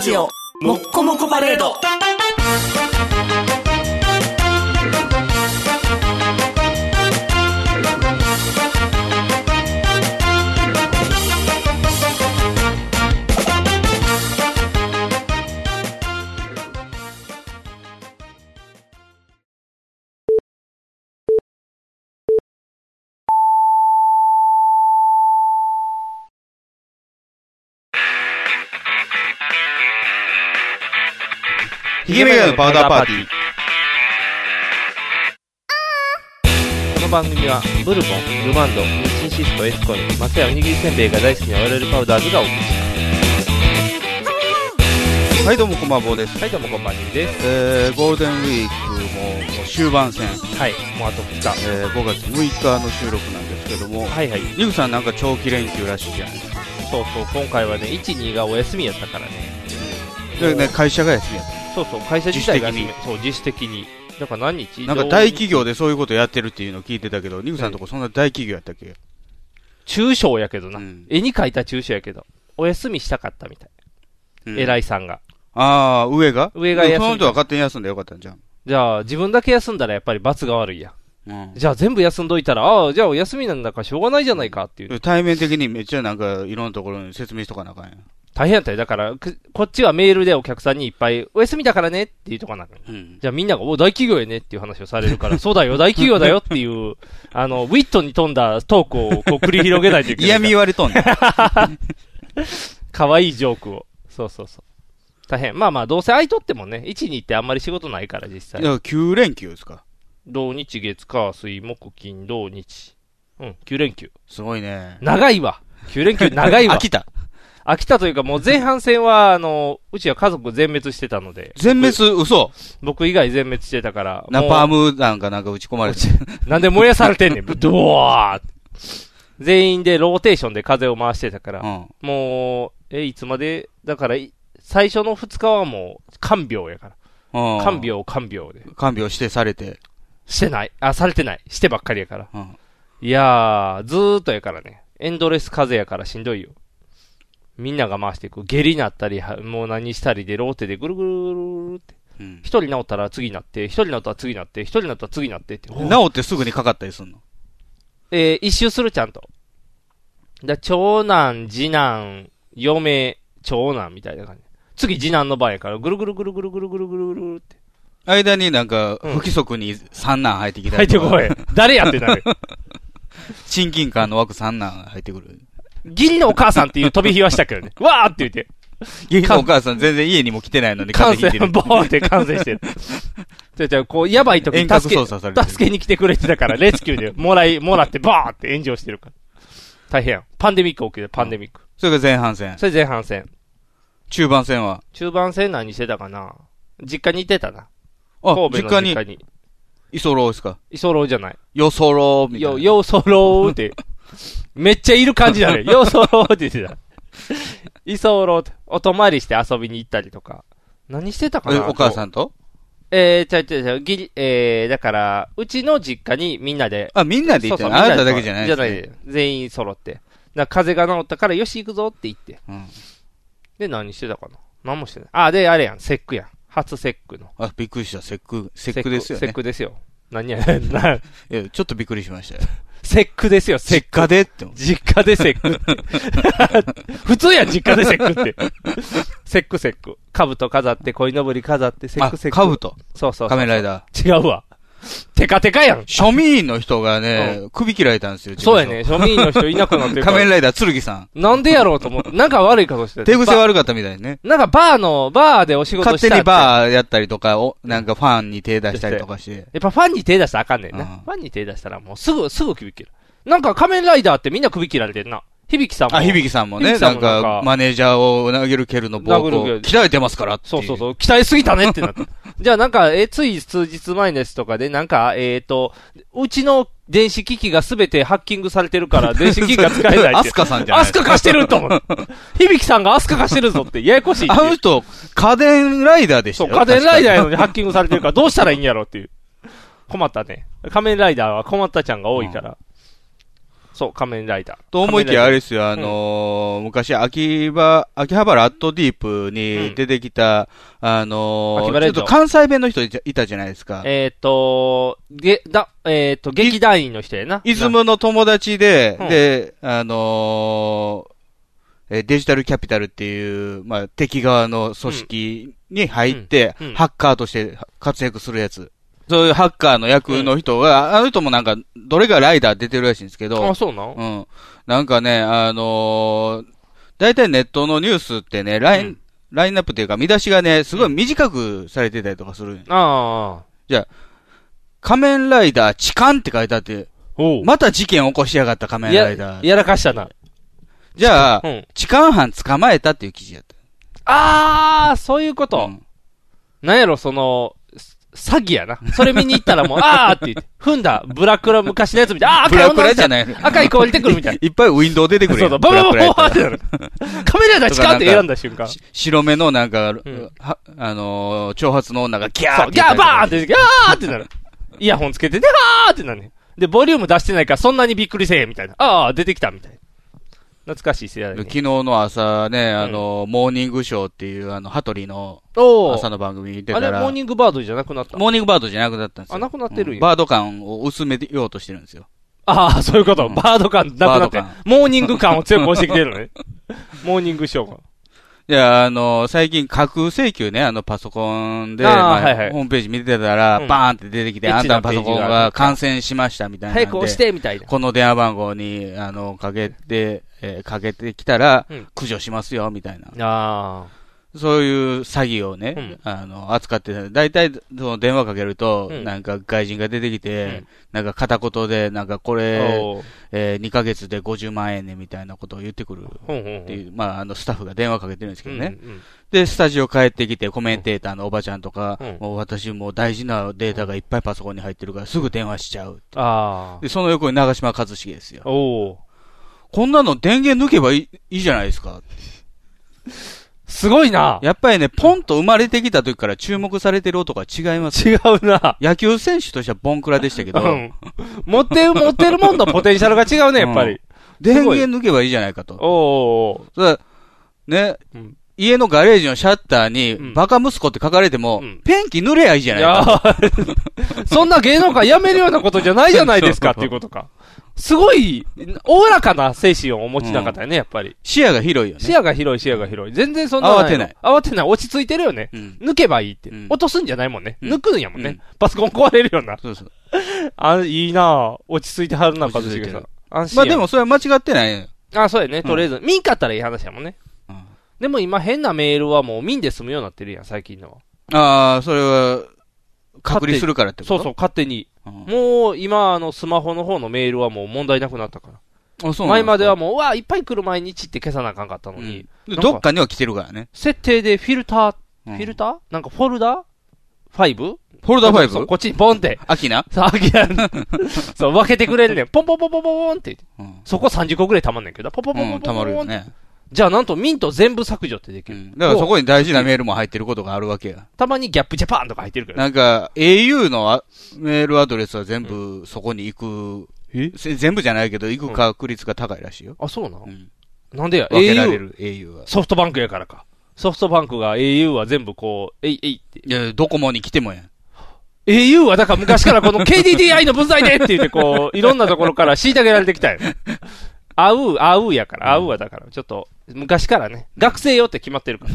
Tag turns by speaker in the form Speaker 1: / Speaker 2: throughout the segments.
Speaker 1: ジオもっこもこパレード
Speaker 2: ヒゲメガネのパウダーパーティー。
Speaker 3: この番組はブルボン、ルマンド、日清シスト、エスコイン、松屋おにぎりせんべいが大好きな我々パウダーズがお送りし
Speaker 2: はい、どうもこんばんは、坊です
Speaker 3: ま。す。はい、どうもこんばんはです。
Speaker 2: えー、ゴールデンウィークももう終盤戦、
Speaker 3: はい、もうあと2日。
Speaker 2: えー、5月6日の収録なんですけども、
Speaker 3: はいはい。
Speaker 2: リグさんなんか長期連休らしいじゃないですか。
Speaker 3: そうそう、今回はね、1、2がお休みやったからね。
Speaker 2: でね、会社が休みやっ
Speaker 3: そうそう、会社自体が休み
Speaker 2: 自主。
Speaker 3: そう、自主的に。だから何日
Speaker 2: た。なんか大企業でそういうことやってるっていうのを聞いてたけど、リグさんのとこそんな大企業やったっけ
Speaker 3: 中小やけどな。
Speaker 2: うん
Speaker 3: 絵に描いた中小やけど。お休みしたかったみたい。偉
Speaker 2: い。
Speaker 3: いさんが。
Speaker 2: ああ、上が
Speaker 3: 上が休
Speaker 2: で
Speaker 3: み
Speaker 2: もその人は勝手に休んでよかったんじゃん。
Speaker 3: じゃあ、自分だけ休んだらやっぱり罰が悪いや。
Speaker 2: うん。
Speaker 3: じゃあ全部休んどいたら、ああ、じゃあお休みなんだからしょうがないじゃないかっていう。
Speaker 2: 対面的にめっちゃなんかいろんなところに説明しとかなあかんやん。
Speaker 3: 大変やったよ。だから、くこっちはメールでお客さんにいっぱい、お休みだからねっていうとこなんか
Speaker 2: うん。
Speaker 3: じゃあみんなが、お、大企業やねっていう話をされ るから、そうだよ、大企業だよっていう、あの、ウィットに富んだトークをこう繰り広げないといけない。
Speaker 2: 嫌味言われと んねん。
Speaker 3: かわいいジョークを。そうそうそう。大変。まあまあ、どうせ空いとってもね、1、2ってあんまり仕事ないから、
Speaker 2: だ
Speaker 3: 実際
Speaker 2: か。ら9連休ですか。
Speaker 3: 土日、月、火、水、木、金、土、日。うん、9連休。
Speaker 2: すごいね。
Speaker 3: 長いわ。9連休長い わ
Speaker 2: 飽。きた。
Speaker 3: 飽きたというか、もう前半戦は、あの、うちは家族全滅してたので、
Speaker 2: 全滅、嘘。
Speaker 3: 僕以外全滅してたから、
Speaker 2: ナパ
Speaker 3: もう
Speaker 2: ームなんかなんか打ち込 まれて。
Speaker 3: なんで燃やされてん ねん。ブドワーって全員でローテーションで風を回してたから、
Speaker 2: うん。
Speaker 3: もう、え、いつまで、だからい、最初の2日はもう、看病やから。看
Speaker 2: 看。
Speaker 3: 病、看病で。
Speaker 2: 看病してされて。
Speaker 3: してない。あ、されてない。してばっかりやから。
Speaker 2: うん。
Speaker 3: いやー、ずーっとやからね。エンドレス風邪やからしんどいよ。みんなが回していく。下痢になったり、はもう何したりで、ローテでぐるぐるぐるぐるって。
Speaker 2: うん
Speaker 3: 一人治ったら次になって、一人治ったら次になって、一人治ったら次になってって。
Speaker 2: 治ってすぐにかかったりすんの。
Speaker 3: えー一周する、ちゃんと。だ長男、次男、嫁、長男みたいな感じ。次、次男の場合やから、ぐるぐるぐるぐるぐるぐるぐるぐるぐるって。
Speaker 2: 間になんか、不
Speaker 3: うん
Speaker 2: 規則に三男入ってきた
Speaker 3: 入っ
Speaker 2: り
Speaker 3: て
Speaker 2: とか。
Speaker 3: こい。誰やってなる。
Speaker 2: 親近感の枠三男入ってくる。
Speaker 3: 義理のお母さんっていう飛び火はしたけどね。 わーって言って。
Speaker 2: 義理のお母さん全然家にも来てないのに風
Speaker 3: 感
Speaker 2: 邪ひい
Speaker 3: 染、
Speaker 2: てる。
Speaker 3: ボーンって感 染してる。じゃあじゃあこう、やばい時
Speaker 2: 遠
Speaker 3: に
Speaker 2: 隔
Speaker 3: 助
Speaker 2: 操
Speaker 3: け、
Speaker 2: 作されてる。
Speaker 3: 助けに来てくれてたから、レスキューでもらい、もらって、バーって炎上してるから。大変やん。パンデミック起きてる、パンデミック。
Speaker 2: それが前半戦。
Speaker 3: それ前半戦。
Speaker 2: 中盤戦は。
Speaker 3: 中盤戦何してたかな実家にいてたな。
Speaker 2: あ、
Speaker 3: 神
Speaker 2: 実
Speaker 3: 戸
Speaker 2: 家
Speaker 3: の実
Speaker 2: に
Speaker 3: 家、に。
Speaker 2: 居候ですか。
Speaker 3: 居候じゃない。
Speaker 2: よそろみたい
Speaker 3: よ、
Speaker 2: な。
Speaker 3: ようそろう って。めっちゃいる感じだね。ようそろうって言ってた。居候って。お泊まりして遊びに行ったりとか。何してたか
Speaker 2: え
Speaker 3: な
Speaker 2: お母さ
Speaker 3: ん。
Speaker 2: んと
Speaker 3: えー、ちゃうちゃうちゃう、ぎり、えー、だから、うちの実家にみんなで。
Speaker 2: あ、みんなで行ったのあなただけじゃないで
Speaker 3: じゃ
Speaker 2: すね
Speaker 3: ないで。全員揃って。な風邪が治ったから、よし行くぞって言って。
Speaker 2: うん。
Speaker 3: で、何してたかな何もしてない。あ、で、あれやん。節句やん。初節句の。
Speaker 2: あ、びっくりした。セック、セックですよ
Speaker 3: 節
Speaker 2: ね。
Speaker 3: 句ですよ。何や、な、
Speaker 2: いやちょっとびっくりしましたよ。
Speaker 3: 節句ですよ、節
Speaker 2: 実
Speaker 3: 句
Speaker 2: 家。でって思う。
Speaker 3: 実家でセック って。普通やん、実家でセックって。 セックセック。兜飾って、鯉のぼり飾って、セッ
Speaker 2: あ、
Speaker 3: クセック。
Speaker 2: カブト。
Speaker 3: そうそう
Speaker 2: 仮面ライダー。
Speaker 3: 違うわ。テカテカ やん。
Speaker 2: 庶民の人がね、首切られたんですよ。
Speaker 3: そうやね。。庶民の人いなくなってるか
Speaker 2: 仮面
Speaker 3: ら。
Speaker 2: ライダー、剣さん。
Speaker 3: なんでやろうと思って。なんか悪いことしてた
Speaker 2: 手癖悪かったみたいね。
Speaker 3: なんかバーの、バーでお仕事
Speaker 2: 勝
Speaker 3: し
Speaker 2: 手
Speaker 3: たって
Speaker 2: にバーやったりとか、おなんかファンに手出したりとかして。
Speaker 3: やっぱファンに手出したらあかんねんな。
Speaker 2: うん
Speaker 3: ファンに手出したらもうすぐ、すぐ首切る。なんか仮面ライダーってみんな首切られてんな。響さんも。
Speaker 2: あ、響さんもね、
Speaker 3: 響さ
Speaker 2: なんん
Speaker 3: もなんか
Speaker 2: か、マネージャーを投げる蹴るの暴
Speaker 3: 殴る蹴
Speaker 2: 行、
Speaker 3: る
Speaker 2: 切られてますからってい
Speaker 3: そうそうそう。鍛えすぎたねって なって。じゃあなんか、え、つい数日前ですとかで、なんか、えっ、と、うちの電子機器がすべてハッキングされてる から、電子機器が使えないっ
Speaker 2: ア
Speaker 3: て
Speaker 2: ス。カさんじゃない
Speaker 3: アスカ貸してると思う。 響さんがアスカ貸してるぞって、ややこしいって
Speaker 2: あ
Speaker 3: い
Speaker 2: の
Speaker 3: う。
Speaker 2: 人、家電ライダーでした
Speaker 3: そう、
Speaker 2: よ。
Speaker 3: 家電ライダー
Speaker 2: ー
Speaker 3: やのにハ ッキングされてるから、どうしたらいいんやろっていう。困ったね。仮面ライダーは困ったちゃんが多いから。そう、仮面ライダー。
Speaker 2: と思いきや、あれ
Speaker 3: れ
Speaker 2: ですよ、あのー昔、秋葉、秋葉原アットディープに出てきた、あのー
Speaker 3: 秋葉
Speaker 2: ち
Speaker 3: レ
Speaker 2: ょ
Speaker 3: ッ
Speaker 2: っ
Speaker 3: ド
Speaker 2: と関西弁の人いたいたじゃないですか。
Speaker 3: えっ、と、げ、だ、えっ、と、劇団員の人やな。
Speaker 2: イズムの友達で、
Speaker 3: うん
Speaker 2: で、あのーえーデジタルキャピタルっていう、まあ、敵側の組織に入って、
Speaker 3: うんうん
Speaker 2: ハッカーとして活躍するやつ。そういうハッカーの役の人が、あの人もなんか、どれがライダー出てるらしいんですけど、
Speaker 3: あ、そうなん、
Speaker 2: うん。なんかね、あのー、大体ネットのニュースってね、ライン、
Speaker 3: うん
Speaker 2: ラインナップっていうか見出しがね、すごい短くされてたりとかするんよ。
Speaker 3: ああ。
Speaker 2: 仮面ライダー痴漢って書いてあって、
Speaker 3: おう。
Speaker 2: また事件起こしやがった仮面ライダ
Speaker 3: や、
Speaker 2: ー。
Speaker 3: やらかしたな。
Speaker 2: じゃあ、
Speaker 3: うん。
Speaker 2: 痴漢犯捕まえたっていう記事やった。
Speaker 3: ああ、そういうこと。
Speaker 2: うん
Speaker 3: なんやろ、その、詐欺やな。それ見に行ったらもう、 あーって言って、踏んだ、ブラクラ昔のやつみたいな、あー
Speaker 2: ブ
Speaker 3: 赤い
Speaker 2: ラ
Speaker 3: 女
Speaker 2: ク
Speaker 3: の
Speaker 2: ラ
Speaker 3: 人
Speaker 2: じゃない。
Speaker 3: 赤い子降りてくるみたい
Speaker 2: いっぱいウィンドウ出てく
Speaker 3: な。
Speaker 2: る
Speaker 3: そ
Speaker 2: や
Speaker 3: うんそう、バババ
Speaker 2: ブラ
Speaker 3: バ
Speaker 2: クラ
Speaker 3: バ
Speaker 2: や
Speaker 3: っ
Speaker 2: った
Speaker 3: てなる。カメラだ、近って選んだ瞬間。
Speaker 2: ら
Speaker 3: そ
Speaker 2: し白目のなんか、
Speaker 3: ん
Speaker 2: はあのー、挑発の女がギャーっ
Speaker 3: う、
Speaker 2: て
Speaker 3: ギ
Speaker 2: 言
Speaker 3: ャ
Speaker 2: た
Speaker 3: ー
Speaker 2: りとか
Speaker 3: バーンって、ギャーってなる。イヤホンつけて、で、あーってなるね。で、ボリューム出してないからそんなにびっくりせえへんみたいな。あー、出てきたみたいな。懐かしい世代
Speaker 2: 昨
Speaker 3: ね。
Speaker 2: 日の朝ね、あのー、モーニングショーっていう、あの、羽鳥の、
Speaker 3: お
Speaker 2: 朝
Speaker 3: ー。
Speaker 2: の番組に出
Speaker 3: あ
Speaker 2: た
Speaker 3: れ、
Speaker 2: ら、
Speaker 3: モーニングバードじゃなくなった。
Speaker 2: モーニングバードじゃなくなったんですよ。
Speaker 3: あ、なくなってるん
Speaker 2: うん
Speaker 3: や。
Speaker 2: バード感を薄めようとしてるんですよ。
Speaker 3: ああ、そういうこと。
Speaker 2: うん
Speaker 3: バード感なくなって
Speaker 2: バード感。
Speaker 3: モーニング感を強く押してきてるの ね。モーニングショーが。
Speaker 2: いや、あの、最近架空請求ね、あの、パソコンで、
Speaker 3: あー
Speaker 2: まあ
Speaker 3: はいはい
Speaker 2: ホームページ見てたら、
Speaker 3: うん
Speaker 2: バーンって出てきて、
Speaker 3: エッ
Speaker 2: あん
Speaker 3: チ
Speaker 2: た
Speaker 3: な
Speaker 2: のパソコン
Speaker 3: ページがあ
Speaker 2: が
Speaker 3: る
Speaker 2: 感染しましたみたいなんで。
Speaker 3: 早く押して、みたいな。
Speaker 2: この電話番号に、あの、かけて、えーかけてきたら、
Speaker 3: うん
Speaker 2: 駆除しますよ、みたいな。
Speaker 3: あ
Speaker 2: そういう詐欺をね、
Speaker 3: うん
Speaker 2: あの、扱ってた。大体、その電話かけると、
Speaker 3: うん
Speaker 2: なんか外人が出てきて、
Speaker 3: うん
Speaker 2: なんか片言で、なんかこ
Speaker 3: あ。
Speaker 2: れ、
Speaker 3: おー
Speaker 2: え2ヶ月で50万円ねみたいなことを言ってくるっ
Speaker 3: ほんほんほん
Speaker 2: ていう、まあ、あのスタッフが電話かけてるんですけどね、
Speaker 3: うんうん
Speaker 2: でスタジオ帰ってきて、コメンテーターのおばちゃんとか、
Speaker 3: うん
Speaker 2: もう私、もう大事なデータがいっぱいパソコンに入ってるから、すぐ電話しちゃう、
Speaker 3: あ
Speaker 2: でその横に長嶋一茂ですよ
Speaker 3: あ。、おお。
Speaker 2: こんなの電源抜けばいいいいじゃないですか、
Speaker 3: すごいな。
Speaker 2: やっぱりね、ポンと生まれてきた時から注目されてる男は違いますよ、
Speaker 3: 違うな。
Speaker 2: 野球選手としてはボンクラでしたけ
Speaker 3: う
Speaker 2: ど、
Speaker 3: ん。持ってる、持ってるもんのポテンシャルが違うね、やっぱり。
Speaker 2: 電源抜けばいいじゃないかと。
Speaker 3: おー
Speaker 2: それはね、
Speaker 3: うん
Speaker 2: 家のガレージのシャッター
Speaker 3: う
Speaker 2: に、
Speaker 3: ん
Speaker 2: バカ息子って書かれても、
Speaker 3: うん
Speaker 2: ペンキ塗れやいいじゃ
Speaker 3: い
Speaker 2: ないか。
Speaker 3: やーそんな芸能界やめるようなことじゃないじゃないですか、っていうことか。すごい、おおらかな精神をお持ちな方やね、やっぱり。
Speaker 2: 視野が広いよ
Speaker 3: 視
Speaker 2: ね。
Speaker 3: 野が広い、視野が広い。全然そんな。
Speaker 2: 慌てない。
Speaker 3: 慌てない。落ち着いてるよね。
Speaker 2: うん。
Speaker 3: 抜けばいいって
Speaker 2: うん。
Speaker 3: 落とすんじゃないもんね。
Speaker 2: うん
Speaker 3: 抜くんやもん
Speaker 2: う
Speaker 3: ね
Speaker 2: ん。
Speaker 3: パソコン壊れるような。
Speaker 2: そうそう。
Speaker 3: あ、いいなぁ落ち着いてはるな、
Speaker 2: 落
Speaker 3: 一
Speaker 2: ち着いて
Speaker 3: 茂
Speaker 2: る
Speaker 3: さん。安心。
Speaker 2: まあでも、それは間違ってないよ。
Speaker 3: あ、そうやね。とりあえず、見んかったらいい話やもんね。
Speaker 2: うん
Speaker 3: でも今変なメールはもう見んで済むようになってるやん、最近のは。
Speaker 2: ああ、それは、隔離するからってこ
Speaker 3: そ
Speaker 2: と
Speaker 3: うそう、勝手に。
Speaker 2: うん
Speaker 3: もう今、あの、スマホの方のメールはもう問題なくなったから。
Speaker 2: あそうなん
Speaker 3: 前までは
Speaker 2: も
Speaker 3: もう、うわ、いっぱい来る毎日って消さなあかんかったの
Speaker 2: う
Speaker 3: に
Speaker 2: ん、、どっかには来てるからね。
Speaker 3: 設定でフィルター、
Speaker 2: フ
Speaker 3: フィルターなんかフォルダ ?5?
Speaker 2: フォルダ
Speaker 3: そう
Speaker 2: 5?
Speaker 3: こっちにポンって。
Speaker 2: アキナ
Speaker 3: さあ、やん。そう、分けてくれんねん。ポンポンポンポンポンポンって言って。
Speaker 2: うん。
Speaker 3: そこ30個ぐらい溜まんねんけど、ポンポンポン
Speaker 2: う
Speaker 3: ポン
Speaker 2: ん
Speaker 3: ポ
Speaker 2: た
Speaker 3: ン
Speaker 2: まる
Speaker 3: ポ
Speaker 2: よ
Speaker 3: ンって。
Speaker 2: ね。
Speaker 3: じゃあ、なんとミント全部削除ってでき
Speaker 2: う
Speaker 3: る。
Speaker 2: んだからそこに大事なメールも入ってることがあるわけや。
Speaker 3: たまにギャップジャパンとか入ってるけ ど。
Speaker 2: なんか、au のあメールアドレスは全部そこに行く、せ全部じゃないけど、行く確率が高いらしいよ。
Speaker 3: あ、そうなの
Speaker 2: うん
Speaker 3: なんでや、
Speaker 2: 分けられ
Speaker 3: au。
Speaker 2: る、au は。
Speaker 3: ソフトバンクやからか。ソフトバンクが au は全部こう、えいえいって。
Speaker 2: いや、ドコモに来てもやん。
Speaker 3: au はだから昔からこの KDDI の分際でって言って こう、いろんなところから虐げられてきたよ。あう、あうやから、あうはだから、ちょっと、昔からね、学生よって決まってるから。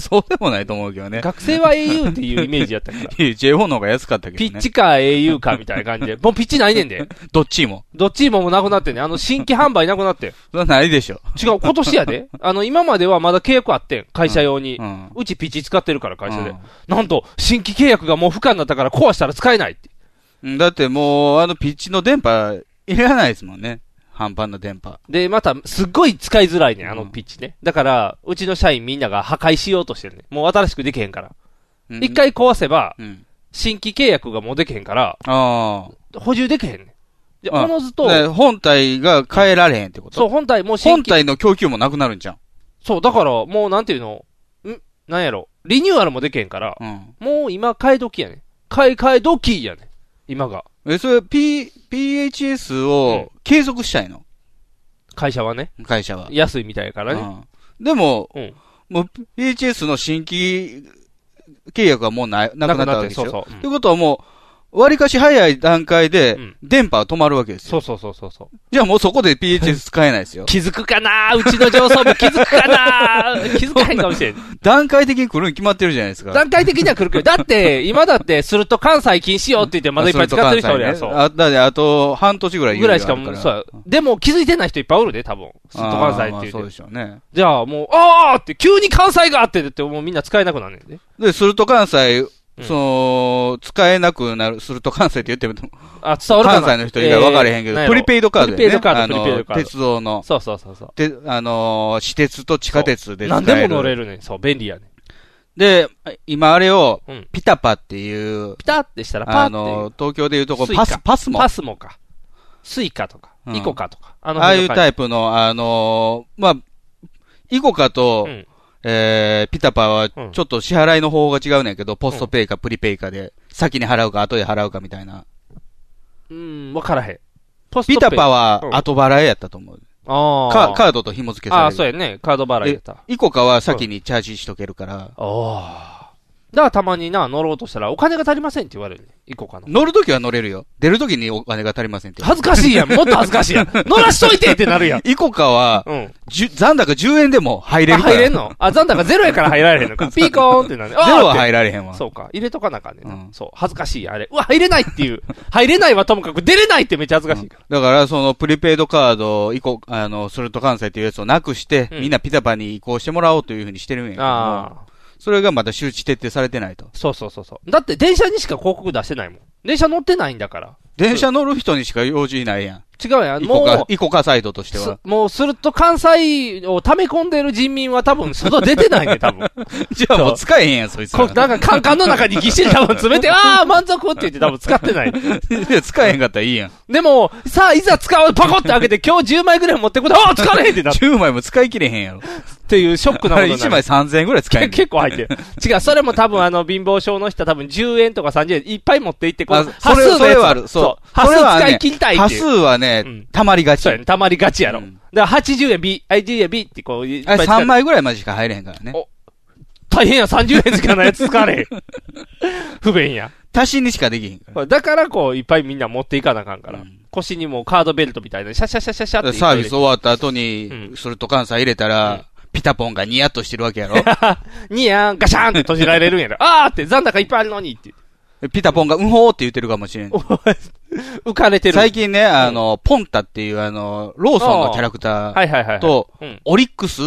Speaker 2: そうでもないと思うけど ね。
Speaker 3: 学生は au っていうイメージやったか
Speaker 2: い
Speaker 3: ら。
Speaker 2: や J4 の方が安かったけど
Speaker 3: ピ
Speaker 2: ね。
Speaker 3: ッチか au かみたいな 感じで。もうピッチないねんで。
Speaker 2: どっちも。
Speaker 3: どっちももうなくなってんねん。あの、新規販売なくなってん。
Speaker 2: それはないでしょ。
Speaker 3: 違う、今年 やで。あの、今まではまだ契約あってん。会社用に。う
Speaker 2: うん。
Speaker 3: ちピッチ使ってるから、会社で。
Speaker 2: うん
Speaker 3: なんと、新規契約がもう不可になったから壊したら使えないって。
Speaker 2: うんだってもう、あのピッチの電波、いらないですもんね。半端な電波。
Speaker 3: で、また、すっごい使いづらいねん、あ
Speaker 2: う
Speaker 3: の
Speaker 2: ん
Speaker 3: ピッチね。だから、うちの社員みんなが破壊しようとしてるねん。もう新しくできへんから。
Speaker 2: うん
Speaker 3: 一。回壊せば、
Speaker 2: うん。
Speaker 3: 新規契約がもうできへんから、
Speaker 2: ああ。
Speaker 3: 補充できへんねん。じゃ、
Speaker 2: あ
Speaker 3: おのずと、
Speaker 2: ね本体が変えられへんってこと
Speaker 3: そう、本体もう新
Speaker 2: 本
Speaker 3: 規、
Speaker 2: 体の供給もなくなるんじゃん。
Speaker 3: そう、だから、もうなんていうの、んなんやろ、リニューアルもできへんから、
Speaker 2: うん。
Speaker 3: もう今買い時やねん。買い替え時やねん。今が。
Speaker 2: え、それ、P、PHS を継続したいの
Speaker 3: 会社はね。
Speaker 2: 会社は。
Speaker 3: 安いみたいやからね。
Speaker 2: うんでも、
Speaker 3: うん。
Speaker 2: もう PHS の新規契約はもうないなくなったわけでしょ。
Speaker 3: なくなってそうそううん
Speaker 2: ということはもう、割かし早い段階で
Speaker 3: うん、
Speaker 2: 電波は止まるわけですよ。
Speaker 3: そうそうそうそうそう。
Speaker 2: じゃあもうそこで PHS 使えない ですよ。
Speaker 3: 気づくかなうちの上層部気づくかな 気づかへんかもしれん。
Speaker 2: 段階的に来るに決まってるじゃないですか。
Speaker 3: 段階的には来るけど、だって、今だって、すると関西禁止よって言って、まだいっぱい使ってる人おるやん、
Speaker 2: あそ
Speaker 3: そ
Speaker 2: れ
Speaker 3: う
Speaker 2: と関西ね。あだってあと半年ぐらい
Speaker 3: ぐらいしかも
Speaker 2: 猶
Speaker 3: う、
Speaker 2: 予あ
Speaker 3: そ
Speaker 2: る
Speaker 3: うや。でも気づいてない人いっぱいおるで、多分。すっと
Speaker 2: から
Speaker 3: 関西
Speaker 2: あーまあ
Speaker 3: って
Speaker 2: そう
Speaker 3: 言う
Speaker 2: で
Speaker 3: て。
Speaker 2: しょうね。
Speaker 3: じゃあもう、あーって、急に関西があってって言って、もうみんな使えなくなんねんで。
Speaker 2: で、すると関西、
Speaker 3: うん
Speaker 2: その、使えなくなる、すると関西って言っても、
Speaker 3: あ、伝わるか
Speaker 2: 関
Speaker 3: な
Speaker 2: 西の人以外分かれへんけど、プリペイドカードやね。
Speaker 3: プリペイドカード
Speaker 2: あの
Speaker 3: プリペイドカード
Speaker 2: 鉄道の
Speaker 3: イ。そうそうそうそう。
Speaker 2: て、あのー私鉄と地下鉄で使える。
Speaker 3: 何でも乗れるねん。そう、便利やねん。
Speaker 2: で、今あれを
Speaker 3: うん、
Speaker 2: ピタパっていう、
Speaker 3: ピタってしたらパー
Speaker 2: あ
Speaker 3: っていう
Speaker 2: のー、東京でいうとこ
Speaker 3: スイカ
Speaker 2: パス、パスも。
Speaker 3: パ
Speaker 2: あ
Speaker 3: スモか。スイカとか、
Speaker 2: うん
Speaker 3: イコカとか。あ
Speaker 2: あいうタ
Speaker 3: イ
Speaker 2: イプの、あのー、まあ、イコカと、
Speaker 3: うん。
Speaker 2: えー、ピタパは、ち
Speaker 3: う
Speaker 2: ょ
Speaker 3: ん
Speaker 2: っと支払いの方法が違うねんけど、ポストペイかプリペイかで、先に払うか後で払うかみたいな。
Speaker 3: うん、分からへん。ポス
Speaker 2: ピ
Speaker 3: トペイ
Speaker 2: タパは
Speaker 3: うん
Speaker 2: 後払いやったと思う。
Speaker 3: あー
Speaker 2: カカードと紐付けされる。
Speaker 3: ああ、そうやね。カード払いやった。
Speaker 2: イコカは先にチャージしとけるから、
Speaker 3: ああ。だからたまにな、乗ろうとしたら、お金が足りませんって言われるね。行こうかな。
Speaker 2: 乗るときは乗れるよ。出るときにお金が足りませんって。
Speaker 3: 恥ずかしいやん。もっと恥ずかしいやん。乗らしといてってなるやん。
Speaker 2: イコカは、
Speaker 3: うん。
Speaker 2: じゅ残高10円でも入れ
Speaker 3: あ
Speaker 2: るから。
Speaker 3: 入れんのあ、残高ゼロやから入られへんのか。 ピーコーンってなるね。
Speaker 2: ゼロは
Speaker 3: る。
Speaker 2: 入られへんわ。
Speaker 3: そうか。入れとかなあかんねんな、
Speaker 2: うん
Speaker 3: そう。恥ずかしいやんあれ。うわ、入れないっていう。 入れないはともかく、出れないってめっちゃ恥ずかしいから。
Speaker 2: だから、その、プリペイドカード、移行、あの、ソルト関西というやつをなくして、
Speaker 3: うん
Speaker 2: みんなピタパに移行してもらおうというふうにしてるんやけど
Speaker 3: ああ。
Speaker 2: それがまだ周知徹底されてないと。
Speaker 3: そうそうそうそう。だって電車にしか広告出してないもん。電車乗ってないんだから。
Speaker 2: 電車乗る人にしか用事いないや
Speaker 3: 違うや
Speaker 2: ん。
Speaker 3: ん。
Speaker 2: イコカ
Speaker 3: も、う、
Speaker 2: イコカサイドとして
Speaker 3: す
Speaker 2: は。
Speaker 3: もうすると関西を溜め込んでる人民は多分外出てないね、多分。
Speaker 2: じゃあもう使えへんやん、 そいつ
Speaker 3: こ
Speaker 2: ら。
Speaker 3: なんかカンカンの中にぎっしり多分 詰めて、ああ、満足って言って多分使ってない。
Speaker 2: いや 使えへんかったらいいやん。
Speaker 3: でも、さあ、いざ使う、パコって開けて、今日10枚ぐらい持ってくと、ああ、疲れへんってなっ
Speaker 2: 10枚も使い切れへんやろ。
Speaker 3: ていうショックな
Speaker 2: あ
Speaker 3: こ
Speaker 2: れ
Speaker 3: と にな
Speaker 2: 1
Speaker 3: る
Speaker 2: 枚。3000円ぐらい使え
Speaker 3: け
Speaker 2: んねん
Speaker 3: 結構入ってる。違う、それも多分あの、貧乏症の人は多分10円とか30円いっぱい持っていって、こ
Speaker 2: あ
Speaker 3: の、
Speaker 2: それ
Speaker 3: 端数の
Speaker 2: それ
Speaker 3: やつ
Speaker 2: はある。
Speaker 3: そ。
Speaker 2: そうう。
Speaker 3: 端
Speaker 2: それ
Speaker 3: 数
Speaker 2: は
Speaker 3: 使
Speaker 2: ね
Speaker 3: い切りたいっ
Speaker 2: 端
Speaker 3: ていう。
Speaker 2: 数はね
Speaker 3: うん、
Speaker 2: 溜まりがち
Speaker 3: そう。やね。溜まりがちやろ。
Speaker 2: うん
Speaker 3: だから80円 B、80円 B ってこう、いっ
Speaker 2: あ
Speaker 3: ぱい
Speaker 2: れ
Speaker 3: 使う
Speaker 2: 3枚ぐらいまでしか入れへんからね
Speaker 3: お。大変や、30円しかないやつ使 われへん。不便や。
Speaker 2: 足しにしかできへんから。
Speaker 3: だからこう、いっぱいみんな持っていかなあかんから。
Speaker 2: うん
Speaker 3: 腰にもうカードベルトみたいな、シャシャシャシャシャって。
Speaker 2: サービス
Speaker 3: を。
Speaker 2: 終わった後
Speaker 3: うん
Speaker 2: に、すると関西入れた
Speaker 3: う
Speaker 2: ら、ピタポンがニヤッとしてるわけやろ。
Speaker 3: にやん、ガシャーンって閉じられるんやろ。あーって残高いっぱいあるのにって。
Speaker 2: ピタポンがうんほーって言ってるかもしれん。
Speaker 3: お前浮かれてる。
Speaker 2: 最近ね、あの、ポンタっていうあの、ローソンのキャラクター
Speaker 3: はいはいはい。
Speaker 2: と、
Speaker 3: うん。
Speaker 2: オリックス・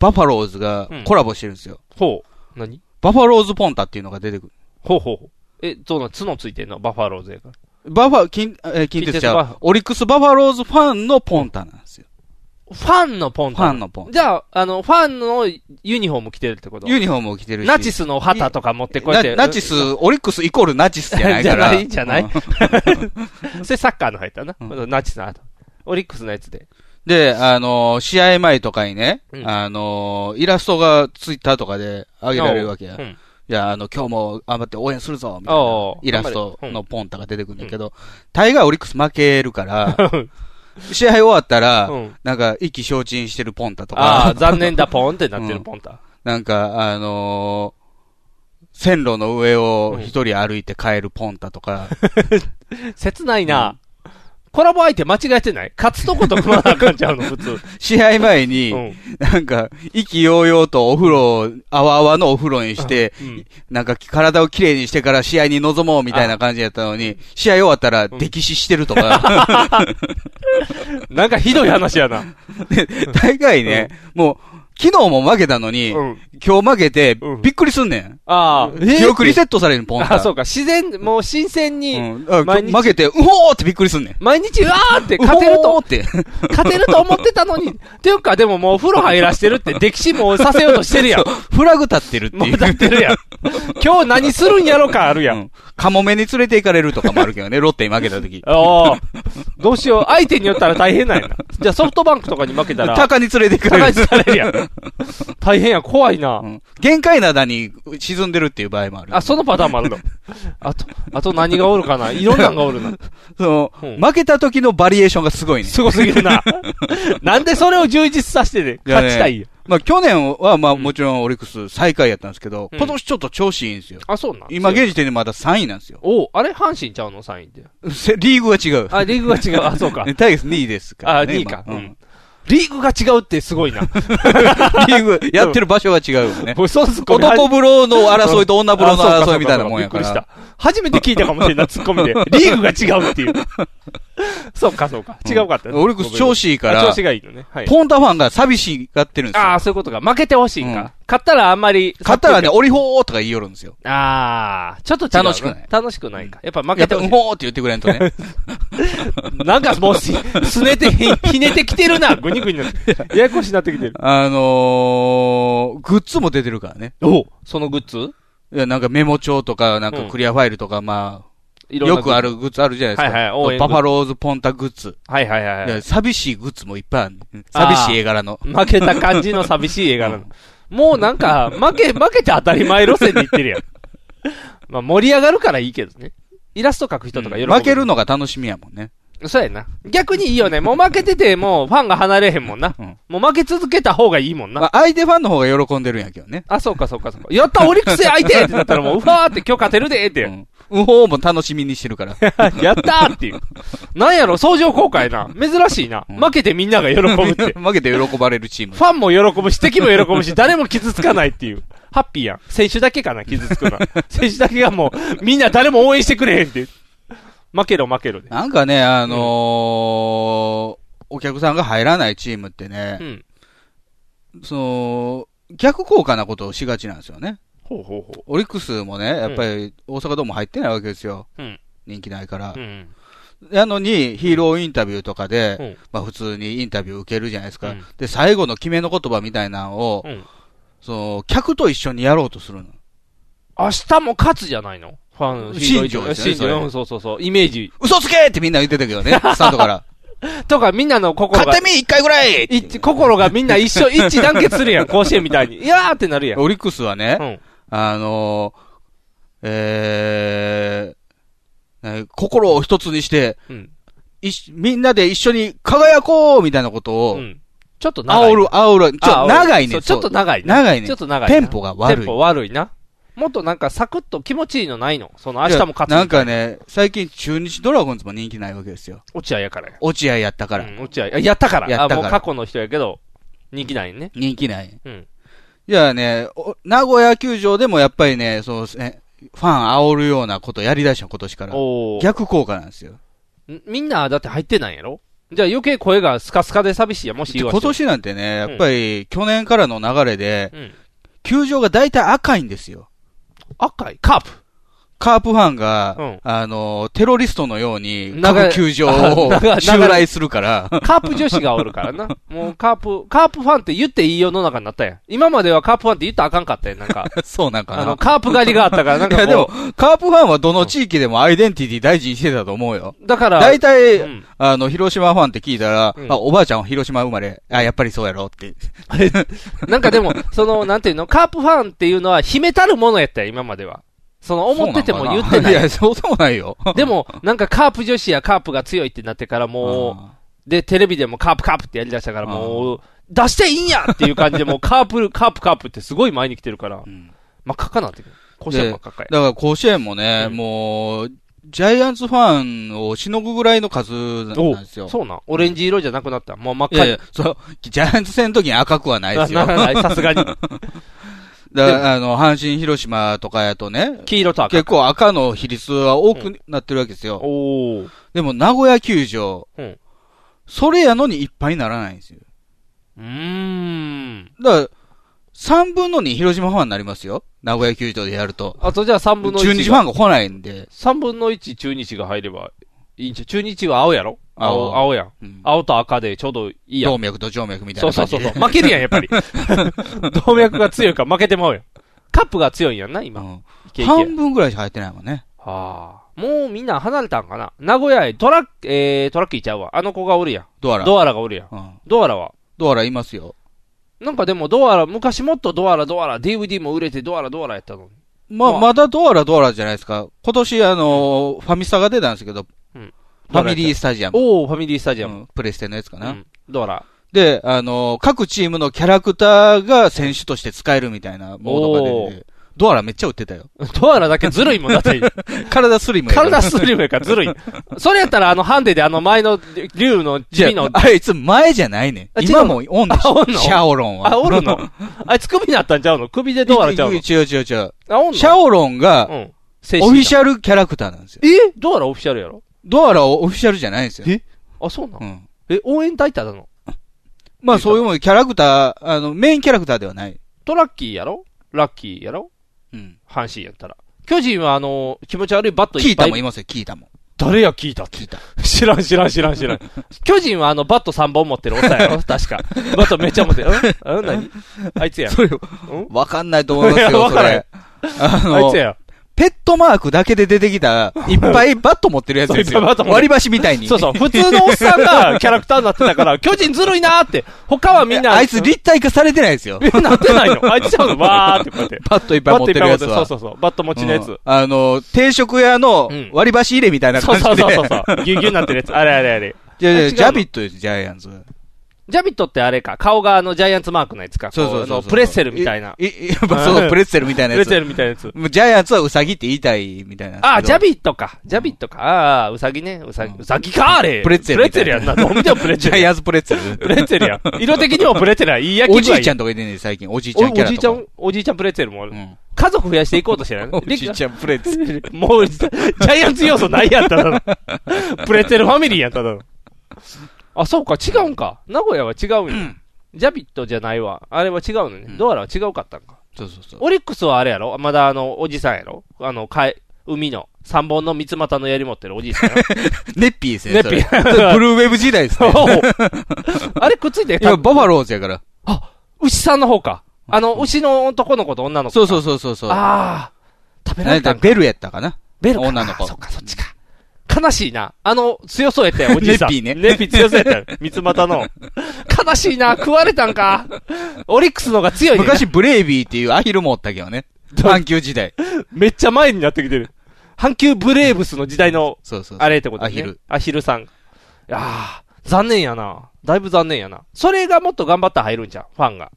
Speaker 2: バファローズが
Speaker 3: うん
Speaker 2: コラボしてるんですよ。
Speaker 3: ほう。何
Speaker 2: バファローズ・ポンタっていうのが出てくる。
Speaker 3: ほうほうほう。え、そうなん、角ついてんのバファローズやから。
Speaker 2: バファ、金、えー、近鉄ちゃ
Speaker 3: 近鉄バ
Speaker 2: う
Speaker 3: フ
Speaker 2: オリックス・バファローズファンのポンタなんですよ。
Speaker 3: ファンのポン
Speaker 2: ファンのポン
Speaker 3: じゃあ、あの、ファンのユニフォーム着てるってこと
Speaker 2: ユニフォームを着てるし。
Speaker 3: ナチスの旗とか持ってこうやって。
Speaker 2: ナナチス、オリックスイコールナチスじゃないから。
Speaker 3: じゃないじゃない
Speaker 2: うん
Speaker 3: それサッカーの入ったな。
Speaker 2: う
Speaker 3: ナチスの後。オリックスのやつで。
Speaker 2: で、あのー試合前とかにね、
Speaker 3: うん
Speaker 2: あのーイラストがツイッターとかで上げられるわけや。
Speaker 3: うん
Speaker 2: いや、あの、今日も頑張って応援するぞ、みたいな
Speaker 3: おう
Speaker 2: イラストのポンタが出てくるんだけど、大概オリックス負けるから、試合終わったら、
Speaker 3: うん
Speaker 2: なんか、意気消沈してるポンタと
Speaker 3: ああ、
Speaker 2: か、
Speaker 3: 残念だ、ポンってなって
Speaker 2: う
Speaker 3: る、
Speaker 2: ん
Speaker 3: ポンタ。
Speaker 2: なんか、あのー線路の上を一人歩いて帰るポンタと か、
Speaker 3: 切ないな。コラボ相手間違えてない勝つとこと組まなあかんちゃうの、普通。
Speaker 2: 試合前に、
Speaker 3: うん
Speaker 2: なんか、意気揚々とお風呂を、あわあわのお風呂にして、
Speaker 3: うん
Speaker 2: なんか体をきれいにしてから試合に臨もうみたいな感じやったのに、試合終わったら溺死してると か、
Speaker 3: なんかひどい話やな。
Speaker 2: 大概ね、もう、昨日も負けたの
Speaker 3: う
Speaker 2: に、
Speaker 3: ん。
Speaker 2: 今日負けて
Speaker 3: うん、
Speaker 2: びっくりすんねん。
Speaker 3: ああ。
Speaker 2: 記憶リセットされるのポンタ。
Speaker 3: あ、そうか。自然、もう新鮮
Speaker 2: う
Speaker 3: に、
Speaker 2: ん。だから
Speaker 3: 毎日
Speaker 2: 負けて、うほーってびっくりすんねん。
Speaker 3: 毎日、うわーって勝てる
Speaker 2: うほ
Speaker 3: と
Speaker 2: ー、って。
Speaker 3: 勝てると思ってたのに。っていうか、でももうお風呂入らしてるって、歴史もさせようとしてるやん。
Speaker 2: フラグ立ってるって
Speaker 3: もう
Speaker 2: いう。
Speaker 3: 立ってるやん。今日何するんやろかある や。
Speaker 2: うんんカモメに連れて行かれるとかもあるけどね、ロッテに負けた時。
Speaker 3: おお。どうしよう。相手によったら大変なんやな。じゃあソフトバンクとかに負けたら、
Speaker 2: タカに連れて行か
Speaker 3: 高
Speaker 2: れ
Speaker 3: い
Speaker 2: る。
Speaker 3: されるやん。 大変や、怖いな
Speaker 2: う。ん限界灘に沈んでるっていう場合もある。
Speaker 3: あ、そのパターンもあるの。あと、あと何がおるかないろんなんがおるな。
Speaker 2: その、
Speaker 3: うん
Speaker 2: 負けた時のバリエーションがすごいね。
Speaker 3: すごすぎる な。なんでそれを充実させてね、
Speaker 2: いやね
Speaker 3: 勝ちたいよ。
Speaker 2: まあ去年はまあ
Speaker 3: ん
Speaker 2: もちろんオリックス最下位やったんですけど、
Speaker 3: うん
Speaker 2: 今年ちょっと調子いいんですよ。
Speaker 3: あ、そうなん
Speaker 2: 今現時点でまだ3位なんですよ。
Speaker 3: おうあれ阪神ちゃうの ?3 位って。
Speaker 2: せ リーグが違う。
Speaker 3: あ、リーグが違う。あ、そうか。
Speaker 2: ねタイガース2位ですか
Speaker 3: あ、
Speaker 2: ら、ね。
Speaker 3: 2位
Speaker 2: 今
Speaker 3: か。う
Speaker 2: うんん。
Speaker 3: リーグが違うってすごいな。
Speaker 2: リ ーグ、やってる場所が違うよね。
Speaker 3: そうす
Speaker 2: 男風呂の争いと女風呂の争いみたいなもんやか
Speaker 3: びっくり
Speaker 2: ら。
Speaker 3: した。初めて聞いたかもしれんない、ツッ コミで。リーグが違うっていう。 そうか、そうか。違うかったね。
Speaker 2: オリックス調
Speaker 3: 子
Speaker 2: 子いいから
Speaker 3: 調子、がいいのね。はい。
Speaker 2: ポンタファンが寂しがってるんですよ。
Speaker 3: ああ、そういうことか。負けてほしいん
Speaker 2: うん
Speaker 3: か。勝ったらあんまり。
Speaker 2: 勝ったらね、オリホーとか言いよるんですよ。
Speaker 3: ああ、ちょっと違う
Speaker 2: 楽しくない
Speaker 3: 楽しくないか。やっぱ負
Speaker 2: や
Speaker 3: け
Speaker 2: っぱ、
Speaker 3: て
Speaker 2: う
Speaker 3: ほしい。
Speaker 2: ほーって言ってくれんと ね。
Speaker 3: なんかもう し、すねて、ひひねてきてるな。ぐにぐになって。ややこしになってきてる。
Speaker 2: あのー、グッズも出てるからね。
Speaker 3: おそのグッズ
Speaker 2: いや、なんかメモ帳とか、なん
Speaker 3: う
Speaker 2: か
Speaker 3: ん
Speaker 2: クリアファイルとか、ま
Speaker 3: い
Speaker 2: あ、
Speaker 3: ろんな
Speaker 2: よ
Speaker 3: グッズ
Speaker 2: くあ。るグッズあるじゃないですか。
Speaker 3: はいはい応援グ
Speaker 2: バ
Speaker 3: ッズ
Speaker 2: ファローズポンタグッズ。
Speaker 3: はいはいはいいは
Speaker 2: や
Speaker 3: い。
Speaker 2: 寂しいグッズもいっぱいあるね。寂しい絵柄の。
Speaker 3: 負けた感じの寂しい映画なの。もうなんか、負け、負けて当たり前路線で言っ てるやん。まあ盛り上がるからいいけどね。イラスト描く人とか喜ぶ。
Speaker 2: 負けるのが楽しみやもんね。
Speaker 3: そうやな。逆にいいよね。もう負けてて、もうファンが離れへんもんな。
Speaker 2: うん
Speaker 3: もう負け続けた方がいいもんな。
Speaker 2: まあ、相手ファンの方が喜んでるんやけどね。
Speaker 3: あ、そうかそうかそうか。やった、オリックス相手ってなったらもう、うわーって今日勝てるでーっ
Speaker 2: う
Speaker 3: て。
Speaker 2: ん。うんほーも楽しみにしてる から。
Speaker 3: やったーっていう。なんやろ、相乗効果やな。珍しいな。
Speaker 2: うん
Speaker 3: 負けてみんなが喜ぶって。
Speaker 2: 負けて喜ばれるチーム
Speaker 3: フ。ァンも喜ぶし、敵も喜ぶし、誰も傷つかないっていう。ハッピーやん。選手だけかな、傷つく のは。選手だけがもう、みんな誰も応援してくれへんっていう。負けろ負けろで。
Speaker 2: なんかね、あのーお客さんが入らないチームってね
Speaker 3: う、ん。
Speaker 2: その、逆効果なことをしがちなんですよね。
Speaker 3: ほうほうほ
Speaker 2: オリックスもね、やっぱり大阪ドーム入ってないわけですよ。
Speaker 3: うん
Speaker 2: 人気ないから
Speaker 3: う。。うん。
Speaker 2: なのに、ヒーローインタビューとかで、
Speaker 3: うん
Speaker 2: まあ普通にインタビュー受けるじゃないですか。
Speaker 3: うん
Speaker 2: で、最後の決めの言葉みたいなのを、
Speaker 3: うん。
Speaker 2: その、客と一緒にやろうとするの。
Speaker 3: 明日も勝つじゃないのファン、
Speaker 2: 新庄ですよね
Speaker 3: 新
Speaker 2: それ
Speaker 3: 庄、うん、そうそうそう。イメージ。
Speaker 2: 嘘つけってみんな言ってたけど ね、スタンドから。
Speaker 3: とか、みんなの心
Speaker 2: 勝
Speaker 3: が
Speaker 2: 手、み一回ぐらい
Speaker 3: 一致、心がみんな一緒、一致団結する やん、甲子園みたいに。いやーってなるやん。
Speaker 2: オリックスはね、
Speaker 3: うん。
Speaker 2: あのー、えー、ね心を一つにして、
Speaker 3: うん。
Speaker 2: いしみんなで一緒に輝こうみたいなこと
Speaker 3: う
Speaker 2: を、
Speaker 3: ん。ちょっと長い。
Speaker 2: 煽る、煽る、ち
Speaker 3: あ
Speaker 2: ょ、長い
Speaker 3: そ
Speaker 2: ね。
Speaker 3: うちょっと
Speaker 2: そう
Speaker 3: 長いね。
Speaker 2: 長いね
Speaker 3: ちょっ。と長いな。
Speaker 2: テンポが悪
Speaker 3: テン
Speaker 2: い
Speaker 3: ポ。悪いな。もっとなんかサクッと気持ちいいのないのその明日も勝つ。
Speaker 2: なんか。ね、最近中日ドラゴンズも人気ないわけですよ。
Speaker 3: 落合やからや。
Speaker 2: 落合やったから
Speaker 3: う。ん、落合。あやったから。
Speaker 2: やったから
Speaker 3: あ、もう過去の人やけど、人気ないね。
Speaker 2: 人気ない。
Speaker 3: うん。
Speaker 2: じゃあね、お名古屋球場でもやっぱりね、そうですね、ファン煽るようなことやり出した今年から。
Speaker 3: おー
Speaker 2: 逆効果なんですよ。
Speaker 3: んみんなだって入ってないんやろじゃあ余計声がスカスカで寂しいや、もし言わ
Speaker 2: 今年なんてね、やっぱり去年からの流れで、
Speaker 3: うん。
Speaker 2: 球場が大体赤いんですよ。
Speaker 3: 赤いカープ。
Speaker 2: カープファンが、
Speaker 3: うん
Speaker 2: あの、テロリストのように、
Speaker 3: 長い
Speaker 2: 各球場を
Speaker 3: あ 長い
Speaker 2: 襲来するから、
Speaker 3: カープ女子がおるからな。もうカープ、カープファンって言っていい世の中になったやん。今まではカープファンって言ったらあかんかったやん、な んか。
Speaker 2: そうなんか
Speaker 3: あ
Speaker 2: な
Speaker 3: の、。カープ狩りがあったから、なん
Speaker 2: い
Speaker 3: かこ
Speaker 2: や
Speaker 3: う。
Speaker 2: でも、カープファンはどの地域でもアイデンティティ大事にしてたと思うよ。
Speaker 3: だから、
Speaker 2: 大体、
Speaker 3: うん
Speaker 2: あの、広島ファンって聞いたら、
Speaker 3: うん
Speaker 2: あ、おばあちゃんは広島生まれ。あ、やっぱりそうやろって。
Speaker 3: なんかでも、その、なんていうの、カープファンっていうのは、秘めたるものやったよ、今までは。その、思ってても言ってな い。
Speaker 2: いや、そうでもないよ。
Speaker 3: でも、なんかカープ女子やカープが強いってなってからも
Speaker 2: あ
Speaker 3: う、で、テレビでもカープカープってやりだしたからもう、出していいんやっていう感じで、もうカープ、 カープカープってすごい前に来てるから
Speaker 2: ー、うん
Speaker 3: 真っ赤かなってくる。甲子園真っ赤かい。
Speaker 2: だから甲子園もね、
Speaker 3: うん
Speaker 2: もう、ジャイアンツファンをしのぐぐらいの数なんですよ。
Speaker 3: そうなん。オレンジ色じゃなくなった。もう真っ
Speaker 2: い
Speaker 3: 赤
Speaker 2: やいや、そう、ジャイアンツ戦の時に赤くはないですよ。
Speaker 3: な
Speaker 2: だか
Speaker 3: ななさすがに。
Speaker 2: ら、あの、阪神、広島とかやとね、
Speaker 3: 黄色と赤。
Speaker 2: 結構赤の比率は多くなってるわけですよ。
Speaker 3: おー。
Speaker 2: でも、名古屋球場、
Speaker 3: うん
Speaker 2: それやのにいっぱいにならないんですよ。
Speaker 3: うーん。
Speaker 2: だから、3分の2広島ファンになりますよ。名古屋球場でやると。
Speaker 3: あとじゃあ3分の1。
Speaker 2: 中日ファンが来ないんで。
Speaker 3: 3分の1中日が入ればいいんちゃう中日は青やろ
Speaker 2: 青
Speaker 3: 青、青やん。
Speaker 2: うん
Speaker 3: 青と赤でちょうどいいやん
Speaker 2: 動。脈と静脈みたい
Speaker 3: そう
Speaker 2: な
Speaker 3: そ
Speaker 2: 感
Speaker 3: う
Speaker 2: じ
Speaker 3: そ
Speaker 2: で。
Speaker 3: うそう。負けるやん、やっぱ り。動脈が強いから負けてまうやん。カップが強いんやんな、今。
Speaker 2: うん
Speaker 3: イケイケ
Speaker 2: 半分ぐらいしか入ってないもんね。
Speaker 3: はあ。もうみんな離れたんかな。名古屋へトラッ、えー、トラッキーちゃうわ。あの子がおるやん。
Speaker 2: ドアラ。
Speaker 3: ドアラがおるやん。
Speaker 2: うん
Speaker 3: ドアラは。
Speaker 2: ドアラいますよ。
Speaker 3: なんかでもドアラ、昔もっとドアラドアラ、DVD も売れてドアラドアラやったのに。
Speaker 2: ま
Speaker 3: ま
Speaker 2: あ、
Speaker 3: あ
Speaker 2: まだドアラドアラじゃないですか。今年、あのーファミスタが出たんですけど、
Speaker 3: うん
Speaker 2: ファミリースタジアム。
Speaker 3: おー、ファミリースタジア
Speaker 2: う
Speaker 3: ム。
Speaker 2: んプレステのやつか
Speaker 3: う
Speaker 2: な。
Speaker 3: んドアラ。
Speaker 2: で、あのー各チームのキャラクターが選手として使えるみたいなモードが出てて、ドアラめっちゃ売ってたよ。
Speaker 3: ドアラだけずるいもんだって。
Speaker 2: 体スリムやから
Speaker 3: 体スリムやから ずるい。それやったらあのハンデであの前の竜の
Speaker 2: じゃ
Speaker 3: 地の
Speaker 2: あ、あいつ前じゃないね
Speaker 3: あ
Speaker 2: ん。
Speaker 3: 違う
Speaker 2: 今もオンでし
Speaker 3: あおんの
Speaker 2: シャオロンは。
Speaker 3: あ、おるのあいつ首になったんちゃうの首でドアラちゃうの
Speaker 2: 違う違う違う。シャ
Speaker 3: あ、おんの
Speaker 2: オロンが
Speaker 3: う、ん。
Speaker 2: オフィシ
Speaker 3: ャ
Speaker 2: ャルキャラクターなんですよ。
Speaker 3: ル。えドアラオフィシャルやろ
Speaker 2: ドアラはオフィシャルじゃないんですよ。
Speaker 3: えあ、そうな
Speaker 2: う
Speaker 3: の
Speaker 2: ん。
Speaker 3: え、応援大隊なの
Speaker 2: まあそういうもん、キャラクター、あの、メインキャラクターではない。
Speaker 3: トラッキーやろラッキーやろ
Speaker 2: うん。
Speaker 3: 阪神やったら。巨人はあの、気持ち悪いバット
Speaker 2: 聞
Speaker 3: いっ
Speaker 2: い
Speaker 3: ぱ
Speaker 2: た
Speaker 3: い。
Speaker 2: もん、いますよ、聞いたもん。
Speaker 3: 誰や聞いたって
Speaker 2: 聞いた。
Speaker 3: 知らん知らん知らん 知らん。巨人はあの、バット3本持ってるおっさんやろ確か。バットめっちゃ持ってる。うんうん 何あいつや。
Speaker 2: それ、わかんないと思います
Speaker 3: いやわ
Speaker 2: よ、そ
Speaker 3: からへん
Speaker 2: れ。あ
Speaker 3: あい
Speaker 2: の
Speaker 3: つ、や。
Speaker 2: ペットマークだけで出てき た、いっぱいバット持ってるやつですよ。
Speaker 3: そういっぱいバット持って
Speaker 2: 割り箸みたいに。
Speaker 3: そうそう。普通のおっさんがキャラクターになってたから、巨人ずるいなーって。他はみんな。
Speaker 2: あいつ立体化されてないですよ。
Speaker 3: えなってないのあいつちゃうのわーってこうやって。
Speaker 2: バットいっぱい持ってるやつ
Speaker 3: バットいっぱい持ってそう
Speaker 2: は。
Speaker 3: そうそう。バット持ちのやつ。
Speaker 2: うんあの、定食屋の
Speaker 3: うん
Speaker 2: 割り箸入れみたいな
Speaker 3: そう
Speaker 2: 感じ
Speaker 3: そう
Speaker 2: で。
Speaker 3: そうそうそう。ぎゅうぎゅうになってるやつ。あれあれあれ。
Speaker 2: じゃあじゃあ
Speaker 3: 違うの
Speaker 2: ジャビットです、ジャイアンツ。
Speaker 3: ジャビットってあれか。顔があのジャイアンツマークのやつか。
Speaker 2: そうそうそう
Speaker 3: こ
Speaker 2: そう
Speaker 3: あのプレッセルみたいな。
Speaker 2: いいやっぱそう、プレッツェルみたいな
Speaker 3: プレ
Speaker 2: や
Speaker 3: ッセ
Speaker 2: つ。
Speaker 3: ルみたいなやつ。
Speaker 2: もうジャイアンツはウサギって言いたいみたいなんですけど。
Speaker 3: あ、ジャビットか。ジャビットか。ああ、ウサギね。ウサギ。
Speaker 2: うん
Speaker 3: ウサギか、あれ。
Speaker 2: プレッツェルみたいな
Speaker 3: やんな。どう見てもプレッ
Speaker 2: ジ
Speaker 3: ツェ
Speaker 2: ャ
Speaker 3: ル
Speaker 2: イ
Speaker 3: やん。
Speaker 2: アンツプレッツェ
Speaker 3: プ
Speaker 2: ル。
Speaker 3: レッツェルやん。色的にもプレッツェルやん。いい焼き具合
Speaker 2: おじいちゃんとかいてんねん最近。おじいちゃんキャ
Speaker 3: お
Speaker 2: ラ
Speaker 3: じ
Speaker 2: と
Speaker 3: いち
Speaker 2: か。
Speaker 3: ゃん、おじいちゃんプレッツェルもある
Speaker 2: う。ん
Speaker 3: 家族増やしていこうとしてない
Speaker 2: おじいちゃんプレッツェル。
Speaker 3: もう、ジャイアンツ要素ないやん、ただの。プレッツェルファミリーやん、ただの。あ、そうか、違うんか。名古屋は違うんや。ジャビットじゃないわ。あれは違うのね。
Speaker 2: うん
Speaker 3: ドアラは違うかったんか。
Speaker 2: そうそうそう。
Speaker 3: オリックスはあれやろまだあの、おじさんやろあの、かい、海の、三本の三つ股の槍持ってるおじいさん やろ
Speaker 2: ネッピーですね。
Speaker 3: ネッピー
Speaker 2: それそれブルーウェブ時代です
Speaker 3: お
Speaker 2: ね。
Speaker 3: うあれくっついて
Speaker 2: 今、
Speaker 3: た
Speaker 2: バファローズやから。
Speaker 3: 牛さんの方か。あの、牛の男の子と女の子。
Speaker 2: そうそうそうそうそう。
Speaker 3: ああ。食べら
Speaker 2: なん
Speaker 3: れた
Speaker 2: だ
Speaker 3: んか。
Speaker 2: ベルやったかな。
Speaker 3: ベルか
Speaker 2: 女の子
Speaker 3: あそっか、そっちか。悲しいな。あの、強そうやっ たよ、おじいさん。
Speaker 2: ネッピーね
Speaker 3: ネッピー強そうやっ たよ。三つ股の。悲しいな、食われたんか。オリックスの方が強いねんな。
Speaker 2: 昔、ブレイビーっていうアヒルもおったけどね。阪急時代。
Speaker 3: めっちゃ前になってきてる。阪急ブレーブスの時代の、
Speaker 2: そうそうそう。
Speaker 3: あれってことね。
Speaker 2: アヒル。。
Speaker 3: アヒルさん。いやー残念やな。だいぶ残念やな。それがもっと頑張ったら入るんじゃん、ファンが。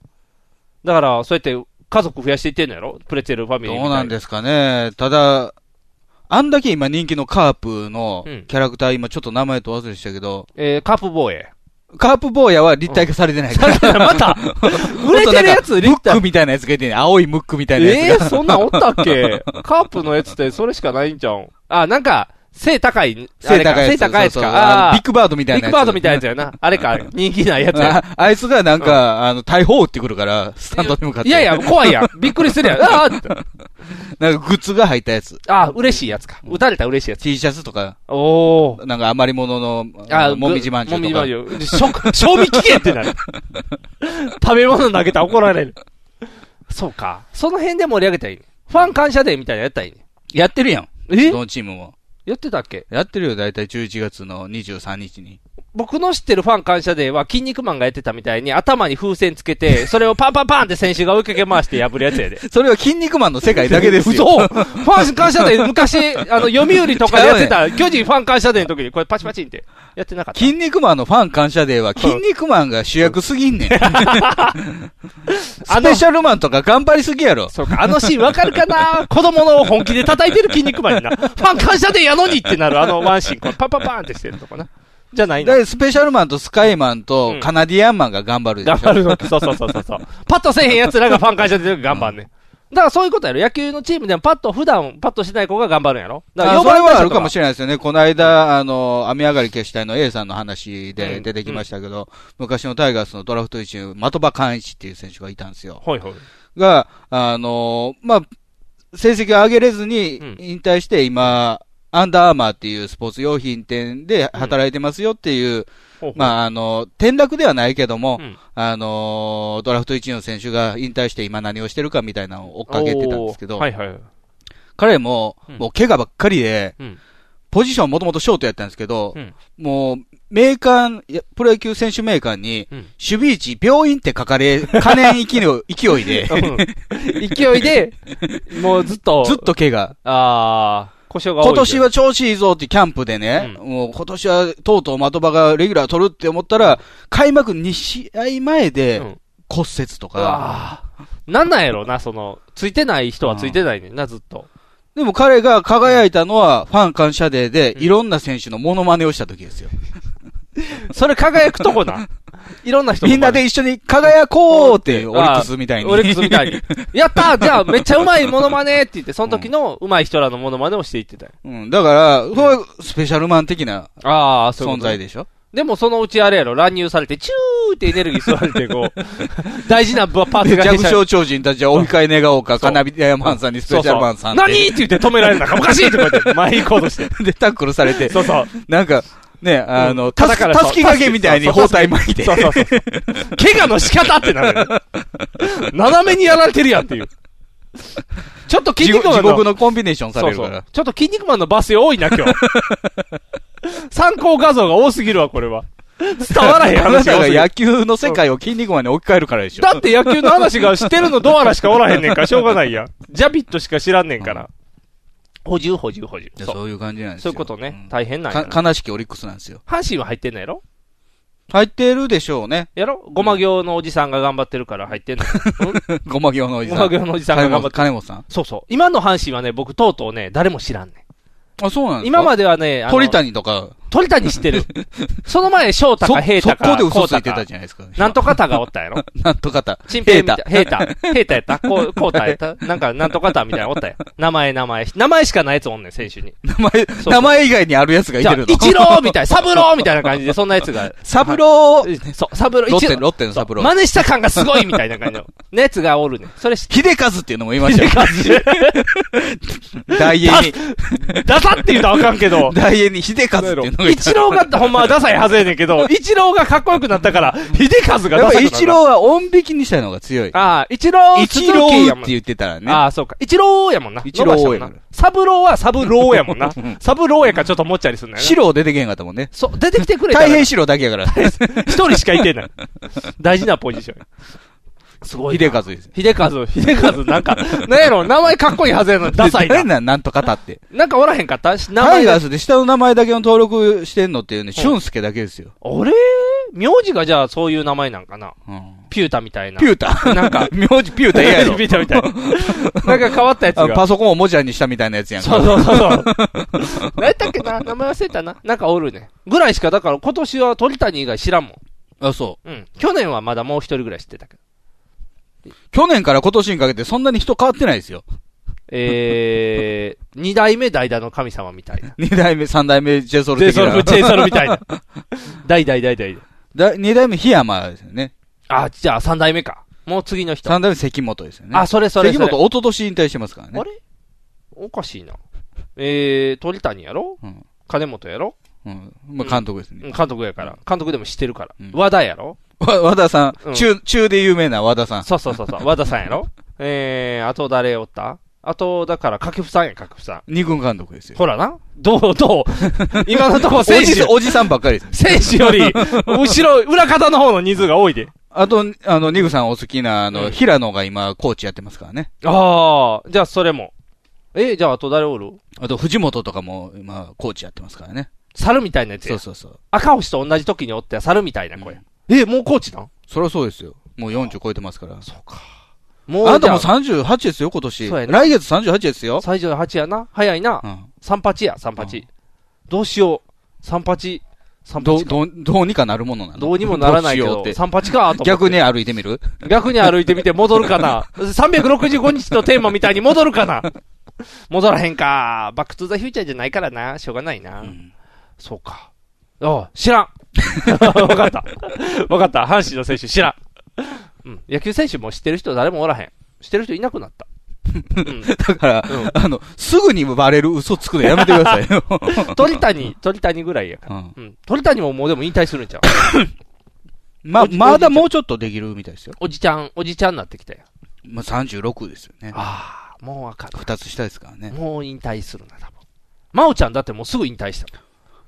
Speaker 3: だから、そうやって家族増やしていってんのやろプレチェルファミリーみ
Speaker 2: ど
Speaker 3: たいうな。
Speaker 2: なんですかね。ただ、あんだけ今人気のカープの
Speaker 3: うん
Speaker 2: キャラクター、今ちょっと名前と忘れしたけど、
Speaker 3: えー、カープ防衛。
Speaker 2: カープ坊やは立体化されてないから。
Speaker 3: だから また、売れてるやつ、
Speaker 2: ム
Speaker 3: 立
Speaker 2: ックみたいなやつがいてね、青いムックみたいな
Speaker 3: え
Speaker 2: や
Speaker 3: え
Speaker 2: つが。
Speaker 3: ー、そんなんおったっ けカープのやつってそれしかないんじゃん。あ、なんか、背高い、
Speaker 2: 背高いや
Speaker 3: あれか
Speaker 2: つ。
Speaker 3: 背高いやつ
Speaker 2: そうそう
Speaker 3: か。
Speaker 2: あの
Speaker 3: あ
Speaker 2: ビッグバードみ
Speaker 3: ビ
Speaker 2: たいな
Speaker 3: ッ
Speaker 2: や
Speaker 3: グ
Speaker 2: つ。
Speaker 3: バードみたいなや
Speaker 2: つ。
Speaker 3: つやな。あれ か、人気ないやつや。
Speaker 2: ああいつがなんか、あの、大砲撃ってくるから、スタンドに向かって。
Speaker 3: いやいや、怖いやん。びっくりするやん。あーって
Speaker 2: なんかグッズが入ったやつ。
Speaker 3: あー、嬉しいやつか。打たれたら嬉しいやつ。
Speaker 2: T シャツとか、
Speaker 3: おー。
Speaker 2: なんか余り物の、
Speaker 3: あ
Speaker 2: あのもみじまんじゅう
Speaker 3: もみ
Speaker 2: と
Speaker 3: じま
Speaker 2: か
Speaker 3: んじ。ゅう。食 賞味期限っ てなる。食べ物投げたら怒られる。そうか。その辺で盛り上げたらいいね。ファン感謝デーみたいなのやったらいいね。
Speaker 2: やってるやん。
Speaker 3: え
Speaker 2: どのチームも。
Speaker 3: やってたっけ
Speaker 2: やってるよ、だいたい11月の23日に。
Speaker 3: 僕の知ってるファン感謝デーは、筋肉マンがやってたみたいに、頭に風船つけ て、それをパンパンパンって選手が追いかけ回して破るやつやで。
Speaker 2: それは筋肉マンの世界だけです
Speaker 3: 嘘
Speaker 2: よ。
Speaker 3: ファン感謝デー、昔、あの、読売とかでやってた、巨人ファン感謝デーの時に、これパチパチンって、やってなかった。
Speaker 2: 筋肉マンのファン感謝デーは筋肉マンが主役すぎんねん。
Speaker 3: あ
Speaker 2: ス
Speaker 3: の
Speaker 2: ペシャルマンとか頑張りすぎやろ。
Speaker 3: そうか、あのシーンわかるかな子供の本気で叩いてる筋肉マンにな。ファン感謝デーやのにってなる、あのワンシーン、これパンパンパンってしてるとかな。じゃない
Speaker 2: だか
Speaker 3: の。
Speaker 2: らスペシャルマンとスカイマン
Speaker 3: う
Speaker 2: と
Speaker 3: ん
Speaker 2: カナディアンマンが頑張るでしょ。
Speaker 3: 頑張るの。そうそうそうそうそう。 パッとせえへん奴らがファン感謝デーの時頑張んねん。だからそういうことやろ。野球のチームでもパッと、普段パッとしてない子が頑張るんやろ。だから
Speaker 2: あ
Speaker 3: 呼
Speaker 2: そ
Speaker 3: ば
Speaker 2: れ
Speaker 3: れた人
Speaker 2: は
Speaker 3: と
Speaker 2: あるかもしれないですよね。この間、あの、雨上がり決死隊の A さんの話
Speaker 3: う
Speaker 2: で
Speaker 3: ん
Speaker 2: 出てきましたけど、昔のタイガースのドラフト一位、的場寛一っていう選手がいたんですよ。
Speaker 3: ほいほい。
Speaker 2: が、あの、まあ、成績を上げれずに
Speaker 3: うん
Speaker 2: 引退して、今、アンダーアーマーっていうスポーツ用品店で働いてますよっていう、
Speaker 3: ほうほう
Speaker 2: まあ、あの、転落ではないけども、
Speaker 3: うん
Speaker 2: あの、ドラフト1位の選手が引退して今何をしてるかみたいなのを追っかけてたんですけど、
Speaker 3: おーはいはい。
Speaker 2: 彼も、
Speaker 3: うん
Speaker 2: もう怪我ばっかりで、
Speaker 3: うん
Speaker 2: ポポジションはもともとショートやったんですけど、
Speaker 3: うん
Speaker 2: もう、メーカー、いやプロ野球選手メーカーに、
Speaker 3: うん
Speaker 2: 守備位置、病院って書か れ、可燃勢いの勢いで、
Speaker 3: うん勢い で、もうずっと、
Speaker 2: ずっと怪我。
Speaker 3: あー、故障が多い。
Speaker 2: 今年、は調子いいぞってキャンプでね、
Speaker 3: う
Speaker 2: もう今年はとうとう的場がレギュラー取るって思ったら、開幕2試合前
Speaker 3: う
Speaker 2: で
Speaker 3: ん
Speaker 2: 骨折とか、
Speaker 3: あー。なんなんやろな、その、ついてない人はついてないねんな、ずっと。
Speaker 2: でも彼が輝いたのはファン感謝デーで、
Speaker 3: うん
Speaker 2: いろんな選手のモノマネをした時ですよ。
Speaker 3: それ輝くと こな。いろんな人の
Speaker 2: みんなで一緒に輝こうって、
Speaker 3: うん
Speaker 2: オリックスみたいに。
Speaker 3: オリックスみたい に。やったーじゃあめっちゃうまいモノマネって言って、その時のうまい人らのモノマネをしていってたよ。
Speaker 2: うん、だから、そういうスペシャルマン的な
Speaker 3: ああ、そういう
Speaker 2: 存
Speaker 3: ことね
Speaker 2: 在でしょ
Speaker 3: でもそのうちあれやろ、乱入されて、チューってエネルギー吸われて、こ う、大事なパーツ
Speaker 2: で
Speaker 3: が
Speaker 2: 弱
Speaker 3: 減っちゃう
Speaker 2: 小超人たちは追い替え願おうか、
Speaker 3: そう
Speaker 2: カナビヤマンさんにスペシャルマンさんって
Speaker 3: そうそう何って言って止められるのか、おかしいってこう やって、前行こうとして。
Speaker 2: で、タックルされて、
Speaker 3: そうそう。
Speaker 2: なんか、ね、あ
Speaker 3: う
Speaker 2: の、
Speaker 3: ん
Speaker 2: た
Speaker 3: 肩
Speaker 2: す
Speaker 3: から
Speaker 2: たすき掛けみたいに
Speaker 3: そう
Speaker 2: 包帯巻いて
Speaker 3: そ。うそうそう。怪我の仕方ってなるよ。斜めにやられてるやんって いう。ちょっと筋
Speaker 2: 地
Speaker 3: 肉
Speaker 2: 獄地
Speaker 3: マンの
Speaker 2: 獄のコンビネーションさ
Speaker 3: そ
Speaker 2: れ
Speaker 3: う
Speaker 2: る
Speaker 3: そ
Speaker 2: から
Speaker 3: う。。ちょっと筋肉マンのバス多いな、 今日。参考画像が多すぎるわ、これは。伝わらへん
Speaker 2: あな
Speaker 3: 話が
Speaker 2: た
Speaker 3: 多
Speaker 2: が
Speaker 3: すぎる
Speaker 2: 野球の世界を筋肉マンに置き換えるからでしょ。
Speaker 3: だって野球の話がしてるのドアラしかおらへんね んから、しょうがないやん。ジャビットしか知らんねんから。補充、補充、補充。
Speaker 2: いや
Speaker 3: そう。
Speaker 2: そういう感じなんです
Speaker 3: そ
Speaker 2: よ。
Speaker 3: ういうことね。
Speaker 2: ん
Speaker 3: 大変なんやな。
Speaker 2: か悲しきオリックスなんですよ。
Speaker 3: 阪神は入ってんのやろ
Speaker 2: 入ってるでしょうね。
Speaker 3: やろごま行のおじさんが頑張ってるから入ってんの。
Speaker 2: ごま行のおじ
Speaker 3: ご
Speaker 2: さ
Speaker 3: ま
Speaker 2: ん。
Speaker 3: 行のおじさんが頑張ってる。
Speaker 2: 金本さん。
Speaker 3: そうそう。今の阪神はね、僕とうとうね、誰も知らんね
Speaker 2: あ、そうなんです
Speaker 3: ん。
Speaker 2: か
Speaker 3: 今まではね、あの
Speaker 2: 鳥谷とか、
Speaker 3: 鳥谷知っ てる。その前、翔太
Speaker 2: そ
Speaker 3: か平太
Speaker 2: 速
Speaker 3: か
Speaker 2: 攻で
Speaker 3: こ
Speaker 2: 嘘
Speaker 3: う
Speaker 2: つい
Speaker 3: た
Speaker 2: て
Speaker 3: か
Speaker 2: たじゃないですか。
Speaker 3: なんとかたがおったやろ
Speaker 2: なんとかた。
Speaker 3: チンペイみたい
Speaker 2: 平。
Speaker 3: 平太。平太やったこう、こうたやったなんか、なんとかたみたいなのおったやん。名前、名前。名前しかないやつおんねん、選手に。
Speaker 2: 名前、
Speaker 3: そう
Speaker 2: 名前以外にあるやつがい
Speaker 3: じゃ
Speaker 2: て
Speaker 3: あ、
Speaker 2: るの。
Speaker 3: 一郎みたいな、サブローみたいな感じで、そんなやつが。
Speaker 2: サブロー、
Speaker 3: そう、サブロ ー、
Speaker 2: ロッテ
Speaker 3: 一
Speaker 2: ロッテのサブロー
Speaker 3: そう真似した感がすごいみたいな感 じの。のやつがおるねん。それ知って
Speaker 2: 秀和っていうのもいました
Speaker 3: る
Speaker 2: よ。
Speaker 3: 感じ。
Speaker 2: 大英に、
Speaker 3: ダサって言うとあかんけど。
Speaker 2: 大英に秀和っていうのがいた。
Speaker 3: 一郎がほんまはダサいはずやねんけど、一郎がかっこよくなったから、秀和が
Speaker 2: や
Speaker 3: ダ
Speaker 2: っ
Speaker 3: サ
Speaker 2: ぱ
Speaker 3: い。
Speaker 2: 一郎は音引きにしたのが強い。
Speaker 3: ああ、一郎、
Speaker 2: 一郎
Speaker 3: 鈴木や
Speaker 2: っ
Speaker 3: もん
Speaker 2: て言ってたらね。
Speaker 3: ああ、そうか。一郎やもんな。
Speaker 2: 一郎やもん
Speaker 3: 伸ばしたもんな。サブローはサブローやもんな。サブローやからちょっともっちゃりすんだよね。
Speaker 2: 白出てけへんかったもんね。
Speaker 3: そう、出てきてくれたら
Speaker 2: 太平白だけやから。
Speaker 3: 一人しかいてない。大事なポジション。すごいな。
Speaker 2: 秀和です。
Speaker 3: 秀和、秀和、なんか、なんやろ、名前かっこいいはず やのに、ダサい
Speaker 2: で誰
Speaker 3: な。
Speaker 2: なんなんとかたって。
Speaker 3: なんかおらへんかった名
Speaker 2: タイ
Speaker 3: 前
Speaker 2: ガ
Speaker 3: が
Speaker 2: ー。スで下の名前だけの登録してんのっていうね、俊介だけですよ。
Speaker 3: あれ名字がじゃあそういう名前なんかな
Speaker 2: うん
Speaker 3: ピュータみたいな。
Speaker 2: ピュータ
Speaker 3: なんか
Speaker 2: 名字ピュータ嫌やろ。
Speaker 3: ピュータみたいな。なんか変わったやつ
Speaker 2: あのパ
Speaker 3: が。
Speaker 2: ソコンをもじゃにしたみたいなやつやんか。
Speaker 3: そうそうそうそう。何やったっけな名前忘れたな。なんかおるね。ぐらいしか、だから今年は鳥谷以外知らんもん。
Speaker 2: あ、そう。
Speaker 3: うん。去年はまだもう一人ぐらい知ってたけど。
Speaker 2: 去年から今年にかけてそんなに人変わってないですよ。
Speaker 3: え ー、二代目代打の神様みたいな。
Speaker 2: 二代目、三代目、ジェソル
Speaker 3: ジェイ
Speaker 2: 的
Speaker 3: ソ
Speaker 2: な
Speaker 3: ル、。ジェイソルみたいな。 代々代々。
Speaker 2: だ二代目、檜山ですよね。
Speaker 3: あ、じゃあ三代目か。もう次の人。
Speaker 2: 三代目、関本ですよね。
Speaker 3: あ、それそれそれ。
Speaker 2: 関本、一昨年引退してますからね
Speaker 3: あ。れおかしいな。えー、鳥谷やろ
Speaker 2: うん
Speaker 3: 金本やろ
Speaker 2: うん。まあ、監督です
Speaker 3: うん
Speaker 2: ね。
Speaker 3: 監督やから。監督でも知ってるから。
Speaker 2: うん
Speaker 3: 和田やろ
Speaker 2: わ和田さ
Speaker 3: うん
Speaker 2: ん、中、中で有名な和田さん。
Speaker 3: そうそうそうそう。和田さんやろえー、あと誰おったあと、だから、掛布さんや、掛布さん。
Speaker 2: 二軍監督ですよ。
Speaker 3: ほらな。どう どう今のところ
Speaker 2: お
Speaker 3: 選
Speaker 2: じ
Speaker 3: 手
Speaker 2: さん、、おじさんばっかりです。
Speaker 3: 選手より、後ろ、裏方の方の人数が多いで。
Speaker 2: あと、あの、ニグさんお好きな、あ
Speaker 3: う
Speaker 2: の、
Speaker 3: ん
Speaker 2: 平野が今、コーチやってますからね。
Speaker 3: ああ、じゃあそれも。え、じゃああと誰おる
Speaker 2: あと、藤本とかも、今、コーチやってますからね。
Speaker 3: 猿みたいなやつ
Speaker 2: そ
Speaker 3: や
Speaker 2: う。そうそう。
Speaker 3: 赤星と同じ時におった猿みたいな子や
Speaker 2: う。
Speaker 3: え、もうコーチなん
Speaker 2: そりゃそうですよ。もう40超えてますから。
Speaker 3: そうか。も
Speaker 2: あな
Speaker 3: うじ
Speaker 2: た
Speaker 3: ゃ
Speaker 2: も
Speaker 3: あ、
Speaker 2: 38ですよ、今年。
Speaker 3: そうやね
Speaker 2: 来月38ですよ。
Speaker 3: 最上の8やな。早いな
Speaker 2: う。ん。
Speaker 3: 38や、38。どうしよう。38。
Speaker 2: どう、
Speaker 3: 38か。
Speaker 2: どう、どうにかなるものなの
Speaker 3: どうにもならないけど、
Speaker 2: うしようって
Speaker 3: 38かと思って。
Speaker 2: 逆に歩いてみる
Speaker 3: 逆に歩いてみて戻るか な ?365 日のテーマみたいに戻るかな 戻らへんか。バックトゥザフューチャーじゃないからな。しょうがないな。
Speaker 2: ん
Speaker 3: そうか。ああ、知らん。 わかった。わかった。阪神の選手知らん。うん。野球選手も知ってる人誰もおらへん。知ってる人いなくな った。うん。
Speaker 2: だから、
Speaker 3: うん
Speaker 2: あの、すぐにバレる嘘つくのやめてくださ いよ。
Speaker 3: 鳥谷、鳥谷ぐらいやから。
Speaker 2: うん
Speaker 3: うん。鳥谷ももうでも引退するんちゃう
Speaker 2: ま、
Speaker 3: おじ
Speaker 2: まだもうちょっとできるみたいですよ。
Speaker 3: おじちゃん、おじちゃんになってき たよ。
Speaker 2: まあ、36ですよね。
Speaker 3: ああ、もうわかる。
Speaker 2: 二つ下ですからね。
Speaker 3: もう引退するな、多分。真央ちゃんだってもうすぐ引退した。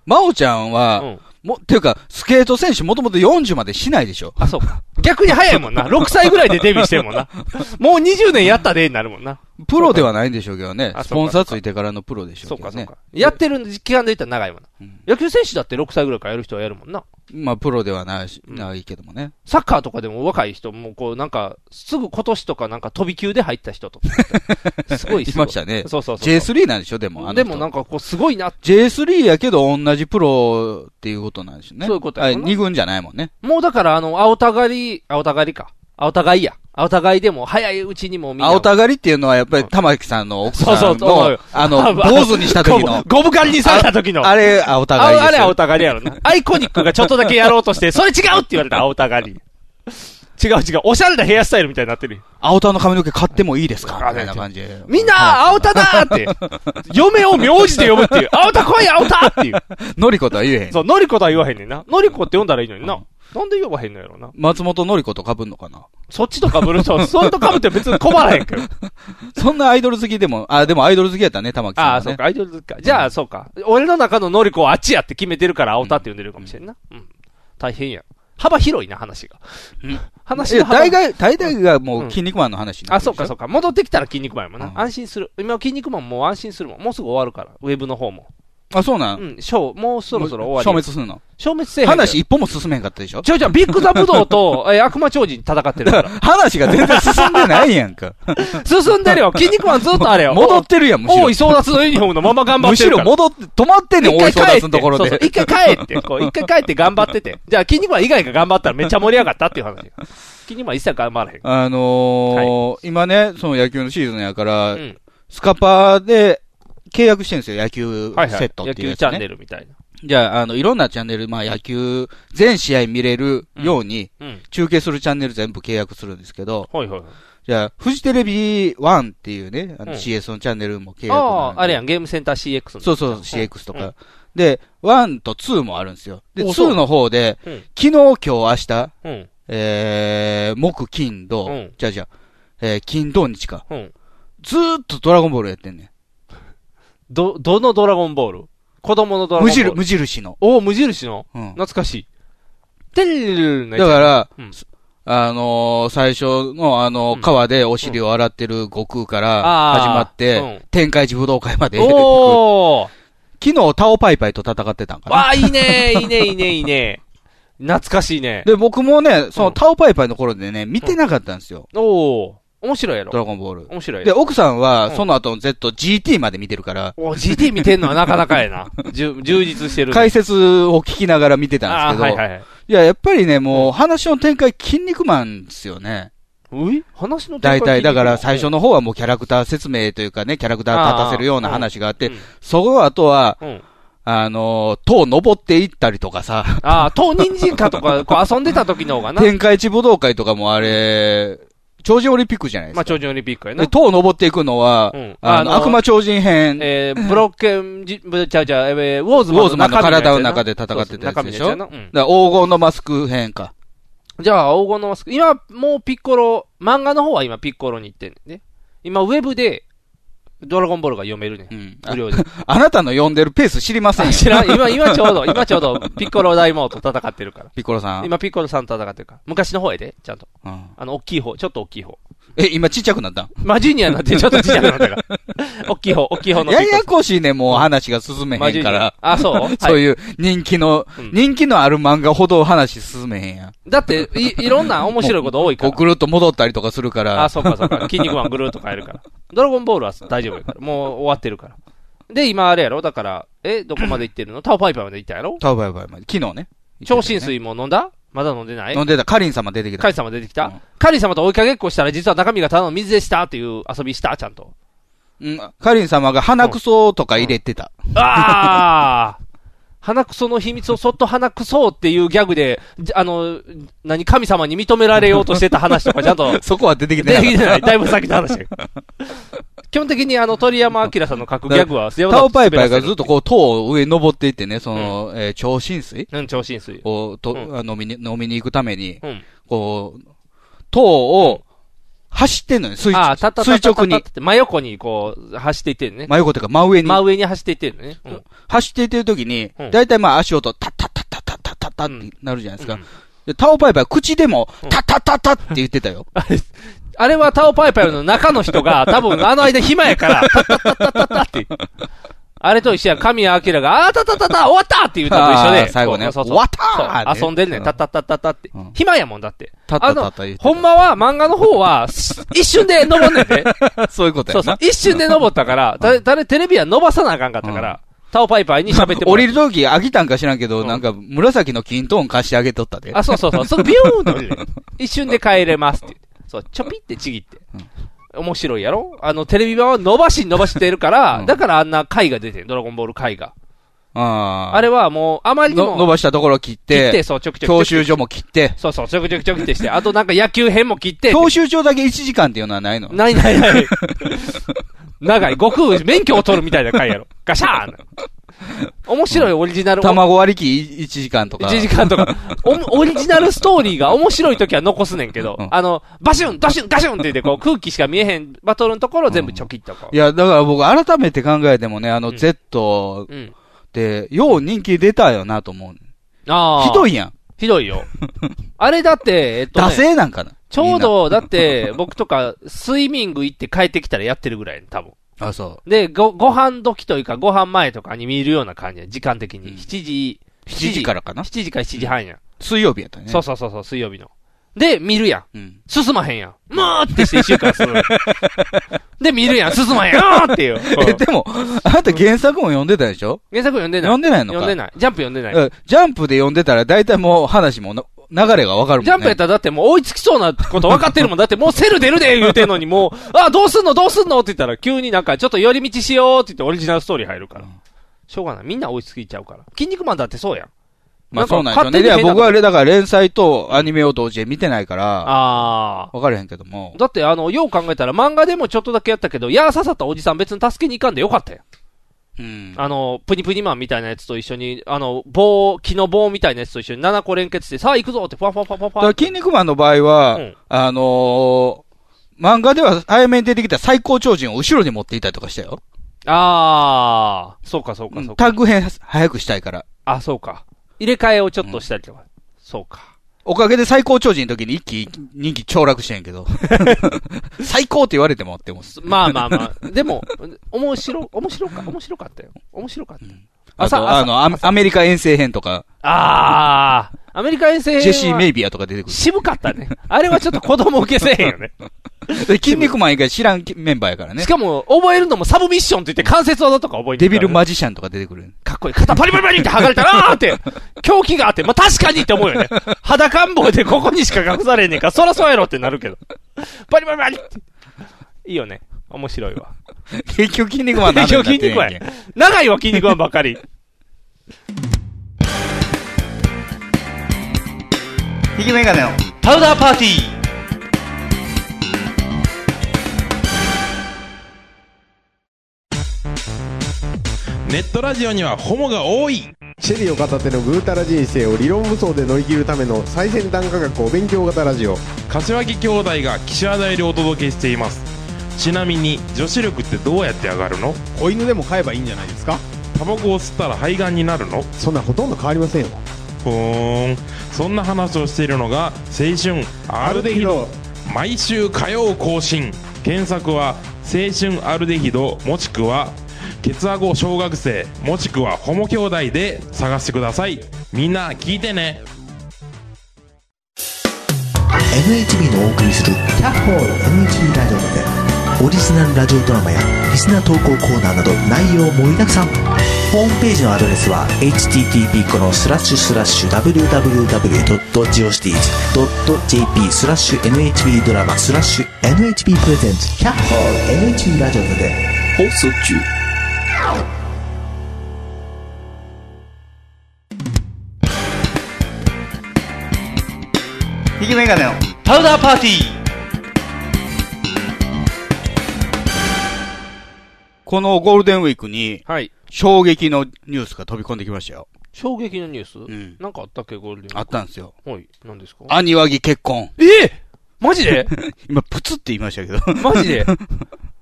Speaker 2: 真央ちゃんは、
Speaker 3: うん。
Speaker 2: も、っていうか、スケート選手もともと40までしないでしょ。
Speaker 3: あ、そうか。逆に早 いもんな。6歳ぐらいでデビューしてるもんな。もう20年やったでになるもんな。
Speaker 2: プロではないんでしょうけどね。
Speaker 3: あ
Speaker 2: ス
Speaker 3: そうか
Speaker 2: ポンサーついてからのプロでしょ
Speaker 3: そうう
Speaker 2: けど
Speaker 3: か、
Speaker 2: ね。
Speaker 3: そうか。やってる期間で言ったら長いもんな。
Speaker 2: うん
Speaker 3: 野球選手だって6歳ぐらいからやる人はやるもんな。
Speaker 2: まあ、プロではないし、
Speaker 3: うん
Speaker 2: ないけどもね。
Speaker 3: サッカーとかでも若い人も、こう、なんか、すぐ今年とかなんか飛び級で入った人と か。すごい
Speaker 2: い
Speaker 3: すごい
Speaker 2: ましたね。
Speaker 3: そうそうそう。
Speaker 2: J3 なんでしょ、でも。あの人
Speaker 3: でもなんかこう、すごいな。
Speaker 2: J3 やけど同じプロっていうことなんでしょうね。
Speaker 3: そういうことや
Speaker 2: は
Speaker 3: ろ
Speaker 2: い、
Speaker 3: な
Speaker 2: 2軍じゃないもんね。
Speaker 3: もうだから、あの、青たがり、青たがりか。青たがいや。青たがいでも、早いうちにもうみんな。
Speaker 2: 青たがりっていうのはやっぱり玉木さんの奥さんの、
Speaker 3: そうそうそう
Speaker 2: あの、坊主にした時の、
Speaker 3: ゴブ狩りにされた時の。
Speaker 2: あれ青たがりです
Speaker 3: ああれ青
Speaker 2: よ。
Speaker 3: たがりやろな。アイコニックがちょっとだけやろうと して、それ違うって言われた、青たがり。違う違う。おしゃれなヘアスタイルみたいになってるよ。
Speaker 2: 青田の髪の毛買ってもいいですか
Speaker 3: あ
Speaker 2: みたいな感じで。
Speaker 3: みんな、青田だーって。嫁を名字で呼ぶっていう。 青田来い、青田っていう。
Speaker 2: のりことは言えへん。
Speaker 3: そう、のりことは言わへんねんな。のりこって呼んだらいいのにな。なんで呼ばへんのやろな。
Speaker 2: 松本のりこと被んのかな
Speaker 3: そっちとかぶる と、それとかぶって別に困らへんけど。
Speaker 2: そんなアイドル好きでも、あ、でもアイドル好きやったね、玉木さん、ね。
Speaker 3: ああ、そうか、アイドルか。じゃあ、そうか。俺の中ののりこはあっちやって決めてるから、青田って呼んでるかもしれんな。うん。大変や。幅広いな、話が。話
Speaker 2: いや
Speaker 3: が幅
Speaker 2: 大概、大概がも
Speaker 3: う
Speaker 2: う、
Speaker 3: ん
Speaker 2: 筋肉マンの話にな
Speaker 3: あ、
Speaker 2: ってる
Speaker 3: そう
Speaker 2: でしょ
Speaker 3: か、そうか。戻ってきたら筋肉マンやもん
Speaker 2: う
Speaker 3: なん安心する。今、筋肉マンもう安心するもん。もうすぐ終わるから。ウェブの方も。
Speaker 2: あ、そうなん、
Speaker 3: うん、ショー、もうそろそろ終わり。
Speaker 2: 消滅するの。
Speaker 3: 消滅せえへんから。
Speaker 2: 話一歩も進めへんかったでしょ
Speaker 3: ちょいちょい、ビッグザブドウ と、えー悪魔超人戦ってるから。
Speaker 2: 話が全然進んでないやんか。
Speaker 3: 進んでるよ。筋肉マンずっとあれよ。
Speaker 2: 戻ってるやん、むしろ。
Speaker 3: 大井争奪のユニフォームのまま頑張っ
Speaker 2: むし
Speaker 3: てる
Speaker 2: ろ
Speaker 3: から。
Speaker 2: 戻って、止まってんねん、大
Speaker 3: 一
Speaker 2: 磯田
Speaker 3: 回帰
Speaker 2: の
Speaker 3: っ
Speaker 2: と
Speaker 3: て、
Speaker 2: ころ
Speaker 3: そうそう
Speaker 2: で。
Speaker 3: 一回帰って、こう、一回帰って頑張ってて。じゃあ、筋肉マン以外が頑張ったらめっちゃ盛り上がったっていう話よ。筋肉マン一切頑張らへん。
Speaker 2: あのー、今ね、その野球のシーズンやから
Speaker 3: う、ん。
Speaker 2: スカパーで契約してるんですよ、野球
Speaker 3: はいは
Speaker 2: セッ
Speaker 3: い。
Speaker 2: トっ
Speaker 3: 野
Speaker 2: ていう
Speaker 3: 球
Speaker 2: や
Speaker 3: チ
Speaker 2: つ
Speaker 3: ャンネ
Speaker 2: ね。
Speaker 3: ルみたいな。
Speaker 2: じゃあ、あの、いろんなチャンネル、まあ野球、全試合見れるように、
Speaker 3: うん。
Speaker 2: 中継するチャンネル全部契約するんですけど、
Speaker 3: ほいほいほい。
Speaker 2: じゃあ、フジテレビ1っていうね、あの
Speaker 3: うん
Speaker 2: CS のチャンネルも契約
Speaker 3: ああ、あれや
Speaker 2: ん。
Speaker 3: ん、ゲームセンター CX の。
Speaker 2: そうそう、CX とか。で、1と2もあるんですよ。で、
Speaker 3: おそう
Speaker 2: 2の方で、
Speaker 3: うん
Speaker 2: 昨日、今日、明日、
Speaker 3: うん。
Speaker 2: えー、木、金、土、
Speaker 3: うん
Speaker 2: じゃあじゃあ、えー、金、土、日か。
Speaker 3: うん。
Speaker 2: ずーっとドラゴンボールやってんね
Speaker 3: ど、どのドラゴンボール子供のドラ
Speaker 2: ん。
Speaker 3: ゴ
Speaker 2: 無
Speaker 3: ンボー
Speaker 2: 印、
Speaker 3: ル。
Speaker 2: 無印の。
Speaker 3: おお、無印の
Speaker 2: うん。
Speaker 3: 懐かしい。てるるるるの
Speaker 2: だ
Speaker 3: やつ
Speaker 2: から、
Speaker 3: うん
Speaker 2: あのー最初のあの
Speaker 3: う
Speaker 2: ー、
Speaker 3: ん
Speaker 2: 川でお尻を洗ってる悟空から
Speaker 3: あー
Speaker 2: 始まって、
Speaker 3: うん
Speaker 2: 天下一武道会まで出てくる
Speaker 3: おー
Speaker 2: 昨日、タオパイパイと戦ってたんかな。
Speaker 3: わあ、いいねいいねいいねいいね懐かしいね。
Speaker 2: で、僕もね、そうの
Speaker 3: ん
Speaker 2: タオパイパイの頃でね、見てなかったんですよ。
Speaker 3: おお面白いや
Speaker 2: ドラ
Speaker 3: ろ。
Speaker 2: ゴンボール。
Speaker 3: 面白いや
Speaker 2: で、
Speaker 3: ろ。
Speaker 2: 奥さん
Speaker 3: う
Speaker 2: は、
Speaker 3: ん
Speaker 2: その後の ZGT まで見てるから、
Speaker 3: お GT 見てんのはなかなかや な。じゅ充実してるね。
Speaker 2: 解説を聞きながら見てたんです
Speaker 3: あ
Speaker 2: けど、
Speaker 3: ーはいはいはい。
Speaker 2: いや、やっぱりね、もう話の展開、筋肉マンですよね。
Speaker 3: うい話の
Speaker 2: 大体、だから最初
Speaker 3: の
Speaker 2: の方はもうキャラクター説明というかね、キャラクター立たせるような話があっ
Speaker 3: で
Speaker 2: て、、そこあとは、
Speaker 3: うんうん。
Speaker 2: あのー、塔登っていったりとかさ、
Speaker 3: ああ、と、人参かとか、こう遊んでた時の方がな。
Speaker 2: 天下一武道会とかもあれ、超人オリンピックじゃないで
Speaker 3: ますあ、
Speaker 2: か。
Speaker 3: 頂上オリンピックやな
Speaker 2: で、。塔登っていくのは
Speaker 3: うん、
Speaker 2: あの、
Speaker 3: あのー
Speaker 2: 悪魔超人編、
Speaker 3: えー、ブロッケンじ、ぶちゃうちゃう、えーウォーズ
Speaker 2: ウォーズマンの体の中
Speaker 3: で
Speaker 2: で戦ってたやつでし
Speaker 3: 中
Speaker 2: ょ
Speaker 3: 身のやつやなうん
Speaker 2: だから黄金のマスク編か。
Speaker 3: じゃあ、黄金のマスク。今、もうピッコロ、漫画の方は今ピッコロに行ってんね。今、ウェブで、ドラゴンボールが読めるね
Speaker 2: う。ん。あ
Speaker 3: 無 料で。
Speaker 2: あなたの呼んでるペース知りませんよ。
Speaker 3: 知らん今、今ちょうど、今ちょうど、ピッコロ大魔王と戦ってるから。
Speaker 2: ピッコロさん。
Speaker 3: 今、ピッコロさんと戦ってるから。昔の方やで、ちゃんと。
Speaker 2: うん
Speaker 3: あの、大きい方、ちょっと大きい方。
Speaker 2: え、今ちっちゃくなったん
Speaker 3: マジュニアになって、ちょっとちっちゃくなったから。 大きい方、大きい方のピッ
Speaker 2: や
Speaker 3: コロ
Speaker 2: やこしいね、もう話が進め
Speaker 3: マジ
Speaker 2: へ
Speaker 3: ュ
Speaker 2: んか
Speaker 3: ニア
Speaker 2: ら。。
Speaker 3: あ、そう
Speaker 2: そう
Speaker 3: う。
Speaker 2: いう人気の
Speaker 3: うん、
Speaker 2: 人気のある漫画ほど話進めへんやん。
Speaker 3: だって、い、いろんな面白いこと多いか
Speaker 2: こ
Speaker 3: ら
Speaker 2: う。ぐるっと戻ったりとかするか
Speaker 3: あ、
Speaker 2: ら。
Speaker 3: そうかそうか。筋肉マンぐるーっと変えるから。ドラゴンボールは大丈夫やから。もう終わってるから。で、今あれやろだから、え、どこまで行ってるのタオパイパイまで行ったやろ
Speaker 2: たぶんやばいまで。昨日ね。
Speaker 3: 超新水も飲んだまだ飲んでない
Speaker 2: 飲んでた。カリン様出てき
Speaker 3: カ
Speaker 2: た
Speaker 3: リ。様出てき
Speaker 2: う
Speaker 3: た
Speaker 2: ん
Speaker 3: カリ様と追いかけっこしたら実は中身がただの水でしたっていう遊びしたちゃんと。
Speaker 2: うん。カリン様が鼻くそとか入れてた。
Speaker 3: ああ鼻くその秘密をそっと鼻くそっていうギャグで、じあの、何、神様に認められようとしてた話とかちゃんと
Speaker 2: そこは出てきて
Speaker 3: 出
Speaker 2: な
Speaker 3: て
Speaker 2: い
Speaker 3: き。てない。だいぶ先の話やけど基本的にあの鳥山明さんの書くギャグは、
Speaker 2: タオパイパイがずっとこう塔を上に登っていってね、その、えー超浸水
Speaker 3: うん、超浸水。
Speaker 2: をと、
Speaker 3: うん
Speaker 2: あ飲みに、飲みに行くために、
Speaker 3: うん。
Speaker 2: こう、塔を走ってんのよ、垂
Speaker 3: あ
Speaker 2: 直
Speaker 3: あ、たたたたた
Speaker 2: 垂直に。
Speaker 3: って真横にこう、走っていってんね。
Speaker 2: 真横というか真上に。
Speaker 3: 真上に走っていってんね。うん
Speaker 2: 走っていってる時に
Speaker 3: うん、
Speaker 2: だいたいまあ足音、タッタッタッタッタッタッタッタ
Speaker 3: うん
Speaker 2: ってなるじゃないです
Speaker 3: う
Speaker 2: か
Speaker 3: ん。
Speaker 2: で、タオパイパイは口でも
Speaker 3: うん、
Speaker 2: タッタッタッタッって言ってたよ。
Speaker 3: あれ、あれはタオパイパイの中の人が、多分あの間暇やから、タッタッタッタッタッって。あれと一緒や、神谷明が、あーたたたた、終わったって言うたと一緒
Speaker 2: あー
Speaker 3: で。
Speaker 2: 最後ね
Speaker 3: こうそうそ
Speaker 2: 終
Speaker 3: う
Speaker 2: わったー
Speaker 3: そう遊んでんねん、
Speaker 2: ね
Speaker 3: タッタッタッタッタって
Speaker 2: うん。
Speaker 3: 暇やもんだって。
Speaker 2: タッタッタッタ
Speaker 3: あ
Speaker 2: 言
Speaker 3: の
Speaker 2: うてた
Speaker 3: ほんまは漫画の方は、す一瞬で登んねんで。
Speaker 2: そういうことや
Speaker 3: そう
Speaker 2: な。
Speaker 3: そう、一瞬で登ったから、誰、誰、テレビは伸ばさなあかんかったから、タオパイパイに喋っても
Speaker 2: 降
Speaker 3: ら
Speaker 2: り
Speaker 3: う。
Speaker 2: るとき、飽きたんか知らんけど、
Speaker 3: うん
Speaker 2: なんか、紫のキントーン貸してあげとったで。
Speaker 3: あ、そうそうそう、そのビューンと降りる。一瞬で帰れますって言って。そう、ちょぴってちぎって。面白いやろあの、テレビ版は伸ばし伸ばしてるから、
Speaker 2: うん
Speaker 3: だからあんな回が出てる、ドラゴンボール回が。
Speaker 2: あー
Speaker 3: あれはもう、あまりに
Speaker 2: の伸
Speaker 3: も、
Speaker 2: ばしたところ切っ
Speaker 3: 切って、
Speaker 2: て、
Speaker 3: そう、ちょくちょく。
Speaker 2: 教習所も切って、
Speaker 3: そうそう、ちょくちょくちょくってして、あとなんか野球編も切って、
Speaker 2: 教習所だけ1時間っていうのはないの
Speaker 3: ないないない。長い、悟空、免許を取るみたいな回やろ。ガシャーン面白いオリジナル、
Speaker 2: 卵割り機1時間とか。
Speaker 3: 1時間と か、おオリジナルストーリーが面白い時は残すねんけど、
Speaker 2: うん
Speaker 3: あの、バシュン、バシュン、ガシュンって言って、こう、空気しか見えへんバトルのところを全部チョキっとこう
Speaker 2: い。や、だから僕改めて考えてもね、あ
Speaker 3: う
Speaker 2: の
Speaker 3: ん
Speaker 2: Z
Speaker 3: うん。
Speaker 2: って、よう人気出たよなと思う。
Speaker 3: ああ。
Speaker 2: ひどいやん。
Speaker 3: ひど いよ。あれだって、えっと、
Speaker 2: 惰
Speaker 3: ね、
Speaker 2: 性なんかな。
Speaker 3: ちょうど、だって、僕とか、スイミング行って帰ってきたらやってるぐらい、多分。
Speaker 2: みんな。あ、そ
Speaker 3: で、ご、ご飯時というか、ご飯前とかに見るような感じや、時間的
Speaker 2: うん
Speaker 3: に。7時、
Speaker 2: う。7時からかな。
Speaker 3: 7時から7時半や。
Speaker 2: 水曜日やったね。
Speaker 3: そうそうそうそう、水曜日の。で、見るやん。
Speaker 2: うん。
Speaker 3: 進まへんやん。もーってして一週間する。 で、見るやん。進まへんよーっていう。
Speaker 2: え、でも、あなた原作も読んでたでしょ
Speaker 3: 原作読んでない。
Speaker 2: 読んでないのか
Speaker 3: 読んでない。ジャンプ読んでない。
Speaker 2: うんジャンプで読んでたら大体もう話もの流れがわかるもんね。
Speaker 3: ジャンプやったらだってもう追いつきそうなこと分かってる もん。だってもうセル出るで言うてんのにもう、あ、どうすんのどうすんのって言ったら急になんかちょっと寄り道しようって言ってオリジナルストーリー入るから。しょうがない。みんな追いつきちゃうから。筋肉マンだってそうやん。
Speaker 2: ま
Speaker 3: な
Speaker 2: あ
Speaker 3: んか
Speaker 2: そうなんですよね。い
Speaker 3: 勝手に
Speaker 2: や、
Speaker 3: 変な
Speaker 2: 僕はだから連載とアニメを同時で見てないから、
Speaker 3: あー。
Speaker 2: わかれへんけども。
Speaker 3: だってあの、よう考えたら漫画でもちょっとだけやったけど、矢刺さったおじさん別に助けに行かんでよかったやん。
Speaker 2: うん。
Speaker 3: あの、プニプニマンみたいなやつと一緒に、あの、棒、木の棒みたいなやつと一緒に7個連結して、さあ行くぞって、ファンファンファンファンフ
Speaker 2: だ
Speaker 3: ァ
Speaker 2: か
Speaker 3: ン
Speaker 2: ら、筋肉マンの場合は、
Speaker 3: うん
Speaker 2: あのー、漫画では早めに出てきた最高超人を後ろに持っていたりとかしたよ。
Speaker 3: あー、そうかそうかそうか。
Speaker 2: タッグ編早くしたいから。
Speaker 3: あ、そうか。入れ替えをちょっとしたりとか。そうか。
Speaker 2: おかげで最高超人の時に一気、人気凋落してんけ ど。最高って言われてもって思う。
Speaker 3: まあま あまあ。でも、面白、面白か、面白かったよ。面白かった。
Speaker 2: あ
Speaker 3: 朝
Speaker 2: とあのアメ、アメリカ遠征編とか、
Speaker 3: あー、アメリカ遠征は
Speaker 2: ジェシー・メイビアとか出てくる。
Speaker 3: 渋かったね。あれはちょっと子供受けせえへんよね。
Speaker 2: で筋肉マン以外知らんメンバーやから ね
Speaker 3: し。かも、覚えるのもサブミッションって言って関節技とか覚え
Speaker 2: デ
Speaker 3: てるか
Speaker 2: ビ
Speaker 3: らね
Speaker 2: ル・マジシャンとか出てくる。
Speaker 3: かっこいい。肩パリパリパリって剥がれたら、あーって、狂気があって、まあ、確かにって思うよね。裸ん坊でここにしか隠されねえから、そらそうやろってなるけど。パリパリパリって。いいよね。面白いわ。
Speaker 2: 結局筋肉マンの話に
Speaker 3: 結
Speaker 2: な
Speaker 3: 局
Speaker 2: って
Speaker 3: 筋
Speaker 2: んやん
Speaker 3: 肉マンや。長いわ、筋肉マンばっかり。
Speaker 2: ひげメガネの。
Speaker 1: パウダーパーティー
Speaker 4: ネットラジオにはホモが多い
Speaker 5: シェリーを片手のぐうたら人生を理論武装で乗り切るための最先端科学お勉強型ラジオ
Speaker 4: 柏木兄弟が岸和田よりお届けしていますちなみに女子力ってどうやって上がるの
Speaker 5: 子犬でも飼えばいいんじゃないですか
Speaker 4: タバコを吸ったら肺がんになるの
Speaker 5: そんなほとんど変わりませんよ
Speaker 4: ふーんそんな話をしているのが青春アルデヒド毎週火曜更新検索は青春アルデヒドもしくはケツアゴ小学生もしくはホモ兄弟で探してくださいみんな聞いてね
Speaker 6: NHB のお送りする「キャッホール NHB ラジオ」でオリジナルラジオドラマやリスナー投稿コーナーなど内容盛りだくさんホームページのアドレスは http このスラッシュスラッシュ www.geocities.jp スラッシュ NHB ドラマスラッシュ NHB プレゼンツキャッホール NHB ラジオで
Speaker 1: 放送中
Speaker 2: ひげメガネの。
Speaker 1: パウダーパーティー
Speaker 2: このゴールデンウィークに
Speaker 3: はい。
Speaker 2: 衝撃のニュースが飛び込んできましたよ。
Speaker 3: 衝撃のニュース、
Speaker 2: ん
Speaker 3: なんかあったっけ、ゴールデンウィーク
Speaker 2: あったんですよ。
Speaker 3: はい。何ですか
Speaker 2: アニワギ結婚。
Speaker 3: えマジで
Speaker 2: 今、プツって言いましたけど。
Speaker 3: マジ で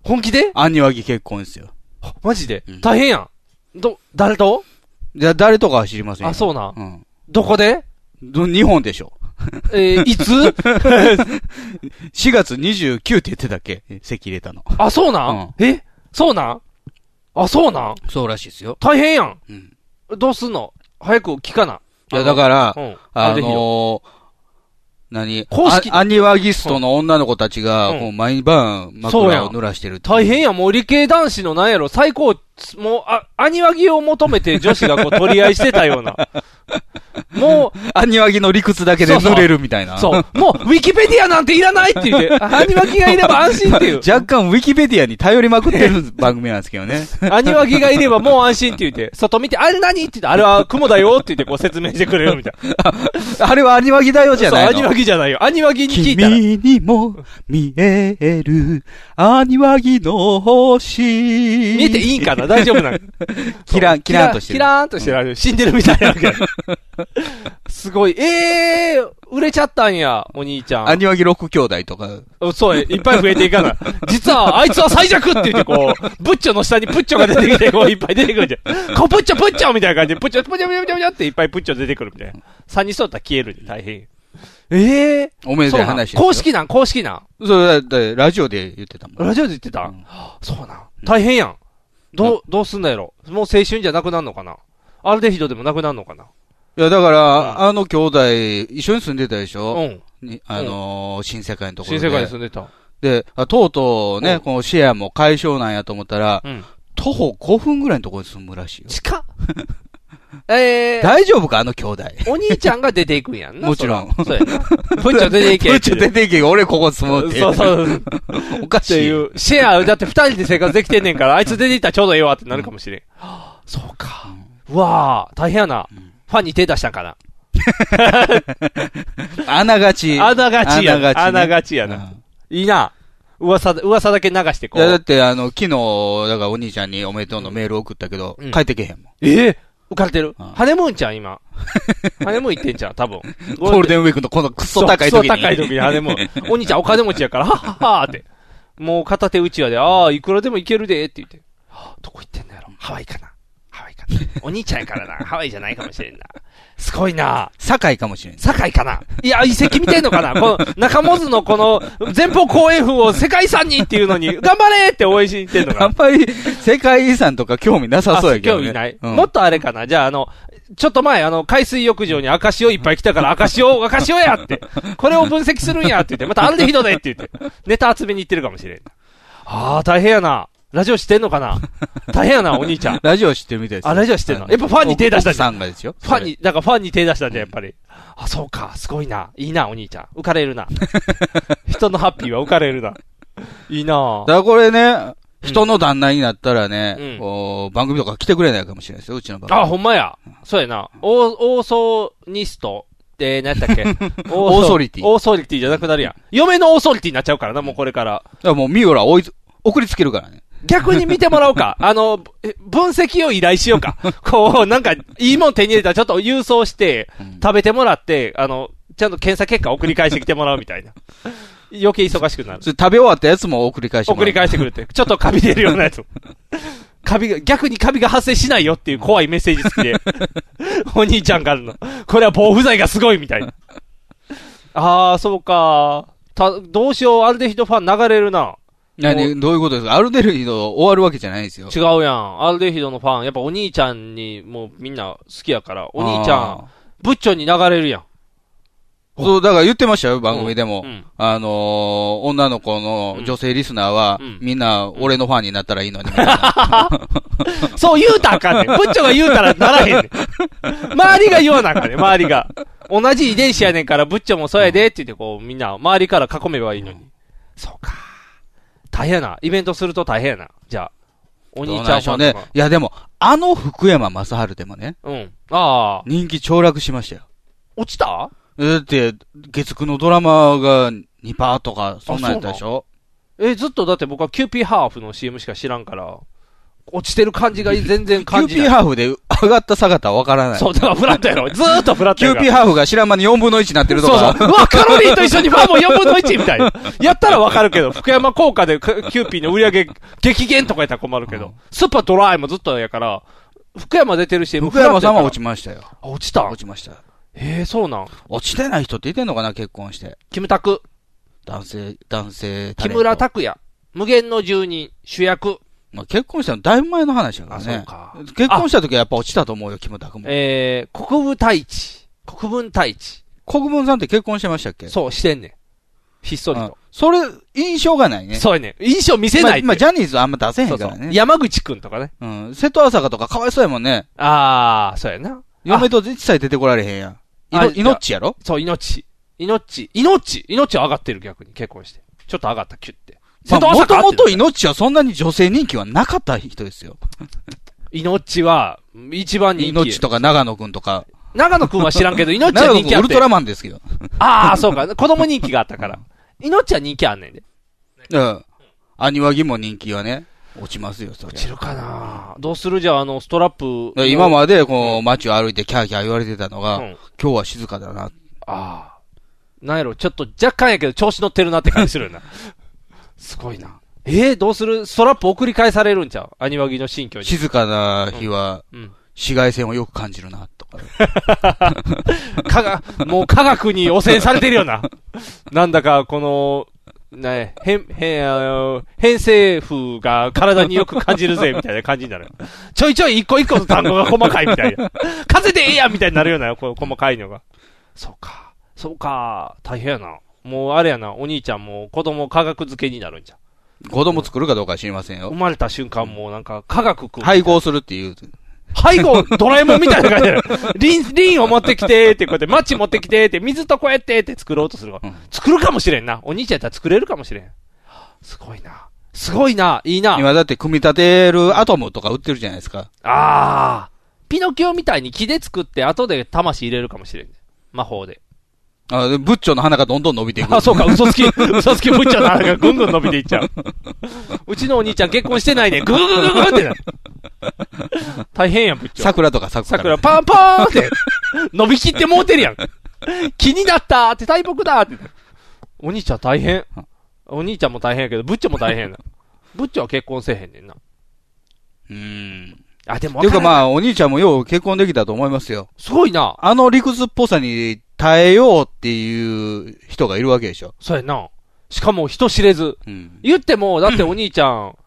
Speaker 3: 本気で
Speaker 2: 兄はぎ結婚ですよ。
Speaker 3: マジで
Speaker 2: うん
Speaker 3: 大変やん。ど、誰と
Speaker 2: じゃあ誰とかは知りませんよ
Speaker 3: あ、そうな。
Speaker 2: うん。
Speaker 3: どこで
Speaker 2: ど日本でしょ。
Speaker 3: え ー、いつ
Speaker 2: 4月29って言ってたっけ席入れたの。
Speaker 3: あ、そうなんえそうなんあ、そうなん
Speaker 2: そうらしいですよ。
Speaker 3: 大変やん。
Speaker 2: うん。
Speaker 3: どうすんの早く聞かな。
Speaker 2: いや、だから、
Speaker 3: ら、うん。
Speaker 2: あ
Speaker 3: ぜひよ
Speaker 2: のー、何
Speaker 3: 公式
Speaker 2: あアニワギストの女の子たちが、
Speaker 3: うん
Speaker 2: もう毎晩
Speaker 3: そうや
Speaker 2: 枕
Speaker 3: ん
Speaker 2: を濡らしてる。
Speaker 3: 大変やん、もう理系男子のなんやろ、最高、もう、あ、アニワギを求めて女子がこう取り合いして たような。も
Speaker 2: アニワギの理屈だけで
Speaker 3: そうそう
Speaker 2: 濡れるみたいな。
Speaker 3: う、そう、もう、ウィキペディアなんていらないって 言って、アニワギがいれば安心っていう。
Speaker 2: 若干ウィキペディアに頼りまくってる番組なんですけどね。
Speaker 3: アニワギがいればもう安心って言って、外見て、あれ何って言って、あれは雲だよって言ってこう説明してくれるみたいな。
Speaker 2: あれはアニワギだよじゃないの
Speaker 3: そう、アニワギじゃないよ。アニワギに聞いたら。
Speaker 2: 君にも見える、アニワギの星。
Speaker 3: 見えていいんかな大丈夫なの
Speaker 2: キラン、キランとして
Speaker 3: キ
Speaker 2: る。
Speaker 3: ラーンとしてる。死んでるみたいなわけ。すごい。えー、売れちゃったんや、お兄ちゃん。
Speaker 2: アニワギ6兄弟とか。
Speaker 3: うんそうや、いっぱい増えていかない。実は、あいつは最弱って言って、こう、ブッチョの下にプッチョが出てきて、こう、いっぱい出てくるじゃん。こう、プッチョプッチョみたいな感じで、プッチョプチョプチョプチョプチョっていっぱいプッチョ出てくるみたいな。3人揃ったら消えるんで、大変。ええ
Speaker 2: おめで
Speaker 3: そ
Speaker 2: た
Speaker 3: う
Speaker 2: い
Speaker 3: なん
Speaker 2: 話ですよ
Speaker 3: 公式なん、公式なん。
Speaker 2: そうだ、だラジオで言ってたもん。
Speaker 3: ラジオで言ってた、
Speaker 2: うん
Speaker 3: そうなん。大変やん。どう、どうすんだやろ。もう青春じゃなくなるのかな。アルデヒドでもなくなるのかな。
Speaker 2: いや、だか
Speaker 3: うん
Speaker 2: ら、あの兄弟、一緒に住んでたでし
Speaker 3: う
Speaker 2: ょ
Speaker 3: ん。
Speaker 2: にあのー、新世界のところ
Speaker 3: 新
Speaker 2: で。
Speaker 3: 世界に住んでた。
Speaker 2: で、あとうとう
Speaker 3: うん
Speaker 2: ね、このシェアも解消なんやと思ったら、
Speaker 3: うん。
Speaker 2: 徒歩5分ぐらいのところに住むらしいよ。
Speaker 3: 近っえー、
Speaker 2: 大丈夫かあの兄弟。
Speaker 3: お兄ちゃんが出ていくんやんな。
Speaker 2: もちろん
Speaker 3: そらそうやな。プッチョ出ていけ
Speaker 2: ぶ
Speaker 3: っ
Speaker 2: っち
Speaker 3: て
Speaker 2: ょ
Speaker 3: いう。
Speaker 2: 出ていけ、俺ここ住むって。
Speaker 3: そうそう。っ
Speaker 2: おかしてい
Speaker 3: い
Speaker 2: よ。
Speaker 3: う。シェア、だって二人で生活できてんねんから、あいつ出ていったらちょうどええわってなるかもしれん。そうか。うわあ、大変やな。ファンに手出したんかな。
Speaker 2: あながち。
Speaker 3: あながちやな。あ
Speaker 2: あ
Speaker 3: な
Speaker 2: な
Speaker 3: がちや
Speaker 2: う
Speaker 3: な。
Speaker 2: ん
Speaker 3: いいな。噂だ、噂だけ流してこ
Speaker 2: いや、だっ
Speaker 3: う。
Speaker 2: て、あの、昨日、だからお兄ちゃんにおめでとうのメール送ったけど
Speaker 3: うん、
Speaker 2: 帰ってけへんもん。
Speaker 3: ええ浮かれてる。
Speaker 2: うん
Speaker 3: ハネムーンちゃ ん、今。ハネムーン行ってんちゃう、多分。
Speaker 2: ゴールデンウィークのこのクソ高い
Speaker 3: そう
Speaker 2: 時
Speaker 3: ク
Speaker 2: に。
Speaker 3: ソ高い時に、あれも、 お兄ちゃんお金持ちやから、はっはっはーって。もう片手うちわで、ああ、いくらでもいけるで、って言って。はあどこ行ってんのやろハワイかなハワイかなお兄ちゃんやからな。 ハワイじゃないかもしれんな。すごいな。
Speaker 2: 堺かもしれん。
Speaker 3: 堺かないや、遺跡見てんのかなこの、中本のこの、前方後円墳を世界遺産にっていうのに、頑張れって応援しに行ってんのか
Speaker 2: あ
Speaker 3: なん
Speaker 2: まり世界遺産とか興味なさそうやけど、
Speaker 3: あ
Speaker 2: ね。
Speaker 3: 興味ない、
Speaker 2: うん
Speaker 3: もっとあれかな。じゃあ、あの、ちょっと前、あの、海水浴場に赤潮いっぱい来たから、赤潮、赤潮やって。これを分析するんやって言って、またあれでひどでって言って、ネタ集めに行ってるかもしれん。ああ、大変やな。ラジオしてんのかな大変やな、お兄ちゃん。
Speaker 2: ラジオ知ってるみたいですよ。
Speaker 3: あラジオ知ってんの
Speaker 2: あ
Speaker 3: やっぱファンに手出したん
Speaker 2: 奥
Speaker 3: じゃ
Speaker 2: さんがですよ。
Speaker 3: ファンに、だからファンに手出したんじゃん、やっぱり。あ、そうか、すごいな。いいな、お兄ちゃん。浮かれるな。人のハッピーは浮かれるな。いいな
Speaker 2: それ。だからこれね、人の旦那になったらね、
Speaker 3: うん
Speaker 2: こう番組とか来てくれないかもしれないですよ、うちの番組。
Speaker 3: あ、ほんまや。そうやな。オー、オーソニストって、何 やったっけオー
Speaker 2: オーソリティ
Speaker 3: オーソリティじゃなくなるやん。嫁のオーソリティになっちゃうからな、もうこれから。
Speaker 2: だからもうミオラ追いつ送りつけるからね。
Speaker 3: 逆に見てもらおう か。あの、え分析を依頼しようか。こう、なんか、いいもん手に入れたらちょっと郵送して、
Speaker 2: うん
Speaker 3: 食べてもらって、あの、ちゃんと検査結果送り返してきてもらうみたいな。余計忙しくなる
Speaker 2: そ。れ食べ終わったやつも送り返してもら
Speaker 3: 送
Speaker 2: う
Speaker 3: り返してくれ て。ちょっとカビ出るようなやつ。 カビが、逆にカビが発生しないよっていう怖いメッセージ 付きで。お兄ちゃんからの。これは防腐剤がすごいみたいな。あー、そうか。た、どうしよう、アルデヒドファン流れるな。
Speaker 2: 何どういうことですかアルデルヒド終わるわけじゃないんですよ。
Speaker 3: 違うやん。アルデヒドのファン、やっぱお兄ちゃんにもうみんな好きやから、お兄ちゃん、
Speaker 2: あ
Speaker 3: ブッチョに流れるやん。
Speaker 2: ー。そう、だから言ってましたよ、番組でも。
Speaker 3: うん。
Speaker 2: あのー女の子の女性リスナーは、
Speaker 3: うん
Speaker 2: みんな俺のファンになったらいいのにみたいな。
Speaker 3: そう言うたらあかんねん。ブッチョが言うたらならへんねん。周りが言わなあかんねん、周りが。同じ遺伝子やねんから、ブッチョもそうやでって言って、こう、みんな、周りから囲めばいいのに。そうか。大変やな。イベントすると大変やな。じゃあ、 お
Speaker 2: ど
Speaker 3: 兄
Speaker 2: う
Speaker 3: ちゃ
Speaker 2: なんで
Speaker 3: ん
Speaker 2: し
Speaker 3: フ
Speaker 2: ょ
Speaker 3: ァン
Speaker 2: う
Speaker 3: と
Speaker 2: ね
Speaker 3: か。。
Speaker 2: いや、でも、あの福山雅治でもね、
Speaker 3: うん。ああ。
Speaker 2: 人気凋落しましたよ。
Speaker 3: 落ちた
Speaker 2: だって、月9のドラマが2パーとか、そんなんやったでしょ
Speaker 3: え、ずっとだって僕はキューピーハーフの CM しか知らんから、落ちてる感じが全然
Speaker 2: キュ
Speaker 3: 感
Speaker 2: ー
Speaker 3: じ
Speaker 2: ピ
Speaker 3: ない。
Speaker 2: ーハーフで上がった下がったは分からない。
Speaker 3: そう、だからフラットやろ。ずーっとフラット
Speaker 2: キ
Speaker 3: や
Speaker 2: ュ
Speaker 3: か
Speaker 2: ーピ
Speaker 3: ら。
Speaker 2: ーハーフが知らん間に4分の1になってると
Speaker 3: そう
Speaker 2: か。
Speaker 3: そう。うわ、カロリーと一緒にファンも4分の1みたいな。 やったらわかるけど、福山効果でかキューピーの売り上げ激減とかやったら困るけど、スーパードライもずっとやから、福山出てる し、
Speaker 2: 福山さんは落
Speaker 3: ち
Speaker 2: ちましたよ。
Speaker 3: あ、落ちた
Speaker 2: 落。ちました。
Speaker 3: ええ、そうなん。
Speaker 2: 落ちてない人っていてんのかな、結婚して。
Speaker 3: キムタク、
Speaker 2: 男性、男性タ
Speaker 3: 木
Speaker 2: レント。
Speaker 3: 村拓哉、無限の住人、主役。
Speaker 2: まあ、結婚したのだいぶ前の話やからね。
Speaker 3: か
Speaker 2: 結婚した時はやっぱ落ちたと思うよ、キムタクも。
Speaker 3: えー、国分太一。国分太一。
Speaker 2: 国分さんって結婚してましたっけ
Speaker 3: そう、してんねん。ひっそり
Speaker 2: あ
Speaker 3: と。
Speaker 2: それ、印象がないね。
Speaker 3: そうやねん。印象見せないって。
Speaker 2: まあ、まあジャニーズはあんま出せへん
Speaker 3: そう
Speaker 2: か
Speaker 3: そ
Speaker 2: ら
Speaker 3: う。
Speaker 2: ね。
Speaker 3: 山口くんとかね。
Speaker 2: うん。瀬戸朝香とかかわいそうやもんね。
Speaker 3: あー、そうやな。
Speaker 2: 嫁と一切出てこられへんやん。い
Speaker 3: あ
Speaker 2: の、命やろ
Speaker 3: そう、命。命。命。命は上がってる、逆に。結婚して。ちょっと上がった、キュって。
Speaker 2: まあ、もともと
Speaker 3: 命。
Speaker 2: 命はそんなに女性人気はなかった人ですよ。
Speaker 3: 命は、一番人気。
Speaker 2: 命とか長野くんとか。
Speaker 3: 長野くんは知らん けど、命
Speaker 2: 長
Speaker 3: は
Speaker 2: 野
Speaker 3: 人
Speaker 2: く
Speaker 3: 気
Speaker 2: ん
Speaker 3: あ
Speaker 2: ウ
Speaker 3: っ
Speaker 2: ル
Speaker 3: て
Speaker 2: トラマンですけど。
Speaker 3: ああ、そうか。子供人気があったから。命は人気あんねんで。
Speaker 2: うん。アニワギも人気はね、落ちますよ、そり
Speaker 3: 落
Speaker 2: ゃ
Speaker 3: ちるかなどうするじゃあ、あの、ストラップ
Speaker 2: だか。ら今まで、こう、街を歩いてキャーキャー言われてたのが、
Speaker 3: うん
Speaker 2: 今日は静かだな。
Speaker 3: ああ。なんやろ、ちょっと若干やけど調子乗ってるなって感じする よな。すごいな。ええどうするストラップ送り返されるんちゃうアニワギの新居に。
Speaker 2: 静かな日は、
Speaker 3: うん。
Speaker 2: 紫外線をよく感じるな、とか。
Speaker 3: 科学、もう科学に汚染されてるよな。なんだか、この、ね、変、変、あの偏西風が体によく感じるぜ、みたいな感じになる。ちょいちょい一個一個の単語が細かいみたいな。風でええやんみたいになるような、こう細かいのが。そうか。そうか。大変やな。もうあれやな、お兄ちゃんも子供科学付けになるんじゃん。
Speaker 2: 子供作るかどうかは知りません
Speaker 3: 生
Speaker 2: よ。
Speaker 3: まれた瞬間もうなんか科学くん。
Speaker 2: 配合するっていう。
Speaker 3: 背後、ドラえもんみたいな感じで、リン、リンを持ってきて、ってこうやって、マッチ持ってきて、って、水とこうやって、って作ろうとするから
Speaker 2: うん
Speaker 3: 作るかもしれんな。お兄ちゃんやったら作れるかもしれん。すごいな。すごいな。いいな。あ
Speaker 2: 今だって組み立てるアトムとか売ってるじゃないですか。
Speaker 3: あー。ピノキオみたいに木で作って、後で魂入れるかもしれん。魔法で。
Speaker 2: あでブッチョの鼻がどんどん伸びていく。
Speaker 3: あ、そうか、嘘つき、嘘つきぶっちゃうな、なんかぐんぐん伸びていっちゃう。うちのお兄ちゃん結婚してないね。ぐぐぐぐぐってなる。大変やん、ぶっちゃう。
Speaker 2: 桜とか桜。
Speaker 3: 桜パンパーンって、伸びきってもうてるやん。気になったーって大木だーって。お兄ちゃん大変。お兄ちゃんも大変やけど、ブッチョも大変やな。ブッチョは結婚せえへんねんな。
Speaker 2: うん。
Speaker 3: あ、でも
Speaker 2: ていうか
Speaker 3: あ、
Speaker 2: まあ、お兄ちゃんもよう結婚できたと思いますよ。
Speaker 3: すごいな。
Speaker 2: あの理屈っぽさに耐えようっていう人がいるわけでしょ。
Speaker 3: そうやな。しかも人知れず。
Speaker 2: うん。
Speaker 3: 言っても、だってお兄ちゃん、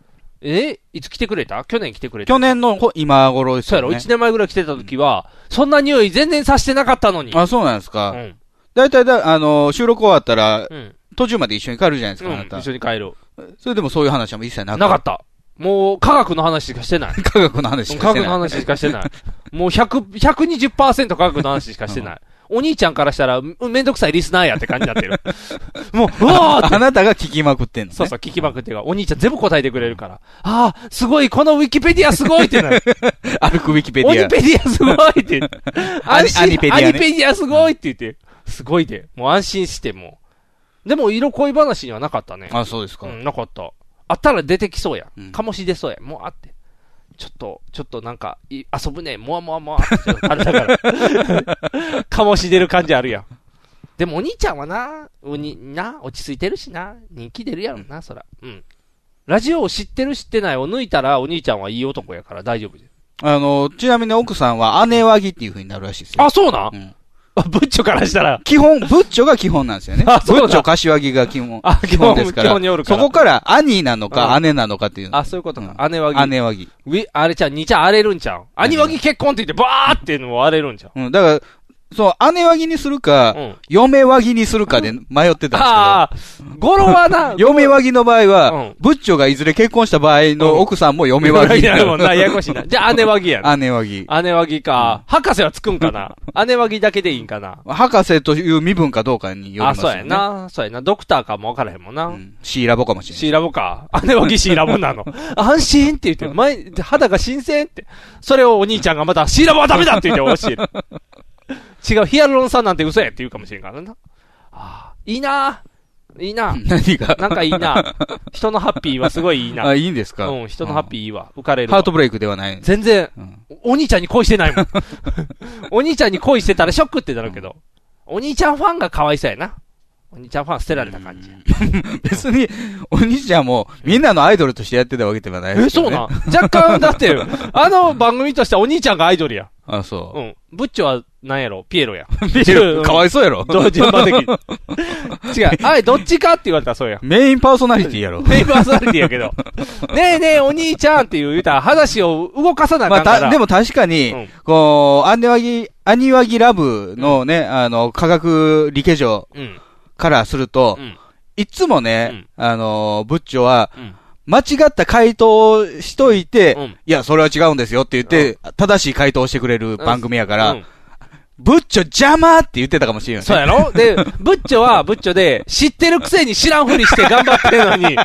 Speaker 3: えいつ来てくれた去年来てくれた
Speaker 2: 去年のほ今頃です
Speaker 3: そうや
Speaker 2: よ
Speaker 3: ろ、
Speaker 2: ね。
Speaker 3: 1年前ぐらい来てた時は、そんな匂い全然さしてなかったのに。
Speaker 2: あ、そうなんです
Speaker 3: う
Speaker 2: か。
Speaker 3: ん。
Speaker 2: だいたいだ、あの、収録終わったら、
Speaker 3: うん。
Speaker 2: 途中まで一緒に帰るじゃないです
Speaker 3: う
Speaker 2: か、あなんた
Speaker 3: 一。緒に帰ろ
Speaker 2: それでもそういう話はもう一切な
Speaker 3: う。
Speaker 2: か
Speaker 3: な
Speaker 2: っ
Speaker 3: か
Speaker 2: た。
Speaker 3: った。もう、科学の話しかしてない。
Speaker 2: 科学の話しかし
Speaker 3: 科
Speaker 2: てな
Speaker 3: 学
Speaker 2: い。
Speaker 3: の話しかしてない。もう100、120%科学の話しかしてない。お兄ちゃんからしたら、めめんどくさいリスナーやって感じになっ てる。もう、うわーって
Speaker 2: あ。なたが聞きまくってんの、ね。
Speaker 3: そうそう、聞きまくってが、お兄ちゃん全部答えてくれるから。ああ、すごい、このウィキペディアすごいってなる。
Speaker 2: 歩くウィキ ペデ
Speaker 3: オニ
Speaker 2: ィア。
Speaker 3: ペディアすごいって。
Speaker 2: アニ
Speaker 3: 安心
Speaker 2: アニペディアね
Speaker 3: アニペディアすごいって言って。すごいで。もう安心して、もう。でも、色恋話にはなかったね。
Speaker 2: あ、そうですか。
Speaker 3: うん、なかった。あったら出てきそうや
Speaker 2: う。ん
Speaker 3: かもし出そうや。もうあって。ちょっと、ちょっとなんか、い遊ぶね。もわもわもわってちょっとあれだから。 かもし出る感じあるやん。でもお兄ちゃんはな、おに、な、落ち着いてるしな。人気出るやろな、そら。うん。ラジオを知ってる知ってないを抜いたら、お兄ちゃんはいい男やから大丈夫です。
Speaker 2: あの、ちなみに奥さんは姉和ぎっていう風になるらしいですよ。
Speaker 3: あ、そうなん
Speaker 2: うん
Speaker 3: あブッチョからしたら。
Speaker 2: 基本、ブッチョが基本なんですよね。ブ
Speaker 3: あそうだ
Speaker 2: ッチョ、柏木が基本
Speaker 3: あ、
Speaker 2: 基本ですか
Speaker 3: 基
Speaker 2: ら
Speaker 3: 本におる。か
Speaker 2: そ
Speaker 3: ら
Speaker 2: こから兄なの
Speaker 3: う
Speaker 2: か姉なのかっていうの。
Speaker 3: あ、そういうことか。姉はぎ。
Speaker 2: 姉和ぎ。
Speaker 3: ウィ、あれちゃん、兄ちゃん荒れるんちゃう兄はぎ結婚って言って、バーっていうのも荒れるんちゃ
Speaker 2: うん。だから、そう、姉和ぎにするか
Speaker 3: うう、ん。
Speaker 2: 嫁和ぎにするかで迷ってたんですけど。
Speaker 3: ああー、語呂は な、
Speaker 2: 嫁和ぎの場合は、
Speaker 3: うん
Speaker 2: ブッチョがいずれ結婚した場合
Speaker 3: うん
Speaker 2: の奥さんも嫁和ぎに
Speaker 3: にな
Speaker 2: な
Speaker 3: るもん
Speaker 2: る。
Speaker 3: な、ややこしいな。じゃあ、姉和ぎやな。
Speaker 2: 姉和ぎ。
Speaker 3: 姉和ぎか。博士はつくんかな。姉和ぎだけでいいんかな。
Speaker 2: 博士という身分かどうかにより
Speaker 3: あ、
Speaker 2: ますよ、
Speaker 3: そ
Speaker 2: ね。
Speaker 3: うや。な。そうやな。ドクターかもわからへんもん
Speaker 2: う
Speaker 3: な。
Speaker 2: ん、シーラボかもしれない。
Speaker 3: シーラボか。姉和ぎシーラボなの。安心って言って、前、肌が新鮮って。それをお兄ちゃんがまた、シーラボはダメだって言って教える。違う、ヒアルロン酸なんて嘘やって言うかもしれんからな。ああ、いいないいな。
Speaker 2: 何が
Speaker 3: なんかいいな。人のハッピーはすごいいいな。
Speaker 2: あ、いいんですか
Speaker 3: うん、人のハッピーいいわ。浮かれ
Speaker 2: ー
Speaker 3: る
Speaker 2: ハ
Speaker 3: わ。
Speaker 2: ートブレイクではない。
Speaker 3: 全然、
Speaker 2: うん
Speaker 3: お兄ちゃんに恋してない もん。お兄ちゃんに恋してたらショックってだろうけど。お兄ちゃんファンが可愛さやな。お兄ちゃんファン捨てられた感じ。
Speaker 2: 別に、お兄ちゃんも、みんなのアイドルとしてやってたわけではないで
Speaker 3: え、
Speaker 2: すけど、
Speaker 3: そう
Speaker 2: ね。
Speaker 3: なん若干、だ って、あの番組としてはお兄ちゃんがアイドルや。
Speaker 2: あ、そうう。
Speaker 3: ん。ブッチョは何やろピエロや。
Speaker 2: ピエロかわいそうやろ。
Speaker 3: どう順番的に。違う。あれ、どっちかって言われたらそうや。
Speaker 2: メインパーソナリティやろ。
Speaker 3: ペイパーソナリティやけ ど。ねえねえ、お兄ちゃんっていう言うたら話を動かさなあ
Speaker 2: ま
Speaker 3: か
Speaker 2: あ、
Speaker 3: んか
Speaker 2: た、
Speaker 3: ら。
Speaker 2: でも確かに、
Speaker 3: うん
Speaker 2: こう、アニワギ、アニワギラブのね、あの、科学理系上
Speaker 3: うん。
Speaker 2: からすると、
Speaker 3: うん。
Speaker 2: いつもね、あの、ブッチョは、
Speaker 3: うん。
Speaker 2: 間違った回答をしといて、
Speaker 3: うん
Speaker 2: いや、それは違うんですよって言って、正しい回答をしてくれる番組やから、
Speaker 3: うん
Speaker 2: ブッチョ邪魔って言ってたかもしれない。
Speaker 3: そうやろで、ブッチョはブッチョで、知ってるくせに知らんふりして頑張ってるのに、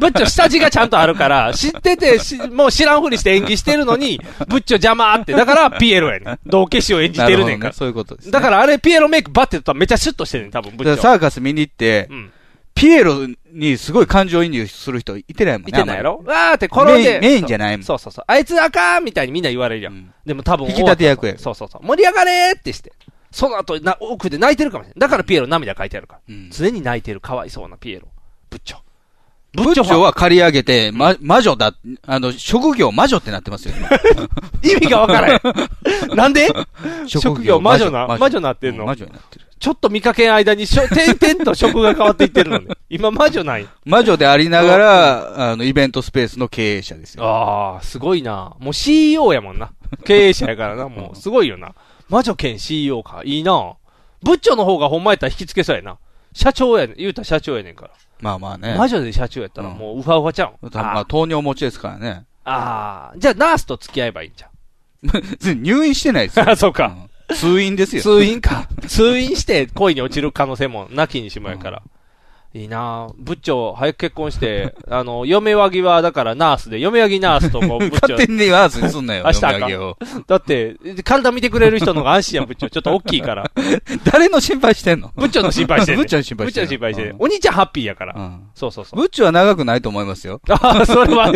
Speaker 3: ブッチョ下地がちゃんとあるから、知っててしもう知らんふりして演技してるのに、ブッチョ邪魔って、だからピエロやねん。道化師を演じ
Speaker 2: な
Speaker 3: て
Speaker 2: る
Speaker 3: る
Speaker 2: ほ
Speaker 3: ね
Speaker 2: ど
Speaker 3: んか
Speaker 2: ね。
Speaker 3: ら。
Speaker 2: そういうことです、ね。
Speaker 3: だからあれピエロメイクバッてやったらめっちゃシュッとしてるねん、多分、ブ
Speaker 2: だから
Speaker 3: ッチョ。
Speaker 2: サーカス見に行って、
Speaker 3: うん。
Speaker 2: ピエロにすごい感情移入する人いてないもんね。
Speaker 3: いてないや
Speaker 2: あん
Speaker 3: ろわーって
Speaker 2: まり
Speaker 3: 転んで。
Speaker 2: メインメインじゃないもん。
Speaker 3: そうそうそう。あいつあかんみたいにみんな言われるやん。
Speaker 2: うん
Speaker 3: でも多分。
Speaker 2: 引き立て役や
Speaker 3: そうそうそう。盛り上がれーってして。その後、な、奥で泣いてるかもしれない。だからピエロ涙書いてあるから。
Speaker 2: うん
Speaker 3: 常に泣いてるかわいそうなピエロ。ブッチョ。
Speaker 2: ブッチョは借り上げて、ま、魔女だ、あの、職業魔女ってなってますよ。
Speaker 3: 意味がわからへん。 なんで職業魔女な、魔女なってん
Speaker 2: う
Speaker 3: の、
Speaker 2: 魔女になってる。
Speaker 3: ちょっと見かけん間にしょ、点々と職が変わっていってるのね。今魔女ない。
Speaker 2: 魔女でありながら、あの、イベントスペースの経営者ですよ。
Speaker 3: ああ、すごいな。もう CEO やもんな。 経営者やからな、もう。すごいよな。魔女兼 CEO か。いいな。ブッチョの方がほんまやったら引きつけそうやな。社長やねん。言うたら社長やねんか
Speaker 2: まあまあね。
Speaker 3: ら。魔女で社長やったらもうウハウハちゃうん。
Speaker 2: まあ、
Speaker 3: あー
Speaker 2: 糖尿持ちですからね。
Speaker 3: あー、じゃあナースと付き合えばいいんじゃ
Speaker 2: 別に入院してないですよ
Speaker 3: ん。。 あ、そうか。
Speaker 2: うん通院ですよ。
Speaker 3: 通院か。通院して恋に落ちる可能性もなきにしもやから。いいなぁ。部長、早く結婚して、あの、嫁わぎは、だから、ナースで、嫁わぎナースと こう、部長
Speaker 2: 勝手にワースにすんなよ、
Speaker 3: 明日あかん
Speaker 2: 読み上げを
Speaker 3: だって、体見てくれる人の方が安心やん、部長。ちょっと大き いから。
Speaker 2: 誰の心配してんの
Speaker 3: 部長の心配してる、ね。
Speaker 2: 部長の心配してる
Speaker 3: 部長の心配してる
Speaker 2: うん
Speaker 3: お兄ちゃんハッピーやから。
Speaker 2: うん
Speaker 3: そうそう そう。
Speaker 2: ブッチョは長くないと思いますよ。
Speaker 3: ああ、それは、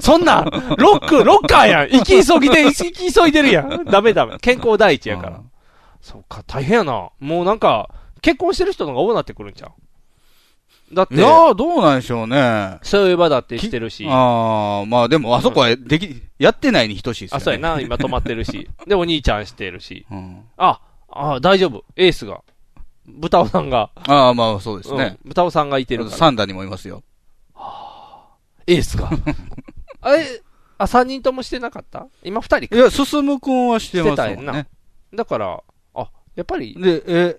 Speaker 3: そんな、ロック、ロッカーやん。行き急ぎで、行き急いでるやん。ダメダメ。健康第一やから。
Speaker 2: うん
Speaker 3: そうか、大変やな。もうなんか、結婚してる人の方が多くなってくるんちゃうだって
Speaker 2: い、やー、どうなんでしょうね。
Speaker 3: そういう場だってしてるし。
Speaker 2: ああ、まあでも、あそこはでき、やってないに等しいですよ、ね。
Speaker 3: あ、そうやな。今止まってるし。で、お兄ちゃんしてるし。
Speaker 2: うん。
Speaker 3: あ、あ、大丈夫。エースが。豚尾さんが。
Speaker 2: ああ、まあそうですね。
Speaker 3: うん、豚尾さんがいてるから。
Speaker 2: サンダーにもいますよ。
Speaker 3: エースが。 あれ、あ、三人ともしてなかった今二人
Speaker 2: い
Speaker 3: か。
Speaker 2: や、進むくんはしてます
Speaker 3: し
Speaker 2: も
Speaker 3: てた
Speaker 2: ん
Speaker 3: よな
Speaker 2: ね。
Speaker 3: だから、あ、やっぱり、
Speaker 2: で、え、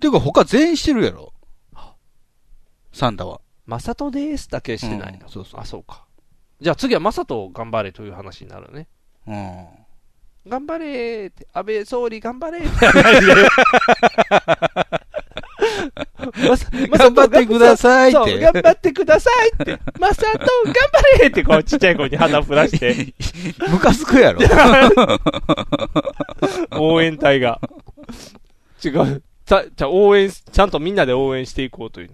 Speaker 2: ていうか他全員してるやろサンダーは。
Speaker 3: マサトですだけしてないの、
Speaker 2: うんそうそう
Speaker 3: あ、そうか。じゃあ次はマサトを頑張れという話になるね。
Speaker 2: うん。
Speaker 3: 頑張れーって、安倍総理頑 張れーって。マサ
Speaker 2: 頑張ってくださいっ
Speaker 3: そう頑
Speaker 2: て。
Speaker 3: 張ってくださ いって。マサト、頑張れーって、こう、ちっちゃい子に鼻ふらして、
Speaker 2: ムカつくやろ。
Speaker 3: 応援隊が。違う。たじゃあ応援す、ちゃんとみんなで応援していこうという。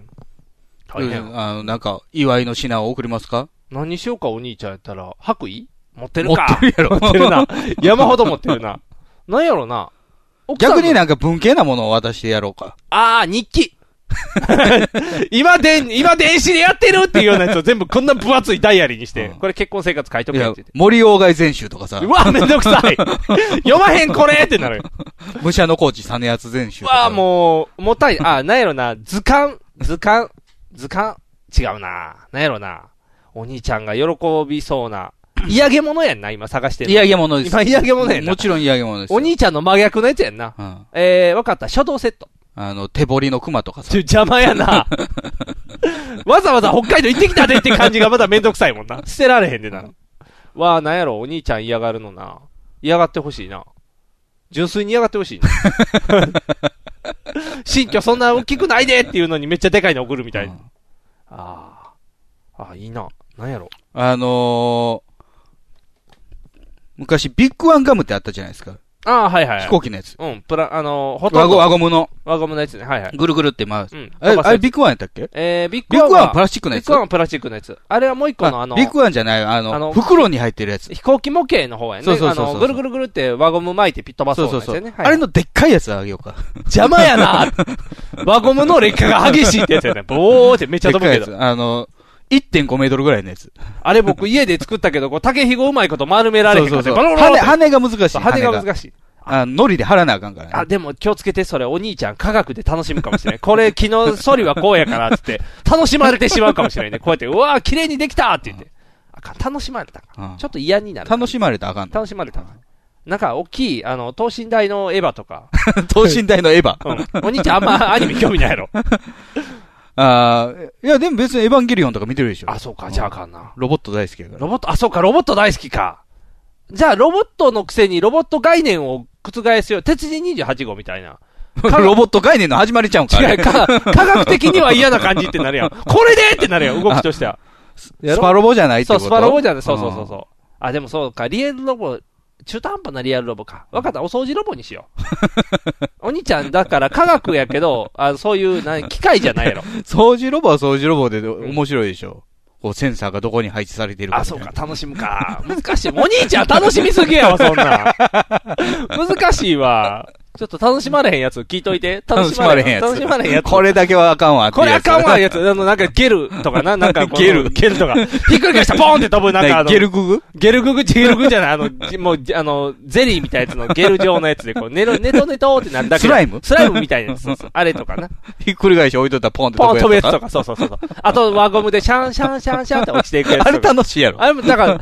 Speaker 3: 大変。
Speaker 2: うんあの、なんか、祝いの品を送りますか
Speaker 3: 何にしようか、お兄ちゃんやったら、白衣持ってる
Speaker 2: 持
Speaker 3: か。
Speaker 2: ってるや ろ。
Speaker 3: 持ってるな。山ほど持ってるな。なんやろな。奥さんの
Speaker 2: 逆になんか文系なものを渡してやろうか。
Speaker 3: あー、日記。今、でん、今、電子でやってるっていうようなやつを全部こんな分厚いダイアリーにして
Speaker 2: うん、
Speaker 3: これ結婚生活書いと
Speaker 2: い
Speaker 3: けって言
Speaker 2: や
Speaker 3: って。、
Speaker 2: 森鴎外全集とかさ
Speaker 3: う、わ、めんどくさい読まへん、これってなるよ。
Speaker 2: 武者のコーチ実篤全集
Speaker 3: う
Speaker 2: とか。
Speaker 3: わ、もう、もったい、あ、なんやろな、図鑑、図鑑、図鑑、違うな、なんやろな、お兄ちゃんが喜びそう な、嫌げ物やんな、今探してる。
Speaker 2: 嫌げ物です。
Speaker 3: 今嫌げ物やな
Speaker 2: もちろん嫌げ物ですよ。
Speaker 3: お兄ちゃんの真逆のやつやんな。
Speaker 2: うん。
Speaker 3: えー、わかった、書道セット。
Speaker 2: あの、手彫りの熊とかさ
Speaker 3: ちょ、。邪魔や な。わざわざ北海道行ってきたでって感じがまだめんどくさいもんな。 捨てられへんでな。わあ、なんやろ、お兄ちゃん嫌がるのな。嫌がってほしいな。純粋に嫌がってほ しいな。新居そんな大きくないでっていうのにめっちゃでかいの送るみたいな。
Speaker 2: うん
Speaker 3: ああ。あいいな。なんやろ。
Speaker 2: あのー、昔、ビッグワンガムってあったじゃないですか。
Speaker 3: ああ、はいはい。
Speaker 2: 飛行機のやつ。
Speaker 3: うん、プラ、あのー、ほと
Speaker 2: 輪
Speaker 3: ん
Speaker 2: ゴ、
Speaker 3: ど
Speaker 2: 輪ゴムの、
Speaker 3: 輪ゴムのやつね。はいはい。
Speaker 2: ぐるぐるって回
Speaker 3: う
Speaker 2: す。
Speaker 3: ん。
Speaker 2: あれ、
Speaker 3: 飛ばす
Speaker 2: あ
Speaker 3: や
Speaker 2: れ
Speaker 3: つ
Speaker 2: ビッグワンやったっけ
Speaker 3: えー、ビッ
Speaker 2: ビ
Speaker 3: グ
Speaker 2: ッ
Speaker 3: ワン
Speaker 2: グワン
Speaker 3: は
Speaker 2: はプラスチックのや
Speaker 3: ビ
Speaker 2: つ
Speaker 3: ッグワンはプラスチックのやつ。あれはもう一個のあの
Speaker 2: ビッグワンじゃない、あ
Speaker 3: あ
Speaker 2: の、
Speaker 3: の
Speaker 2: 袋に入ってるやつ。
Speaker 3: 飛行機模型の方やね。
Speaker 2: そうそうそうそう
Speaker 3: あの、ぐるぐるぐるって輪ゴム巻いてピットバス
Speaker 2: そ
Speaker 3: の
Speaker 2: うそう
Speaker 3: やつ
Speaker 2: そ
Speaker 3: や
Speaker 2: う
Speaker 3: ね。。
Speaker 2: あれ
Speaker 3: の、
Speaker 2: のでっかいやつあげようか。
Speaker 3: 邪魔やな 輪ゴムの劣化が激しいってや つやね。ボーってめっちゃ
Speaker 2: でっ
Speaker 3: 飛ぶ
Speaker 2: かい
Speaker 3: け
Speaker 2: やつ。
Speaker 3: ど。
Speaker 2: あの、1.5メートルぐらいのやつ。
Speaker 3: あれ僕家で作ったけど、こう、竹ひごうまいこと丸められへんからね。バロバロバロ
Speaker 2: 羽、羽が難しい。
Speaker 3: そう羽が
Speaker 2: い。
Speaker 3: 難しい。
Speaker 2: あの、ノリで張らなあかんからね。
Speaker 3: あ、でも気をつけて、それお兄ちゃん科学で楽しむかもしれない。これ昨日ソリはこうやから、つって、楽しまれてしまうかもしれないね。こうやって、うわー綺麗にできたって言って。あかん、楽しまれたか。
Speaker 2: うん
Speaker 3: ちょっと嫌になる。
Speaker 2: 楽しまれたらあかんの。
Speaker 3: 楽しまれたか。なんか、大きい、あの、等身大のエヴァとか。
Speaker 2: 等身大のエヴァ。
Speaker 3: うん。お兄ちゃんあんまアニメ興味ないやろ。
Speaker 2: あーいや、でも別にエヴァンゲリオンとか見てるでしょ。
Speaker 3: あ、そうか、じゃああかんな。
Speaker 2: ロボット大好きやから。
Speaker 3: ロボット、あ、そうか、ロボット大好きか。じゃあ、ロボットのくせにロボット概念を覆すよ。鉄人28号みたいな。か
Speaker 2: ロボット概念の始まりちゃうんか。あ
Speaker 3: 違
Speaker 2: れ
Speaker 3: う、か、科学的には嫌な感じってな るやん。これでってなるやん、動きとしては。やろ
Speaker 2: スパロボじゃないって
Speaker 3: そ
Speaker 2: こ
Speaker 3: う、
Speaker 2: と
Speaker 3: スパロボじゃない。そうそうそうそう。あ、でもそうか、リアルロボ、中途半端なリアルロボか。わかった、お掃除ロボにしよ う。お兄ちゃん、だから科学やけど、あそういう、な機械じゃないやろ。
Speaker 2: うん掃除ロボは掃除ロボで面白いでしょ。こう、センサーがどこに配置されているか。
Speaker 3: あ、そうか、。楽しむか。難しい。お兄ちゃん楽しみすぎやわ、そ んなん。難しいわ。ちょっと楽しまれへんやつ聞いといて。
Speaker 2: 楽しまれへんやつ。
Speaker 3: 楽しまれへんやつ。
Speaker 2: これだけはあかんわって
Speaker 3: こ
Speaker 2: い
Speaker 3: れ
Speaker 2: う
Speaker 3: あ
Speaker 2: やつ。
Speaker 3: かんわ、やつ。あの、なんかゲルとかな、なんかこ の
Speaker 2: ゲル
Speaker 3: ゲルとか。ひっくり返したらポーンって飛ぶ、なんか
Speaker 2: ね
Speaker 3: あの、
Speaker 2: ゲルググ
Speaker 3: ゲルググ、ゲルググじゃない、あの、じもう、じあの、ゼリーみたいなやつのゲル状のやつ で、こう、ねろ、ねとねとってなるだけ。
Speaker 2: スライム
Speaker 3: スライムみたいなやつ。そうそうあれと かな。
Speaker 2: ひっくり返し置いとったらポンって
Speaker 3: ポーン飛ぶやつと
Speaker 2: か。
Speaker 3: か、そうそうそうそう。あと、輪ゴムでシャンシャンシャンシャンって落ちていくやつとか。
Speaker 2: あれ楽しいやろ。
Speaker 3: あれも、 だから、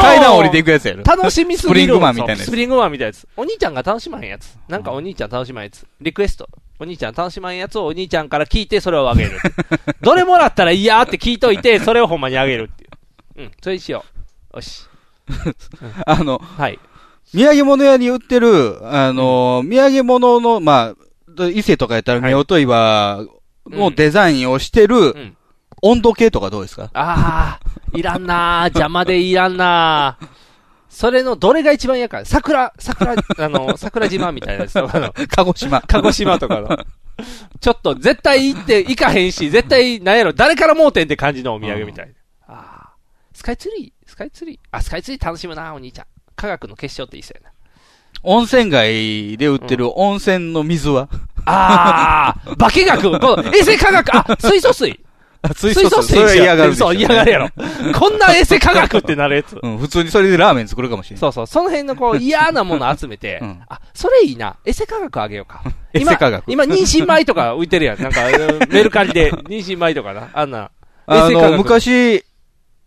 Speaker 2: 階段降りてい
Speaker 3: く。
Speaker 2: くやつやろ。
Speaker 3: 楽しみ
Speaker 2: ス
Speaker 3: すぎる。
Speaker 2: プリングマンみたいなやつ
Speaker 3: そうスプリングマンみたいなやつ。お兄ちゃんが楽しまへんやつ。なんかお兄ちゃん楽しまへんやつ。リクエスト。お兄ちゃん楽しまへんやつをお兄ちゃんから聞いてそれをあげる。 どれもらったらいいやって聞いといて、それをほんまにあげるっていう。うん、それにしよう。よし。
Speaker 2: あの、
Speaker 3: はい。
Speaker 2: 土産物屋に売ってる、あの、土産物の、まあ、伊勢とかやったら、
Speaker 3: はい
Speaker 2: 夫婦岩のデザインをして
Speaker 3: う
Speaker 2: る
Speaker 3: ん、
Speaker 2: 温度計とかどうですか
Speaker 3: ああ、いらんなー邪魔でいらんなーそれのどれが一番嫌か。桜、桜、あの、桜島みたいなやつとかの。
Speaker 2: 鹿児島。
Speaker 3: 鹿児島とかの。 ちょっと、絶対行って、行かへんし、絶対、なんやろ、誰から盲点って感じのお土産みたいな。ああ。スカイツリースカイツリーあ、スカイツリー楽しむな、お兄ちゃん。科学の結晶っていいっすよね。
Speaker 2: 温泉街で売ってる温泉の水は、
Speaker 3: ああ、 化学、この衛生科学、あ、水素水。
Speaker 2: 水
Speaker 3: 水
Speaker 2: それは
Speaker 3: にしよう
Speaker 2: 嫌がるでしょ
Speaker 3: そう、嫌がるやろ。こんな衛生科学ってなるやつ。
Speaker 2: うん、普通にそれでラーメン作るかもしれない。
Speaker 3: そうそう、その辺のこう嫌なもの集めて、
Speaker 2: うん
Speaker 3: あ、それいいな、エセ科学あげよ うか。
Speaker 2: エ
Speaker 3: 今
Speaker 2: セ科学
Speaker 3: 今、妊娠米とか浮いてるやん。なんか、うんメルカリで、妊娠米とかな。あんな。
Speaker 2: あ
Speaker 3: 衛生科
Speaker 2: の、
Speaker 3: 学
Speaker 2: 昔、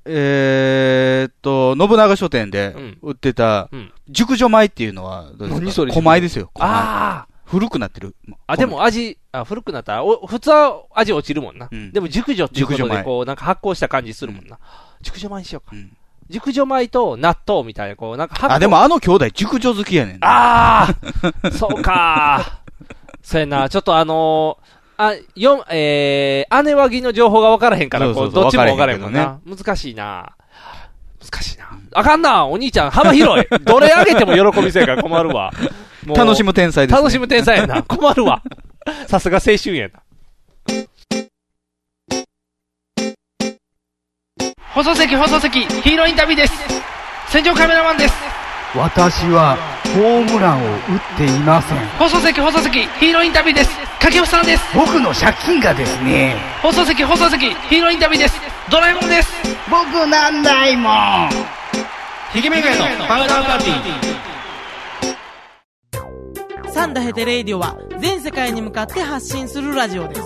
Speaker 2: えーっと、信長書店で
Speaker 3: うん
Speaker 2: 売ってた
Speaker 3: うん、
Speaker 2: 熟女米っていうのはどうですか、
Speaker 3: 何それ
Speaker 2: 小米ですよ。小米
Speaker 3: あ
Speaker 2: 古くなってる。
Speaker 3: あ。あ、でも味、あ古くなったら、お普通は味落ちるもんな。
Speaker 2: うん
Speaker 3: でも熟女っていうこと
Speaker 2: 熟女
Speaker 3: で、
Speaker 2: 米
Speaker 3: こう、なんか発酵した感じするもんな。熟女米にしようか。
Speaker 2: うん
Speaker 3: 熟女米と納豆みたいな、こう、なんか発酵。
Speaker 2: あ、でもあの兄弟熟女好きやねんな。
Speaker 3: あ あそうかそうやな、ちょっとあのー、あ、よん、えー、姉はぎの情報が分からへんから、
Speaker 2: そうそうそう
Speaker 3: こう、どっちも分からへんもん
Speaker 2: 分からへ
Speaker 3: な。難しいな難しいな。あかんなお兄ちゃん、幅広い。どれあげても喜びせえから困るわ。もう
Speaker 2: 楽しむ天才です、ね。
Speaker 3: 楽しむ天才やな。困るわ。さすが青春やな。
Speaker 7: 放送席放送席ヒーローインタビューです戦場カメラマンです
Speaker 8: 私はホームランを打っていません
Speaker 7: 放送席放送席ヒーローインタビューです掛布さんです
Speaker 8: 僕の借金がですね
Speaker 7: 放送席放送席ヒーローインタビューですドラえもんです
Speaker 8: 僕なんないもん
Speaker 7: ひげめがえのパウダーパーティー
Speaker 9: サンダヘテレイディオは全世界に向かって発信するラジオです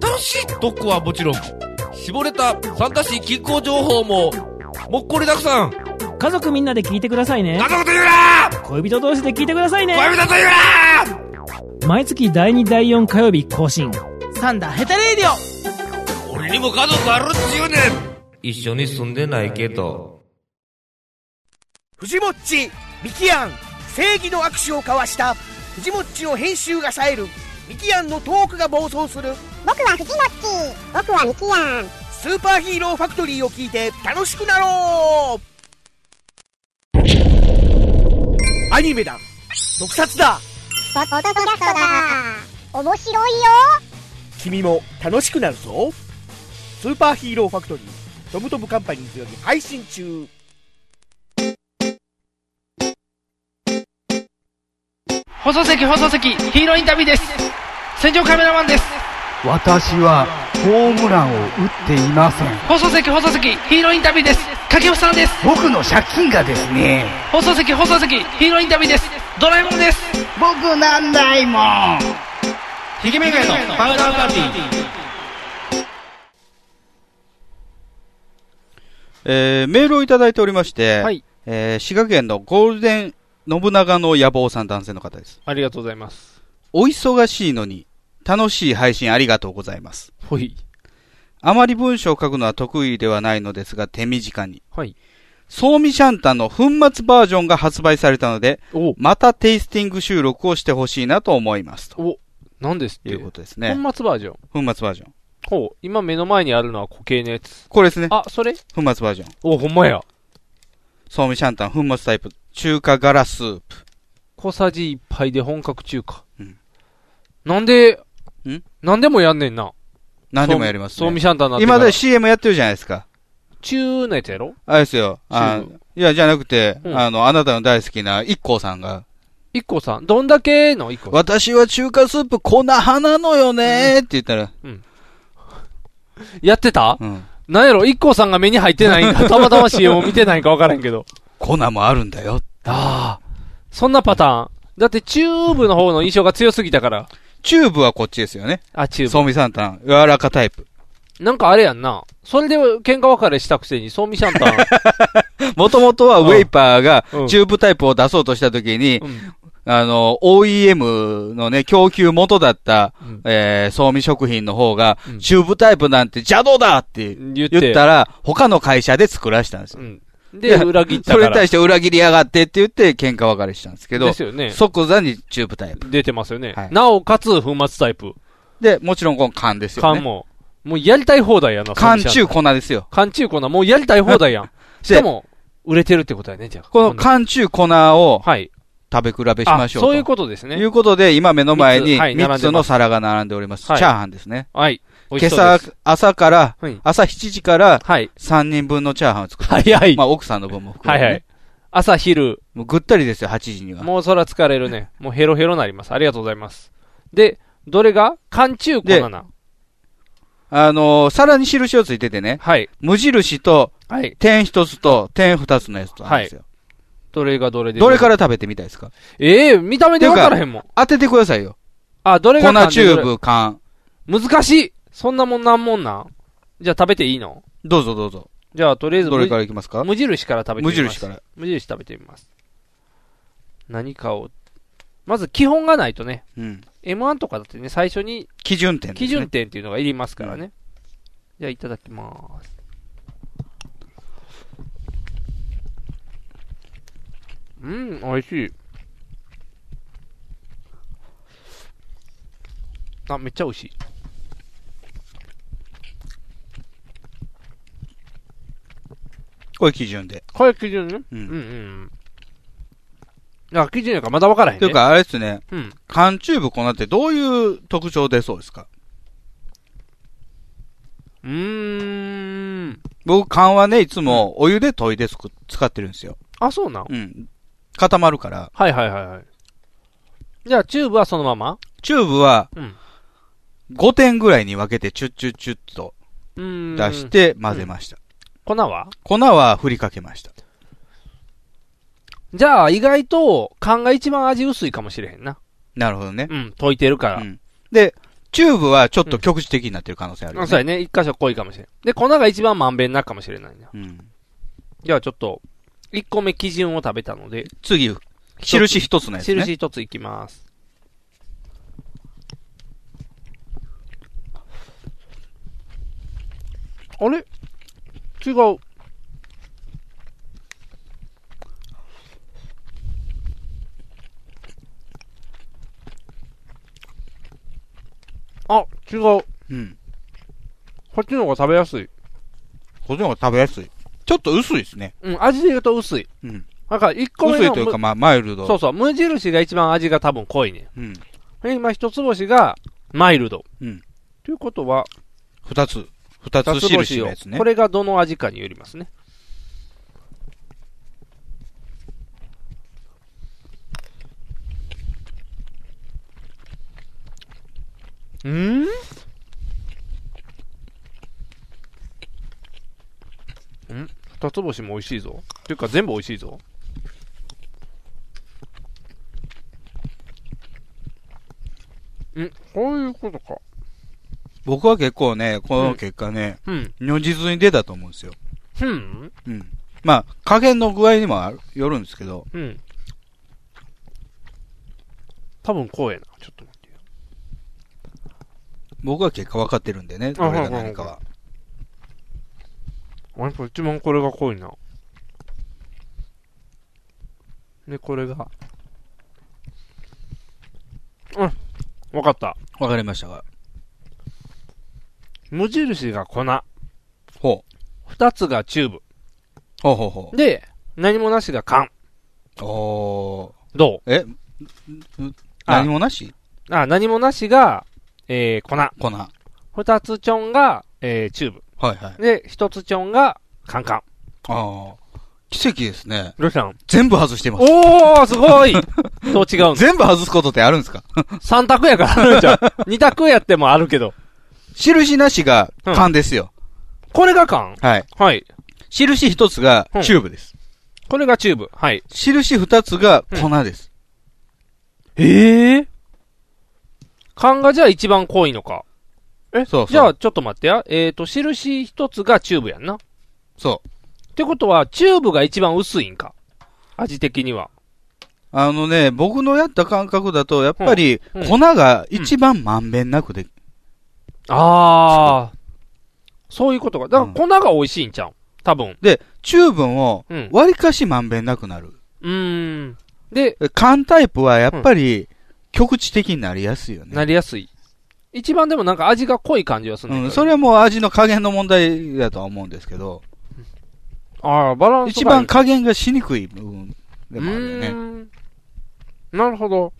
Speaker 10: 楽しい特攻はもちろん、絞れた参加し気候情報も、もっこりだくさん。
Speaker 11: 家族みんなで聞いてくださいね
Speaker 10: 家族と言うな
Speaker 11: 恋人同士で聞いてくださいね
Speaker 10: 恋人と言うな
Speaker 11: 毎月第2第4火曜日更新
Speaker 9: サンダヘテレイディオ
Speaker 10: 俺にも家族あるっちゅうねん一緒に住んでないけど。
Speaker 12: フジモッチミキアン正義の握手を交わしたフジモッチの編集が冴えるミキアンのトークが暴走する僕はフジモッチ僕はミキアンスーパーヒーローファクトリーを聞いて楽しくなろうアニメだ毒殺だ
Speaker 13: ポッドキャストだ面白いよ
Speaker 12: 君も楽しくなるぞスーパーヒーローファクトリートムトムカンパニーズより配信中
Speaker 7: 放送席放送席ヒーローインタビューです戦場カメラマンです
Speaker 8: 私はホームランを打っていません
Speaker 7: 放送席放送席ヒーローインタビューです掛布さんです
Speaker 8: 僕の借金がですね
Speaker 7: 放送席放送席ヒーローインタビューですドラえもんです
Speaker 8: 僕なんないもん
Speaker 7: ひげめがえのパウダーパーティー
Speaker 2: えーメールをいただいておりまして、
Speaker 3: はい
Speaker 2: えー滋賀県のゴールデン信長の野望さん男性の方です。
Speaker 3: ありがとうございます。
Speaker 2: お忙しいのに、楽しい配信ありがとうございます。
Speaker 3: ほい。
Speaker 2: あまり文章を書くのは得意ではないのですが、手短に。
Speaker 3: はい。
Speaker 2: ソーミシャンタンの粉末バージョンが発売されたので、またテイスティング収録をしてほしいなと思いますと。
Speaker 3: お、何ですって
Speaker 2: いうことですね。
Speaker 3: 本末バージョン。
Speaker 2: 粉末バージョン。
Speaker 3: ほう、今目の前にあるのは固形のやつ。
Speaker 2: これですね。
Speaker 3: あ、それ
Speaker 2: 粉末バージョン。
Speaker 3: お、ほんまや。
Speaker 2: ソーミシャンタン粉末タイプ、中華ガラスープ。
Speaker 3: 小さじ一杯で本格中華。なんで、
Speaker 2: ん
Speaker 3: なんでもやんねんな。
Speaker 2: 何でもやります、ね。
Speaker 3: そうみシャンタンなってから
Speaker 2: 今だ CM やってるじゃないですか。
Speaker 3: 中のやつやろ
Speaker 2: あれですよ。あいや、じゃなくて、
Speaker 3: うん
Speaker 2: あの、あなたの大好きな一光さんが、
Speaker 3: 一個さん、どんだけの一個さん。
Speaker 2: 私は中華スープ粉派なのよねーって言ったら、
Speaker 3: やってた
Speaker 2: うん。
Speaker 3: なんやろ一個さんが目に入ってない んか、たまたま CM を見てないんかわからんけど。
Speaker 2: 粉もあるんだよ。
Speaker 3: ああ。そんなパターン。だってチューブの方の印象が強すぎたから。
Speaker 2: チューブはこっちですよね。
Speaker 3: あ、チューブ。
Speaker 2: ソーミシャンタン、柔らかタイ プ。
Speaker 3: なんかあれやんな。それで喧嘩別れしたくせに、ソーミシャンタン。
Speaker 2: もともとはウェイパーが
Speaker 3: うん
Speaker 2: チューブタイプを出そうとしたときに、あの、OEM のね、供給元だった、えー、総務食品の方が、チューブタイプなんて邪道だって 言
Speaker 3: って
Speaker 2: ったら、他の会社で作らしたんですよ。い
Speaker 3: で、
Speaker 2: や
Speaker 3: 裏切ったか
Speaker 2: そ れ
Speaker 3: ら。
Speaker 2: に対して裏切りやがってって言って、喧嘩別れしたんですけど、
Speaker 3: ですよね
Speaker 2: 即座にチューブタイプ。
Speaker 3: 出てますよね。なおかつ、粉末タイプ。
Speaker 2: で、もちろんこの缶ですよね。
Speaker 3: 缶も。もうやりたい放題やな、
Speaker 2: 缶
Speaker 3: ソーミシ
Speaker 2: 中
Speaker 3: ャンタン
Speaker 2: 粉ですよ。
Speaker 3: 缶中粉な、もうやりたい放 題やん。し
Speaker 2: で
Speaker 3: かも、売れてるってことやね、じゃあ。
Speaker 2: この缶中粉を、食べ比べしましょうと。
Speaker 3: あそういうことですね
Speaker 2: いうことで、今目の前に
Speaker 3: 三つはい並んで
Speaker 2: 3
Speaker 3: ます
Speaker 2: つの皿が並んでおります。チ
Speaker 3: は
Speaker 2: ャ
Speaker 3: い
Speaker 2: ーハンですね。
Speaker 3: はい。美
Speaker 2: 今
Speaker 3: 味しそう
Speaker 2: 朝
Speaker 3: です。、
Speaker 2: 朝から
Speaker 3: はい、
Speaker 2: 朝7時から、
Speaker 3: 3
Speaker 2: 人分のチャーハンを作ってます。
Speaker 3: 早い
Speaker 2: まあ、奥さんの分も含めてね。
Speaker 3: はいはい朝昼。
Speaker 2: もうぐったりですよ、8時には。
Speaker 3: もうそら疲れるね。もうヘロヘロなります。ありがとうございます。で、どれが缶中粉なな。
Speaker 2: あのー、皿に印をついててね。無印と、点一つと、点二つのやつとあるんですよ。
Speaker 3: どれがどれで
Speaker 2: どれから食べてみたいですか
Speaker 3: ええ見た目で分からへんもん。
Speaker 2: 当ててくださいよ。
Speaker 3: あ、どれが缶
Speaker 2: 粉
Speaker 3: で
Speaker 2: チューブ、缶。
Speaker 3: 難しいそんなもんなんもんなんじゃあ食べていいの
Speaker 2: どうぞどうぞ。
Speaker 3: じゃあとりあえず無
Speaker 2: どれからいきますか
Speaker 3: 無印から食べてみます
Speaker 2: 無印から
Speaker 3: 無印食べてみます何かをまず基本がないとね、
Speaker 2: うん
Speaker 3: M1 とかだってね最初に
Speaker 2: 基準点ですね
Speaker 3: 基準点っていうのがいりますからね、じゃあいただきますうん美味しいあめっちゃ美味しい
Speaker 2: これ基準で。
Speaker 3: これ基準ね。うん、うん、うん。あ、基準やからまだ分からへんね。
Speaker 2: というか、あれですね。
Speaker 3: うん。
Speaker 2: 缶チューブ粉ってどういう特徴出そうですか
Speaker 3: うーん。
Speaker 2: 僕、缶はね、いつもお湯で研いでつく使ってるんですよ。
Speaker 3: あ、そうなん
Speaker 2: うん。固まるから。
Speaker 3: はいはいはいはい。じゃあ、チューブはそのまま
Speaker 2: チューブは
Speaker 3: うん、
Speaker 2: 5点ぐらいに分けてチュッチュッチュッと
Speaker 3: うーん。
Speaker 2: 出して混ぜました。
Speaker 3: 粉は
Speaker 2: 粉は振りかけました。
Speaker 3: じゃあ、意外と、缶が一番味薄いかもしれへんな。
Speaker 2: なるほどね。
Speaker 3: うん、溶いてるから。
Speaker 2: で、チューブはちょっと局地的になってる可能性あるよ
Speaker 3: あ
Speaker 2: ね。
Speaker 3: そうやね。一箇所濃いかもしれん。で、粉が一番まんべんなくかもしれないな。
Speaker 2: うん。
Speaker 3: じゃあ、ちょっと、1個目基準を食べたので。
Speaker 2: 次、印一つのやつね
Speaker 3: 印一ついきます。あれ違う。あ、違う。
Speaker 2: うん。
Speaker 3: こっちの方が食べやすい。
Speaker 2: こっちの方が食べやすい。ちょっと薄いですね。
Speaker 3: うん、味で言うと薄い。
Speaker 2: うん。
Speaker 3: なんか一個目の
Speaker 2: 薄いというかまあマイルド
Speaker 3: そうそう、無印が一番味が多分濃いね。
Speaker 2: うん。
Speaker 3: で今一つ星がマイルド。
Speaker 2: うん。
Speaker 3: ということは、
Speaker 2: 二つ。二つ印のやつね。
Speaker 3: これがどの味かによりますね。うんん二つ星も美味しいぞ。っていうか全部美味しいぞ。んこういうことか。
Speaker 2: 僕は結構ね、この結果ね、
Speaker 3: うん
Speaker 2: 如実に出たと思うんですよ。
Speaker 3: うん
Speaker 2: うん。まあ、加減の具合にもあるよるんですけど、
Speaker 3: うん。多分こうやな。ちょっと待
Speaker 2: 僕は結果分かってるんでね、
Speaker 3: って。
Speaker 2: これが何かは。
Speaker 3: あ。やっぱ一番これが濃いな。で、これが。うん。わかった。
Speaker 2: わかりましたが。
Speaker 3: 無印が粉。
Speaker 2: ほ
Speaker 3: う。二つがチューブ。
Speaker 2: ほうほうほう。
Speaker 3: で、何もなしが缶。
Speaker 2: おー。
Speaker 3: ど
Speaker 2: うえ
Speaker 3: あ
Speaker 2: 何もなし
Speaker 3: あ、何もなしが、えー、粉。
Speaker 2: 粉。
Speaker 3: 二つちょんが、えー、チューブ。
Speaker 2: はいはい。
Speaker 3: で、一つちょんが、カンカン。
Speaker 2: ああ。奇跡ですね。
Speaker 3: ロシャン。
Speaker 2: 全部外してます。
Speaker 3: おー、す ごいどう違うの
Speaker 2: 全部外すことってあるんですか
Speaker 3: 三択やからあるん じゃん。二択やってもあるけど。
Speaker 2: 印なしが缶ですよ。
Speaker 3: これが缶
Speaker 2: はい。
Speaker 3: はい。
Speaker 2: 印一つが
Speaker 3: うん
Speaker 2: チューブです。
Speaker 3: これがチューブ。はい。
Speaker 2: 印二つが粉です。
Speaker 3: ええ缶がじゃあ一番濃いのか。え
Speaker 2: そうそう
Speaker 3: じゃあちょっと待ってや。えっ、と、印一つがチューブやんな。
Speaker 2: そう。
Speaker 3: ってことは、チューブが一番薄いんか。味的には。
Speaker 2: あのね、僕のやった感覚だと、やっぱり
Speaker 3: うんうん
Speaker 2: 粉が一番まんべんなくで、
Speaker 3: ああ。そういうことか。だから粉が美味しいんちゃう多分。
Speaker 2: で、チューブも
Speaker 3: うん、
Speaker 2: 割かしまんべんなくなる。
Speaker 3: うーん。で、
Speaker 2: 缶タイプはやっぱり、局地的になりやすいよね。
Speaker 3: なりやすい。一番でもなんか味が濃い感じはする
Speaker 2: うんん、
Speaker 3: だけど
Speaker 2: それはもう味の加減の問題だとは思うんですけど、
Speaker 3: ああ、バランスがいい
Speaker 2: 一番加減がしにくい部分でもあるよね。
Speaker 3: なるほど。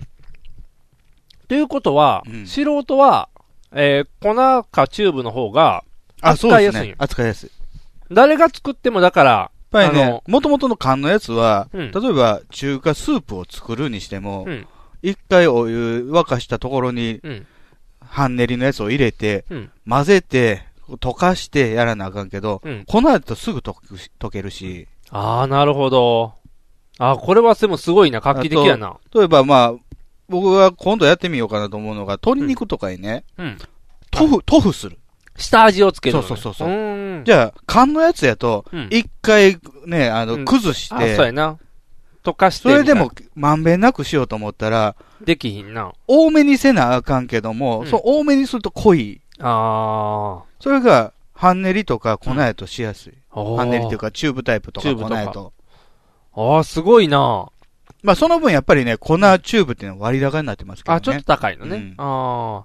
Speaker 3: ということは、素人は、えー粉かチューブの方が
Speaker 2: あ、そう
Speaker 3: 扱い
Speaker 2: で
Speaker 3: や
Speaker 2: す
Speaker 3: すいん
Speaker 2: ね
Speaker 3: よ。。
Speaker 2: 扱いやすい。
Speaker 3: 誰が作ってもだから、
Speaker 2: やっぱり
Speaker 3: あ
Speaker 2: ね
Speaker 3: の、
Speaker 2: もともとの缶のやつは、
Speaker 3: うん
Speaker 2: 例えば中華スープを作るにしても
Speaker 3: うん、
Speaker 2: 一、回お湯沸かしたところに、
Speaker 3: うん
Speaker 2: 半練りのやつを入れて、
Speaker 3: うん
Speaker 2: 混ぜて、溶かしてやらなあかんけど、
Speaker 3: うん
Speaker 2: 粉だとすぐ溶くし溶けるし、
Speaker 3: ああ、なるほど。あーこれはでもすごいな、画期的やな。
Speaker 2: あと例えばまあ、僕が今度やってみようかなと思うのが、鶏肉とかにね、
Speaker 3: うん。
Speaker 2: 塗布、塗布する。
Speaker 3: 下味をつけるのね
Speaker 2: そうそうそうそうう。
Speaker 3: ーん
Speaker 2: じゃあ、缶のやつやと
Speaker 3: うん、
Speaker 2: 一回ね、あ
Speaker 3: う
Speaker 2: の、
Speaker 3: ん
Speaker 2: 崩して、
Speaker 3: あそうやな。溶かして
Speaker 2: そ
Speaker 3: み
Speaker 2: れ
Speaker 3: たいな。
Speaker 2: でも、まんべんなくしようと思ったら、
Speaker 3: できひんな。
Speaker 2: 多めにせなあかんけども、そう多めにすると濃い。
Speaker 3: あ
Speaker 2: それが、半練りとか粉やとしやすい。
Speaker 3: おー
Speaker 2: 半練りというか、チューブタイプと
Speaker 3: チュ
Speaker 2: か
Speaker 3: ーブと
Speaker 2: 粉
Speaker 3: か
Speaker 2: やと。
Speaker 3: ああ、すごいな。
Speaker 2: まあ、その分やっぱりね、粉チューブっていうのは割高になってますけどね。
Speaker 3: あ、ちょっと高いのね。ああ。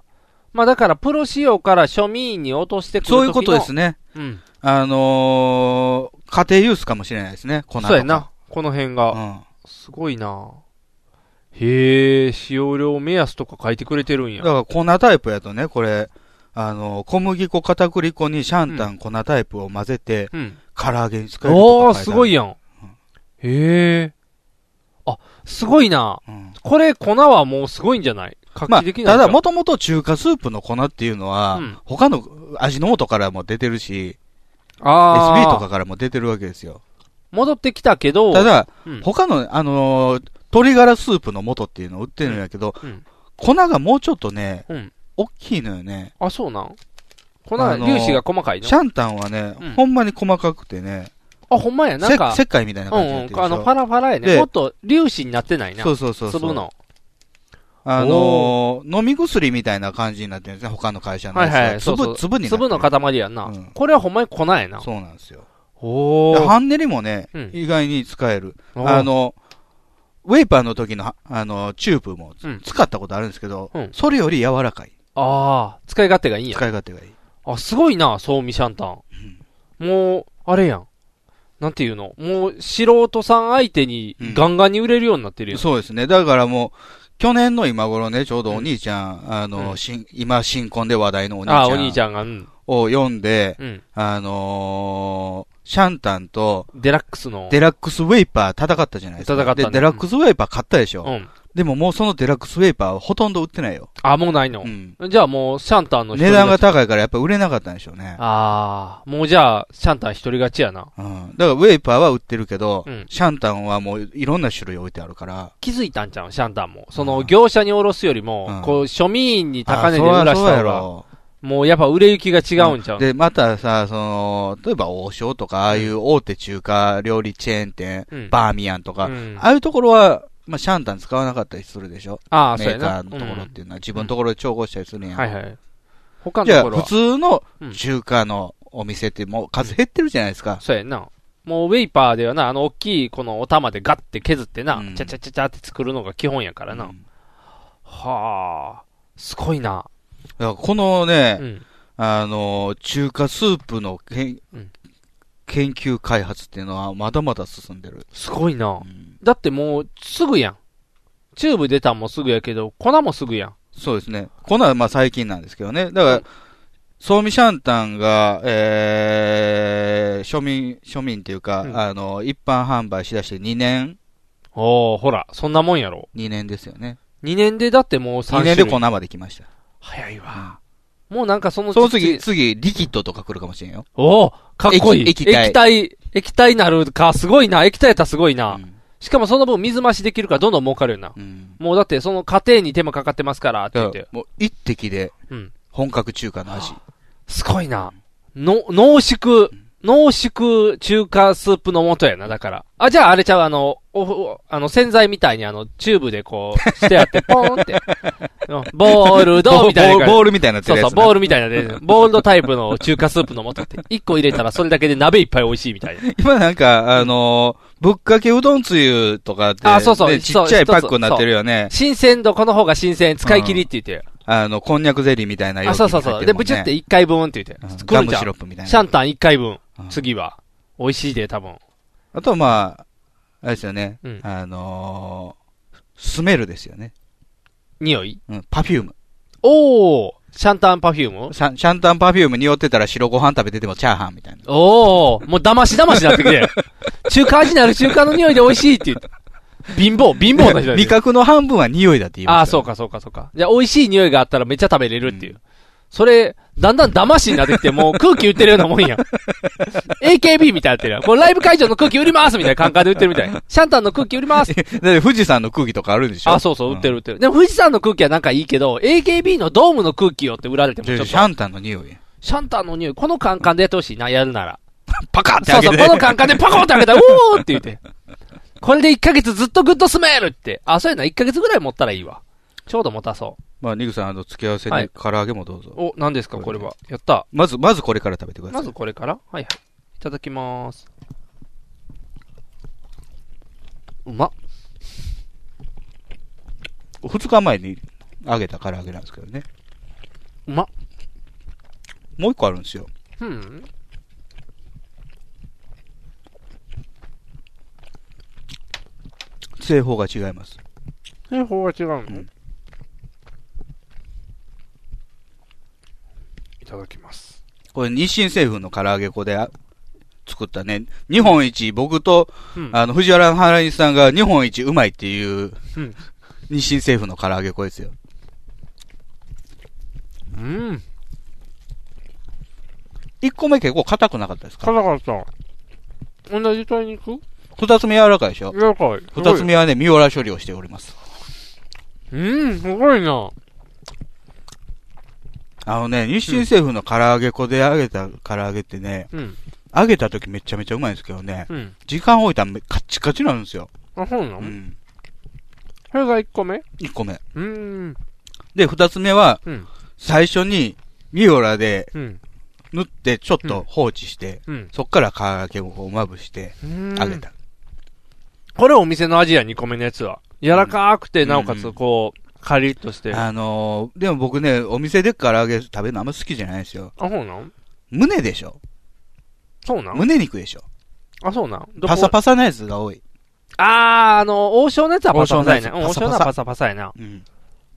Speaker 3: まあだから、プロ仕様から庶民に落としてくる時の
Speaker 2: そういうことですね。
Speaker 3: うん。
Speaker 2: あのー、家庭ユースかもしれないですね、粉とか。
Speaker 3: そうやな。この辺が。すごいな。へえ、使用量目安とか書いてくれてるんや。
Speaker 2: だから粉タイプやとね、これ、あの、小麦粉、片栗粉にシャンタン、粉タイプを混ぜて、
Speaker 3: うん
Speaker 2: 唐揚げに使える
Speaker 3: お
Speaker 2: と
Speaker 3: お
Speaker 2: か書いてある。
Speaker 3: すごいやん。へえ。あ、すごいな。これ、粉はもうすごいんじゃない画
Speaker 2: まあ、
Speaker 3: 期的な
Speaker 2: た
Speaker 3: んちゃう、
Speaker 2: だ、もともと中華スープの粉っていうのは、
Speaker 3: うん
Speaker 2: 他の味の素からも出てるし、
Speaker 3: あー
Speaker 2: SB とかからも出てるわけですよ。
Speaker 3: 戻ってきたけど、
Speaker 2: ただ、
Speaker 3: うん
Speaker 2: 他の、あのー鶏ガラスープの素っていうのを売ってるんやけど、
Speaker 3: うん
Speaker 2: 粉がもうちょっとね、
Speaker 3: うん
Speaker 2: 大きいのよね。
Speaker 3: あ、そうなん粉、
Speaker 2: あのー
Speaker 3: 粒子が細かいの
Speaker 2: シャンタンはね、
Speaker 3: うん
Speaker 2: ほんまに細かくてね、
Speaker 3: あ、ほんまや、なんか。
Speaker 2: せ石灰みたいな感じにな
Speaker 3: う
Speaker 2: っ
Speaker 3: ん
Speaker 2: て
Speaker 3: う
Speaker 2: るでし
Speaker 3: ん。
Speaker 2: ょ
Speaker 3: あの、パラパラやね。
Speaker 2: で
Speaker 3: もっと粒子になってないな。
Speaker 2: そうそうそうそう
Speaker 3: 粒の。
Speaker 2: あのー飲み薬みたいな感じになってるんですね、他の会社の
Speaker 3: は
Speaker 2: や
Speaker 3: い
Speaker 2: つは。
Speaker 3: はい。そうそう
Speaker 2: 粒、粒になってる
Speaker 3: 粒の塊やんな。これはほんまに粉やな。
Speaker 2: そうなんですよ。
Speaker 3: お
Speaker 2: でハンネリもね、
Speaker 3: うん
Speaker 2: 意外に使える。
Speaker 3: おー
Speaker 2: あの、ウェイパーの時の、あの、チューブも
Speaker 3: うん
Speaker 2: 使ったことあるんですけど、それより柔らかい。
Speaker 3: ああ、使い勝手がいいんや。
Speaker 2: 使い勝手がいい。
Speaker 3: あ、すごいな、そうみシャンタン。もう、あれやん。なんていうのもう素人さん相手にガンガンに売れるようになってるよ、
Speaker 2: そうですね。だからもう、去年の今頃ね、ちょうどお兄ちゃん、あの、新今新婚で話題のお兄ちゃん。
Speaker 3: あお兄ちゃんがうん
Speaker 2: を読んで、
Speaker 3: うん
Speaker 2: あのーシャンタンと、
Speaker 3: デラックスの。
Speaker 2: デラックスウェイパー戦ったじゃないですか。
Speaker 3: 戦ったね
Speaker 2: で、デラックスウェイパー買ったでしょ。
Speaker 3: うん
Speaker 2: でももうそのデラックスウェイパーほとんど売ってないよ。
Speaker 3: あ、もうないの。じゃあもう、シャンタンの一人
Speaker 2: 値段が
Speaker 3: 勝ち
Speaker 2: 高いからやっぱ売れなかったんでしょうね。
Speaker 3: ああ、もうじゃあ、シャンタン一人勝ちやな。
Speaker 2: うんだからウェイパーは売ってるけど、
Speaker 3: うん
Speaker 2: シャンタンはもういろんな種類置いてあるから。
Speaker 3: 気づいたんちゃうシャンタンも。その、業者に卸すよりも、こう、庶民員に高値で売らし
Speaker 2: あそうやそう
Speaker 3: た
Speaker 2: や
Speaker 3: 方が
Speaker 2: ろ、
Speaker 3: もうやっぱ売れ行きが違うんちゃう、
Speaker 2: で、またさ、その、例えば王将とか、ああいう大手中華料理チェーン店、
Speaker 3: うん
Speaker 2: バーミヤンとか、
Speaker 3: うん
Speaker 2: ああいうところは、まあ、シャンタン使わなかったりするでしょ
Speaker 3: ああ
Speaker 2: メ
Speaker 3: そうや
Speaker 2: ーカ
Speaker 3: な
Speaker 2: ーのところっていうのは、自分のところで調合したりするんやん、
Speaker 3: はいはい。他の
Speaker 2: じゃ
Speaker 3: とこ
Speaker 2: あ、
Speaker 3: ろは
Speaker 2: 普通の
Speaker 3: うん
Speaker 2: 中華のお店ってもう数減ってるじゃないですか。
Speaker 3: そうやんな。もうウェイパーではな、あの大きいこのお玉でガッて削ってな、ちゃちゃちゃちゃって作るのが基本やからな。はあ、すごい
Speaker 2: だ
Speaker 3: な。
Speaker 2: からこのね、
Speaker 3: うん
Speaker 2: あの、中華スープのけん、研究開発っていうのはまだまだ進んでる。
Speaker 3: すごいな。だってもうすぐやん。チューブ出たんもすぐやけど、粉もすぐやん。
Speaker 2: そうですね。こんなんはまあ最近なんですけどね。だから、ソーミシャンタンが、えー、庶民、庶民っていうか、あの、一般販売しだして2年。
Speaker 3: おー、ほら、そんなもんやろ。
Speaker 2: 2年ですよね。
Speaker 3: 2年でだってもう3
Speaker 2: 2年で粉まで来ました。
Speaker 3: 早いわ。もうなんかその
Speaker 2: その次、次、リキッドとか来るかもしれんよ。
Speaker 3: おおかっこいい。
Speaker 2: 液液体
Speaker 3: 液体、液体なるか、すごいな。液体やったらすごいな。しかもその分水増しできるからどんどん儲かるよな。もうだってその過程に手間かかってますからって言って。
Speaker 2: もう一滴で
Speaker 3: うん、
Speaker 2: 本格中華の味。
Speaker 3: すごいな。の、濃縮、濃縮中華スープの素やな、だから。あ、じゃああれちゃう、あの、おおあの、洗剤みたいにあの、チューブでこう、してあって、ポーンって。 うんボールドみたいな感じ。
Speaker 2: ボーボールみたいになってるやつな
Speaker 3: そうそう、ボールみたいなで、 ボールドタイプの中華スープの素って。一個入れたらそれだけで鍋いっぱい美味しいみたいな。
Speaker 2: 今なんか、あのーぶっかけうどんつゆとかって、
Speaker 3: あ、そうそう。
Speaker 2: でちっちゃいパックになってるよね
Speaker 3: そう。新鮮度、この方が新鮮、使い切りって言ってる。
Speaker 2: あの、こんにゃくゼリーみたいな容
Speaker 3: あ、
Speaker 2: 器に
Speaker 3: そう
Speaker 2: 入っ
Speaker 3: そう
Speaker 2: てるもんね、
Speaker 3: そう。で、ブチュって1回分って言って。作るん
Speaker 2: ガ
Speaker 3: ち
Speaker 2: ム
Speaker 3: ゃう
Speaker 2: シロップみたいな
Speaker 3: シャンタン1回分。次は。美味しいで、多分。
Speaker 2: あとはまあ、あれですよね。あのースメルですよね。
Speaker 3: 匂い
Speaker 2: うん、パフューム。
Speaker 3: おーシャンタンパフューム
Speaker 2: シャンシャンタンパフューム匂ってたら白ご飯食べててもチャーハンみたいな。
Speaker 3: おおもう騙し騙しになって くれ。中華味のある中華の匂いで美味しいって言って。貧乏、貧乏な人だよ
Speaker 2: 味覚の半分は匂いだって言い
Speaker 3: あ
Speaker 2: ま
Speaker 3: あ、
Speaker 2: す
Speaker 3: そうかそうかそうか。じゃあ、美味しい匂いがあったらめっちゃ食べれるっていう。それ、だんだん騙しになってきて、もう空気売ってるようなもんやん。AKB みたいになってるやん。これライブ会場の空気売りますみたいな感覚で売ってるみた いな。シャンタンの空気売りま す。
Speaker 2: だって富士山の空気とかあるでしょ
Speaker 3: あ、そうそう、売ってる売ってる。でも富士山の空気はなんかいいけど、AKB のドームの空気よって売られてもちょっと。
Speaker 2: シャンタンの匂い。
Speaker 3: シャンタンの匂い、このカンカンでやってほしいな、やるなら。
Speaker 2: パカ
Speaker 3: そうそう、このカンカンでパコーって開けたら、おーって言って。これで1ヶ月ずっとグッドスメールって。あ、そうやな、1ヶ月ぐらい持ったらいいわ。ちょうど持たそう。
Speaker 2: まあ、ニグさん、あの、付け合わせ
Speaker 3: はい
Speaker 2: に唐揚げもどうぞ。
Speaker 3: お、何ですか、これは。やった。
Speaker 2: まず、まずこれから食べてください。
Speaker 3: まずこれからはいはい。いただきます。うまっ。
Speaker 2: 2日前に揚げた唐揚げなんですけどね。
Speaker 3: うまっ。
Speaker 2: もう一個あるんですよ。
Speaker 3: うん。
Speaker 2: 製法が違います。
Speaker 3: え、これは違うの、いただきます。
Speaker 2: これ日清製粉の唐揚げ粉であ作ったね、日本一、僕と、
Speaker 3: うん
Speaker 2: あの、藤原原西さんが日本一うまいっていう、
Speaker 3: うん
Speaker 2: 日清製粉の唐揚げ粉ですよ。
Speaker 3: うん。
Speaker 2: 1個目結構硬くなかったですか
Speaker 3: 硬かった。同じ鶏肉
Speaker 2: 二つ目柔らかいでしょ
Speaker 3: 柔らかい
Speaker 2: 二つ目はね、ミオラ処理をしております。
Speaker 3: うん、すごいな。
Speaker 2: あのね、日清製粉の唐揚げ粉で揚げた唐揚げってね、
Speaker 3: うん
Speaker 2: 揚げた時めちゃめちゃうまいんですけどね、
Speaker 3: うん
Speaker 2: 時間置いたらめカッチカチになるんですよ。
Speaker 3: あ、そうなの、
Speaker 2: うん、
Speaker 3: それが1個目
Speaker 2: 1個目。
Speaker 3: うん。
Speaker 2: で、二つ目は、
Speaker 3: うん
Speaker 2: 最初にミオラで
Speaker 3: うん。
Speaker 2: 塗ってちょっと放置して、
Speaker 3: うん
Speaker 2: そっから唐揚げ粉をまぶして
Speaker 3: うん
Speaker 2: 揚げた。
Speaker 3: これお店の味や、2個目のやつは。柔らかくて、なおかつこう、カリッとして。
Speaker 2: あのーでも僕ね、お店で唐揚げ食べるのあんま好きじゃないんですよ。
Speaker 3: あ、そうなん
Speaker 2: 胸でしょ
Speaker 3: そうなん
Speaker 2: 胸肉でしょ
Speaker 3: あ、そうなん。どこ
Speaker 2: パサパサなやつが多い。
Speaker 3: あー、あの、王将のやつはパサパサや
Speaker 2: 王将
Speaker 3: な。
Speaker 2: の
Speaker 3: うん
Speaker 2: や
Speaker 3: 王
Speaker 2: つ
Speaker 3: 将のはパサパサやな。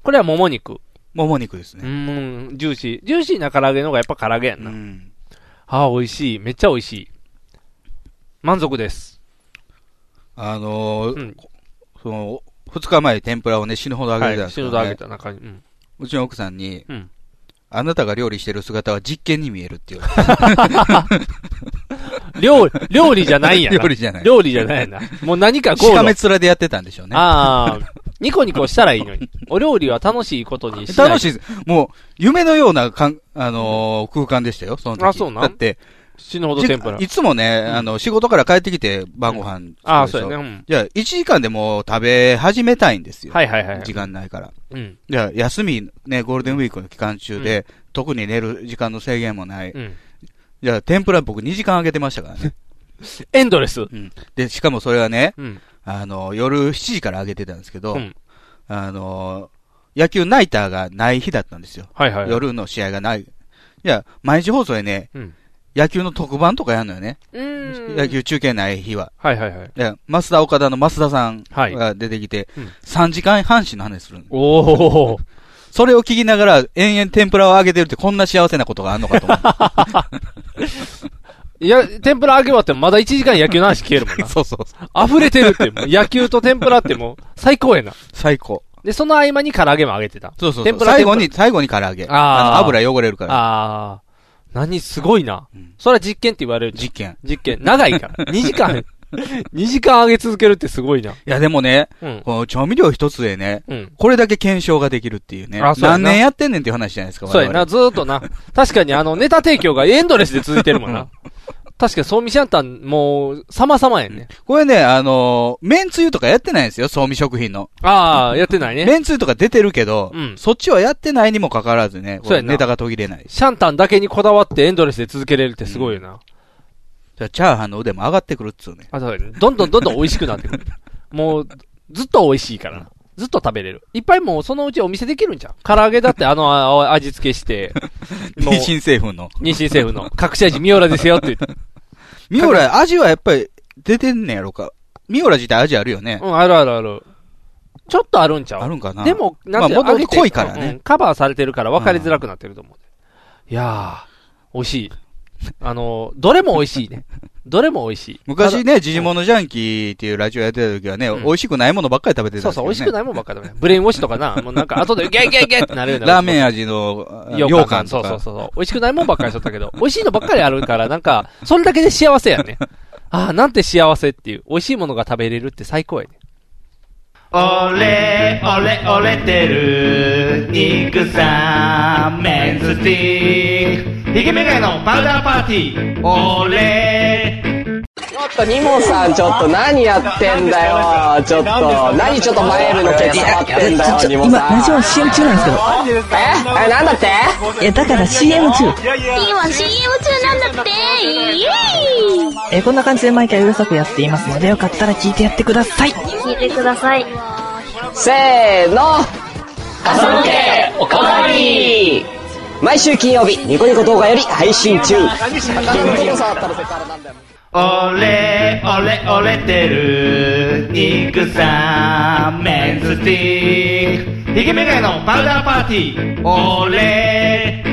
Speaker 3: これはもも肉。
Speaker 2: もも肉ですね。
Speaker 3: うん、ジューシー。ジューシーな唐揚げの方がやっぱ唐揚げやんな。あー、美味しい。めっちゃ美味しい。満足です。
Speaker 2: あのーその、二日前天ぷらをね、死ぬほど揚げてたんですけど、ね
Speaker 3: はい死ぬほど揚げた中にうん
Speaker 2: うちの奥さんに、
Speaker 3: うん
Speaker 2: あなたが料理してる姿は実験に見える って言われて
Speaker 3: 料理、料理じゃないんやな。
Speaker 2: 料理じゃない
Speaker 3: 料理じゃないな。もう何かこう。
Speaker 2: しかめ面でやってたんでしょうね
Speaker 3: ああ、ニコニコしたらい いのに。お料理は楽しいことにしない
Speaker 2: 楽しいです。もう、夢のようなかん、あのー空間でしたよ、その時。
Speaker 3: あそうなん
Speaker 2: だって、
Speaker 3: 死ぬほど天ぷら
Speaker 2: じいつもね、あの、仕事から帰ってきて晩ご飯、
Speaker 3: あー
Speaker 2: 作るでしょ
Speaker 3: そうやねうん
Speaker 2: じゃあ、1時間でもう食べ始めたいんですよ。
Speaker 3: はいはいはい
Speaker 2: 時間ないから。
Speaker 3: うん
Speaker 2: じゃあ、休み、ね、ゴールデンウィークの期間中で、特に寝る時間の制限もない。
Speaker 3: うん
Speaker 2: じゃあ、天ぷら僕2時間あげてましたからね。
Speaker 3: エンドレス。
Speaker 2: で、しかもそれはね、
Speaker 3: うん
Speaker 2: あの、夜7時からあげてたんですけど、
Speaker 3: うん
Speaker 2: あの、野球ナイターがない日だったんですよ。
Speaker 3: はいはいはい
Speaker 2: 夜の試合がない。いや、毎日放送でね、
Speaker 3: うん
Speaker 2: 野球の特番とかやるのよね。
Speaker 3: うん
Speaker 2: 野球中継ない日は。
Speaker 3: はいはいはい。
Speaker 2: で、増田岡田の増田さんが出てきて、
Speaker 3: うん
Speaker 2: 3時間半紙の話するの
Speaker 3: おお。
Speaker 2: それを聞きながら、延々天ぷらを揚げてるってこんな幸せなことがあんのかと思 って。
Speaker 3: いや、天ぷら揚げ終わってもまだ1時間野球の話消えるもん な。
Speaker 2: そうそう
Speaker 3: 溢れてるって、もう野球と天ぷらってもう最高やな。
Speaker 2: 最高。
Speaker 3: で、その合間に唐揚げも揚げてた。
Speaker 2: そうそうそう
Speaker 3: 天ぷら
Speaker 2: 最後に、最後に唐揚げ。
Speaker 3: ああ。
Speaker 2: の油汚れるから。
Speaker 3: ああ。何すごいな。それは実験って言われる。
Speaker 2: 実験。
Speaker 3: 実験。長いから。2時 間、2時間揚げ続けるってすごいな。
Speaker 2: いや、でもね、
Speaker 3: うん
Speaker 2: この調味料一つでね、
Speaker 3: うん
Speaker 2: これだけ検証ができるっていうね。
Speaker 3: あそうやな
Speaker 2: 何年やってんねんっていう話じゃないですか、
Speaker 3: そうやな、
Speaker 2: 我々
Speaker 3: ずーっと な。確かにあの、ネタ提供がエンドレスで続いてるもんな。 確かに、そう見しあんたん、もう、様々やんね。
Speaker 2: これね、あのー、麺つゆとかやってないんですよ、総味食品の。
Speaker 3: ああ、やってないね。
Speaker 2: 麺つゆとか出てるけど、
Speaker 3: うん
Speaker 2: そっちはやってないにもかかわらずね、こ
Speaker 3: そうや
Speaker 2: れ
Speaker 3: な
Speaker 2: ネタが途切れない。
Speaker 3: シャンタンだけにこだわってエンドレスで続けれるってすごいよな。
Speaker 2: じゃあチャーハンの腕も上がってくるっつうね。
Speaker 3: あ、そうだねどんどんどんどん美味しくなって くる。もう、ずっと美味しいからな。ずっと食べれる。いっぱいもうそのうちお店できるんじゃん。唐揚げだってあのあ味付け して。 もう
Speaker 2: 日清製粉の。
Speaker 3: 日清製粉の。隠し味ミオラですよって言って。
Speaker 2: ミオラ、味はやっぱり出てんねやろか。ミオラ自体味あるよね。
Speaker 3: うん、あるあるある。ちょっとあるんちゃう
Speaker 2: あるんかな
Speaker 3: でも、
Speaker 2: まあ
Speaker 3: なんて
Speaker 2: もともと
Speaker 3: 揚げて
Speaker 2: 濃いからね
Speaker 3: うんカバーされてるから分かりづらくなってると思う。いやー、美味しい。あのー、どれも美味しいね。どれも美味しい。
Speaker 2: 昔ね、ジジ
Speaker 3: も
Speaker 2: モノジャンキーっていうラジオやってた時はね、美味しくないものばっかり食べてた
Speaker 3: そ
Speaker 2: ん
Speaker 3: う
Speaker 2: ですけ
Speaker 3: そ
Speaker 2: ど、ね。
Speaker 3: う、美味しくないもんばっかりだね。ブレインウォッシュと かな、もうなんか後でギャーギャーギャーってなるような。
Speaker 2: ラーメン味のあ
Speaker 3: 羊
Speaker 2: 羊羹と
Speaker 3: そう
Speaker 2: か
Speaker 3: そうそうそう。美味しくないもんばっかりしとったけど、美味しいのばっかりあるから、なん か、それだけで幸せやね。ああ、なんて幸せっていう。美味しいものが食べれるって最高やね。
Speaker 14: 俺、俺、俺てる、肉さん、メンズティック。ヒゲメガネのパウダーパーティー。俺、
Speaker 15: ちょっとニモさんちょっと何やってんだよちょっと何ちょっと前るの毛触ってんだよニモ
Speaker 16: 今、
Speaker 15: さん
Speaker 16: ラジオ CM 中なんですけど。
Speaker 15: ええなんだって
Speaker 16: え、だから CM 中。
Speaker 13: いいわ CM 中なんだってイエーイ
Speaker 16: え、こんな感じで毎回うるさくやっていますので、よかったら聞いてやってください。
Speaker 13: 聞いてください
Speaker 15: せーの朝向けおかわり毎週金曜日ニコニコ動画より配信中
Speaker 14: 俺、俺、俺てる、肉さん、メンズティック。ヒゲメガネのパウダーパーティー。俺、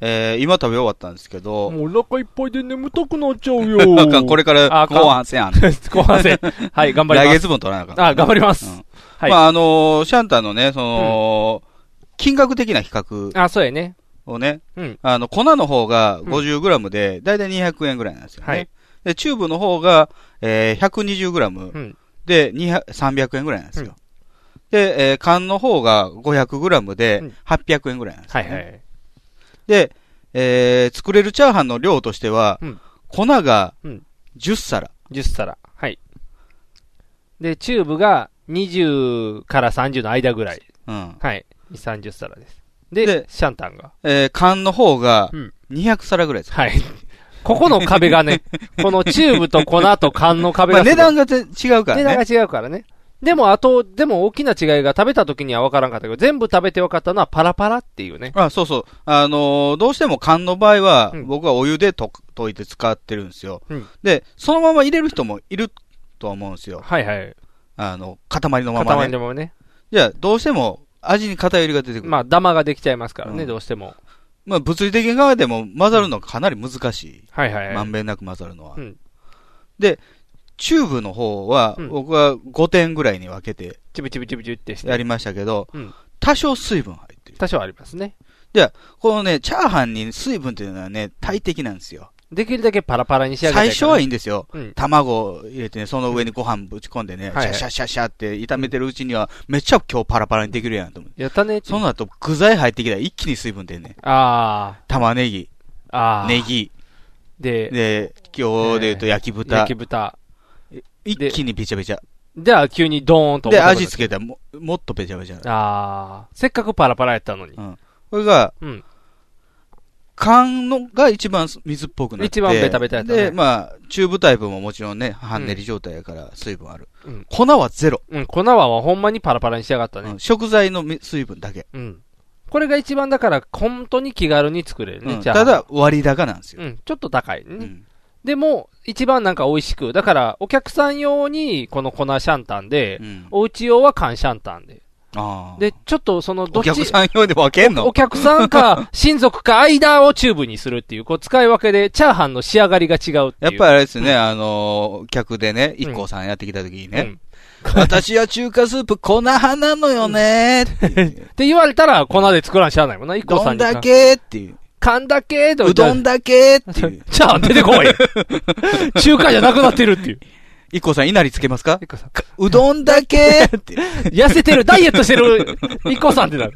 Speaker 2: えー今食べ終わったんですけど、
Speaker 3: もうお腹いっぱいで眠たくなっちゃう
Speaker 2: あかんこれから
Speaker 3: あかん
Speaker 2: 後半戦やん
Speaker 3: 後半戦。はい、頑張ります。
Speaker 2: 来月分取らなあかった。
Speaker 3: あ、頑張ります。
Speaker 2: うん
Speaker 3: はい
Speaker 2: まあ、あのーシャンタンのね、その、金額的な比較
Speaker 3: あ、そうやね。
Speaker 2: をね、
Speaker 3: うん
Speaker 2: あの、粉の方が 50g で、だいたい200円ぐらいなんですよね。
Speaker 3: はい
Speaker 2: で、チューブの方が、えー、120g、
Speaker 3: うん
Speaker 2: で、200 300円ぐらいなんですよ。で、えー缶の方が 500g で、800円ぐらいなんですよ、ね
Speaker 3: はいはい。
Speaker 2: で、えー作れるチャーハンの量としては、
Speaker 3: うん
Speaker 2: 粉が
Speaker 3: うん
Speaker 2: 10皿。
Speaker 3: 10皿。はい。で、チューブが20から30の間ぐらい。
Speaker 2: うん
Speaker 3: はい。30皿です。で、シャンタンが。
Speaker 2: えー缶の方が
Speaker 3: うん、
Speaker 2: 200皿ぐらいです。
Speaker 3: はい。 ここの壁がね、このチューブと粉と缶の壁
Speaker 2: まあ
Speaker 3: がすごい。
Speaker 2: 値段がぜ違うからね。
Speaker 3: 値段が違うからね。でも、あと、でも大きな違いが食べた時には分からんかったけど、全部食べて分かったのはパラパラっていうね。
Speaker 2: あ、そうそう。あのーどうしても缶の場合は、僕はお湯で溶く溶いて使ってるんですよ、
Speaker 3: うん
Speaker 2: で、そのまま入れる人もいるとは思うんですよ。
Speaker 3: はいはい。
Speaker 2: あの、塊のままね。
Speaker 3: 塊のままね。
Speaker 2: じゃあ、どうしても味に偏りが出てくる。
Speaker 3: まあ、ダマができちゃいますからね、
Speaker 2: うん
Speaker 3: どうしても。
Speaker 2: まあ、物理的に考えても混ざるのはかなり難しい。
Speaker 3: はいはいはい
Speaker 2: まんべんなく混ざるのは。
Speaker 3: うん
Speaker 2: で、チューブの方は、僕は5点ぐらいに分けて
Speaker 3: チブチブチブチブってして。
Speaker 2: やりましたけど、
Speaker 3: うん
Speaker 2: 多少水分入ってる。
Speaker 3: 多少ありますね。
Speaker 2: じゃあ、このね、チャーハンに水分っていうのはね、大敵なんですよ。
Speaker 3: できるだけパラパラに仕上げたいから
Speaker 2: 最初はいいんですよ。
Speaker 3: うん
Speaker 2: 卵を入れてね、その上にご飯ぶち込んでね、
Speaker 3: はいは
Speaker 2: シャ
Speaker 3: い
Speaker 2: シャシャシャって炒めてるうちには、めっちゃ今日パラパラにできるやんと思って。
Speaker 3: やったね
Speaker 2: その後、具材入ってきたら一気に水分出んねん。
Speaker 3: ああ。
Speaker 2: 玉ねぎ。
Speaker 3: ああ。
Speaker 2: ネギ。
Speaker 3: で、
Speaker 2: で、今日で言うと焼き豚。
Speaker 3: 焼き豚。
Speaker 2: 一気にべちゃべちゃ。
Speaker 3: じゃあ、急にドーンと。
Speaker 2: で、味付けたらも、もっとべちゃべちゃ。
Speaker 3: ああ。せっかくパラパラやったのに。
Speaker 2: これが、
Speaker 3: うん
Speaker 2: 缶のが一番水っぽくなって。
Speaker 3: 一番ベタベタやったね
Speaker 2: で、まあ、チューブタイプももちろんね、半練り状態やから水分ある。
Speaker 3: うん
Speaker 2: 粉はゼロ。
Speaker 3: うん、粉はほんまにパラパラにしやがったね。
Speaker 2: 食材のみ水分だけ。
Speaker 3: うん。これが一番だから、本当に気軽に作れるね、
Speaker 2: うん
Speaker 3: チャー
Speaker 2: た
Speaker 3: ハン
Speaker 2: だ、割高なんですよ。
Speaker 3: うん、ちょっと高いね。でも、一番なんか美味しく。だから、お客さん用にこの粉シャンタンで、お家用は缶シャンタンで。
Speaker 2: あ
Speaker 3: で、ちょっとその、どっ
Speaker 2: お
Speaker 3: ち
Speaker 2: 客さん用で分けんの
Speaker 3: お客さ んか、親族か、間をチューブにするっていう、こう、使い分けで、チャーハンの仕上がりが違うっていう。
Speaker 2: やっぱりあれですね、あのー客でね、一行さんやってきた時にね、私は中華スープ粉派なのよねーっていう。
Speaker 3: って言われたら、粉で作らんしゃあないもんな、一個さんに。
Speaker 2: どんだけーっていう。
Speaker 3: 缶だけ
Speaker 2: うどんだけーっていう。
Speaker 3: チャーハン出てこい 中華じゃなくなってるっていう。
Speaker 2: 一行さん、いなりつけますかかうどんだけーって。
Speaker 3: 痩せてる、ダイエットしてる、一個さんってなる。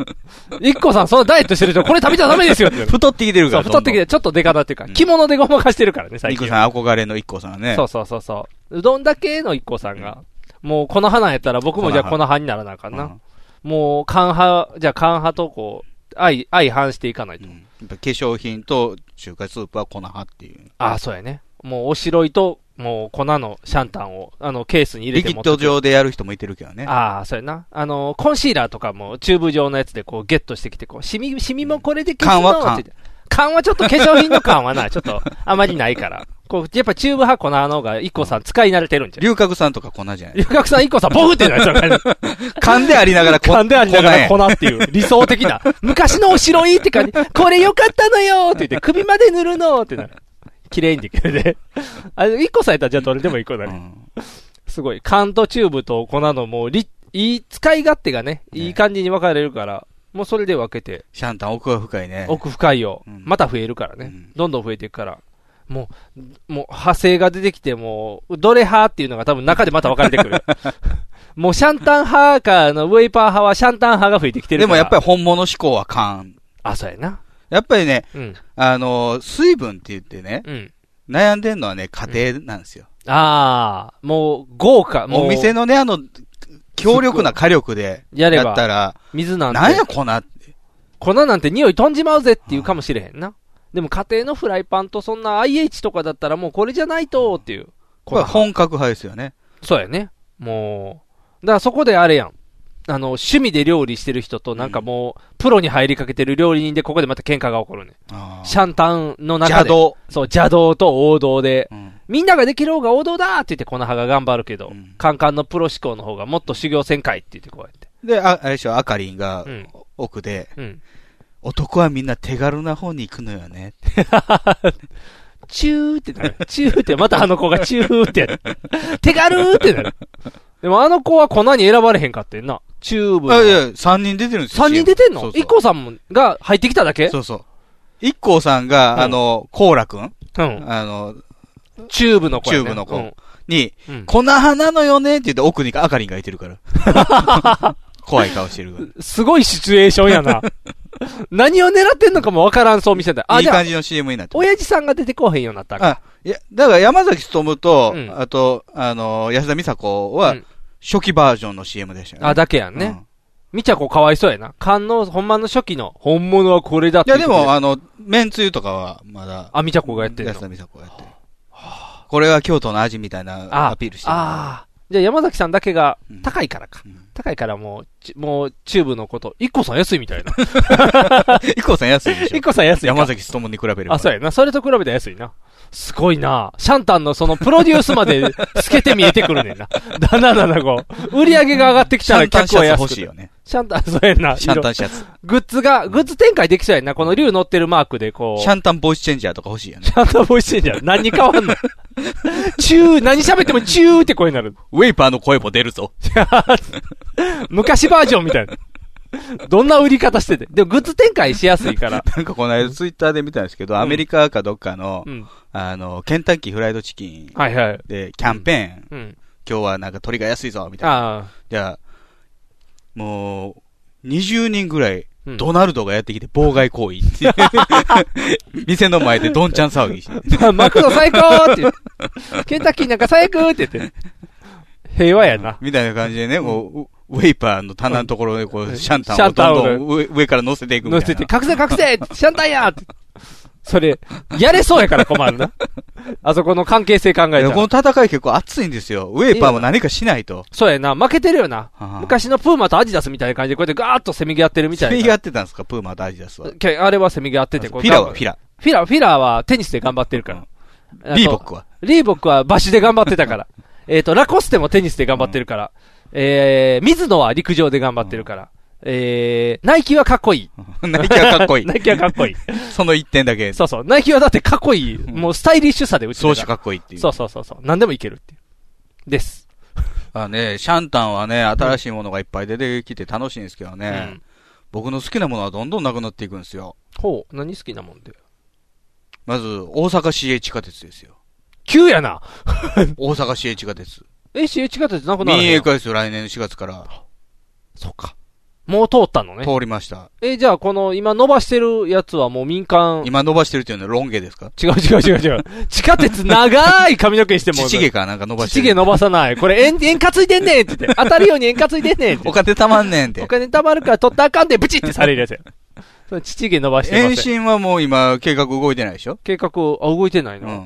Speaker 3: 一個さん、そのダイエットしてる人、これ食べちゃダメですよってなる
Speaker 2: 太ってきてるから
Speaker 3: そう太ってきて、ちょっとデカだっていうか、着物でごまかしてるからね、最
Speaker 2: 一
Speaker 3: 近
Speaker 2: 行。さん憧れの一行さんはね。
Speaker 3: そうそうそうそう。うどんだけの一個さんが。もう、粉派なんやったら、僕もじゃあ粉
Speaker 2: 粉派
Speaker 3: 派にならなあかんな。もう、缶派、じゃあ缶派とこう、相、相反していかないと。
Speaker 2: やっぱ化粧品と中華スープは粉派っていう。
Speaker 3: ああ、そうやね。もう、おしろいと、もう、粉のシャンタンを、あの、ケースに入れ
Speaker 2: リ
Speaker 3: て
Speaker 2: キ
Speaker 3: 持
Speaker 2: ッ
Speaker 3: ってく
Speaker 2: ド
Speaker 3: る
Speaker 2: 上でやる人もいてるけどね。
Speaker 3: ああ、そうやな。あの、コンシーラーとかもチューブ状のやつでこうゲットしてきて、こう、シミ、シミもこれで消すの
Speaker 2: 缶は缶
Speaker 3: ついて缶はちょっと化粧品の缶はな、ちょっ とあまりないから。こう、やっぱチューブ派粉の方が一個さん使い慣れてるんじゃない
Speaker 2: 龍角さんとか粉じゃない
Speaker 3: 龍 角さん一個さんボフってなっちゃうからね。
Speaker 2: 勘でありなが ら粉
Speaker 3: 勘でありながら粉
Speaker 2: 粉や
Speaker 3: っていう理想的な。昔のおしろいって感じ。これ良かったのよって言って首まで塗るのってなる。綺麗にできるね。あれ、一個されたらじゃあどれでも一個だね。すごい。缶とチューブと粉のもうり、いい使い勝手がね、いい感じに分かれるから、もうそれで分けて、
Speaker 2: シャンタン奥が深いね。
Speaker 3: 奥深いよ。また増えるからね。どんどん増えていくから。もう、もう派生が出てきて、もう、どれ派っていうのが多分中でまた分かれて くる。もうシャンタン派か、あの、ウェイパー派はシャンタン派が増えてきてる
Speaker 2: で
Speaker 3: から。
Speaker 2: もやっぱり本物志向は缶。
Speaker 3: あ、そうやな。
Speaker 2: やっぱりね、
Speaker 3: うん
Speaker 2: あのー、水分って言ってね、
Speaker 3: うん
Speaker 2: 悩んでんのはね、家庭なんですよ。
Speaker 3: ああ、もう、豪華、もう。
Speaker 2: お店のね、あの、強力な火力で、
Speaker 3: やれば
Speaker 2: ったら、
Speaker 3: 水なんて。
Speaker 2: なんや粉って。
Speaker 3: 粉なんて匂い飛んじまうぜっていうかもしれへんな。でも家庭のフライパンとそんな IH とかだったらもうこれじゃないとっていう。
Speaker 2: これ本格派ですよね。
Speaker 3: そうやね。もう。だからそこであれやん。あの、趣味で料理してる人となんかもう、プロに入りかけてる料理人でここでまた喧嘩が起こるね。シャンタンの中
Speaker 2: 邪
Speaker 3: で。
Speaker 2: 道。
Speaker 3: そう、邪道と王道で。みんなができる方が王道だって言ってこの葉が頑張るけど、カンカンのプロ志向の方がもっと修行せんかいって言ってこうやって。
Speaker 2: で、あ、あれでしょ、あかりんが、奥で、男はみんな手軽な方に行くのよね。
Speaker 3: チューってなる。チューって、またあの子がチューってやる。手軽ーってなる。でもあの子は粉に選ばれへんかってんな。チューブの。
Speaker 2: あいやいや、3人出てるんですよ。
Speaker 3: 3人出てんの
Speaker 2: そうそう
Speaker 3: 一 ?IKKO さんもが入ってきただけ
Speaker 2: そうそう。一光さんが、あの、コーラくん、あの、
Speaker 3: チューブの子
Speaker 2: チ
Speaker 3: や
Speaker 2: ュ
Speaker 3: ね
Speaker 2: ーブの子、
Speaker 3: うん
Speaker 2: に、
Speaker 3: うん
Speaker 2: 粉派なのよねって言って奥にあかりんがいてる から。怖い顔してるから。
Speaker 3: すごいシチュエーションやな。 何を狙ってんのかもわからんそう見せた。あ、
Speaker 2: いい
Speaker 3: じゃあ
Speaker 2: 感、じの CM になって
Speaker 3: 親父さんが出てこうへんようになったんか
Speaker 2: あ、いや、だから山崎努と、あと、あの、安田美沙子は、初期バージョンの CM でしたよね。
Speaker 3: あ、だけやんね。みちゃこかわいそうやな。観音、ほんまの初期の、本物はこれだっ
Speaker 2: い
Speaker 3: て
Speaker 2: や、でも、あ
Speaker 3: の、
Speaker 2: の、麺つゆとかは、まだ。
Speaker 3: あ、みちゃこがやってる
Speaker 2: 安田美沙子がやってる。これは京都の味みたいなアピールしてる。
Speaker 3: ああ。じゃあ山崎さんだけが高いからか。高いからもう、ちもうチューブのこと、一個さん安いみたいな。
Speaker 2: 一個さん安いでしょ。
Speaker 3: 一個さん安いか。
Speaker 2: 山崎すともに比べれば。
Speaker 3: あ、そうやな。それと比べたら安いな。すごいな。シャンタンのそのプロデュースまで透けて見えてくるねんな。775。売り上げが上がってきたら結構安くて
Speaker 2: シャンタンシャツ欲しいよね。
Speaker 3: シャンタン、そうやな。
Speaker 2: シャンタンシャツ。
Speaker 3: グッズが、グッズ展開できそうやな。この竜乗ってるマークでこう。
Speaker 2: シャンタンボイスチェンジャーとか欲しいよ ね。
Speaker 3: シャンタンボイスチェンジャー。何に変わ んのチュー、何喋ってもチューって声になる。
Speaker 2: ウェイパーの声も出るぞ。
Speaker 3: 昔バージョンみたいな。どんな売り方してて。でもグッズ展開しやすいから。
Speaker 2: なんかこの間ツイッターで見たんですけど、アメリカかどっかの、
Speaker 3: うん
Speaker 2: あの、ケンタッキーフライドチキン
Speaker 3: はいはい
Speaker 2: で、キャンペーン、
Speaker 3: うんうん
Speaker 2: 今日はなんか鳥が安いぞ、みたい
Speaker 3: ああ
Speaker 2: な。。じゃあ、もう、20人ぐらい、
Speaker 3: うん
Speaker 2: ドナルドがやってきて妨害行為っていう 店の前でドンちゃん騒ぎして。
Speaker 3: まあマクド最高って言ってケンタッキーなんか最高って言って。平和やな。
Speaker 2: みたいな感じでね、こう、ウウェイパーの棚のところでこう、シャンタンを
Speaker 3: シャンタンを
Speaker 2: どんどん上上から乗せていくみたい
Speaker 3: 乗
Speaker 2: な。
Speaker 3: せて、隠せ隠せシャンタンやって。それ、やれそうやから困るな。あそこの関係性考えた
Speaker 2: いや
Speaker 3: ら。
Speaker 2: この戦い結構熱いんですよ。ウェイパーも何かしないと。
Speaker 3: そうやな、負けてるよな
Speaker 2: はあ。
Speaker 3: 昔のプーマとアディダスみたいな感じで、こうやってガーッとせめぎ合ってるみたいな。
Speaker 2: セミがやってたんですか、プーマとアジダスは。
Speaker 3: けあれはせめぎ合ってて、
Speaker 2: フ
Speaker 3: こう
Speaker 2: ィラはフィラ。
Speaker 3: フィラ、フィラはテニスで頑張ってるから。
Speaker 2: リーボックは
Speaker 3: あとリーボックはバシで頑張って たから。えっと、ラコステもテニスで頑張ってるから。えー、水野は陸上で頑張ってるから。えー、ナイキはかっこいい。
Speaker 2: ナイキはかっこいい
Speaker 3: ナイキはかっこいい。
Speaker 2: その一点だけ。
Speaker 3: そうそう。ナイキはだってかっこいい。もうスタイリッシュさで打ち
Speaker 2: 装飾かっこいいっていう
Speaker 3: そうそうそうそう。何でもいけるっていう。です。
Speaker 2: あね、シャンタンはね、新しいものがいっぱい出てきて楽しいんですけどね。僕の好きなものはどんどんなくなっていくんですよ。
Speaker 3: ほう、何好きなもんで。
Speaker 2: まず、大阪市営地下鉄です よ。
Speaker 3: 急やな
Speaker 2: 大阪市営地下鉄。
Speaker 3: え、CH 型ってなくなる
Speaker 2: 民営化ですよ、来年の4月から。
Speaker 3: そっか。もう通ったのね。
Speaker 2: 通りました。
Speaker 3: え、じゃあこの今伸ばしてるやつはもう民間。
Speaker 2: 今伸ばしてるっていうのはロン毛ですか
Speaker 3: 違う違う違う違う。 地下鉄長い髪の毛にしても。
Speaker 2: ちげかなんか伸ばして
Speaker 3: ちげ伸ばさない。これ円、円担いでんねんって言って。当たるように円担いでんねんっ て。
Speaker 2: お金たまんねんって
Speaker 3: お。金貯まるから取ったらあかんで、ブチってされる やつや。それ、ちげ伸ばしてません。
Speaker 2: 延伸はもう今、計画動いてないでしょ
Speaker 3: 計画、あ、動いてないな。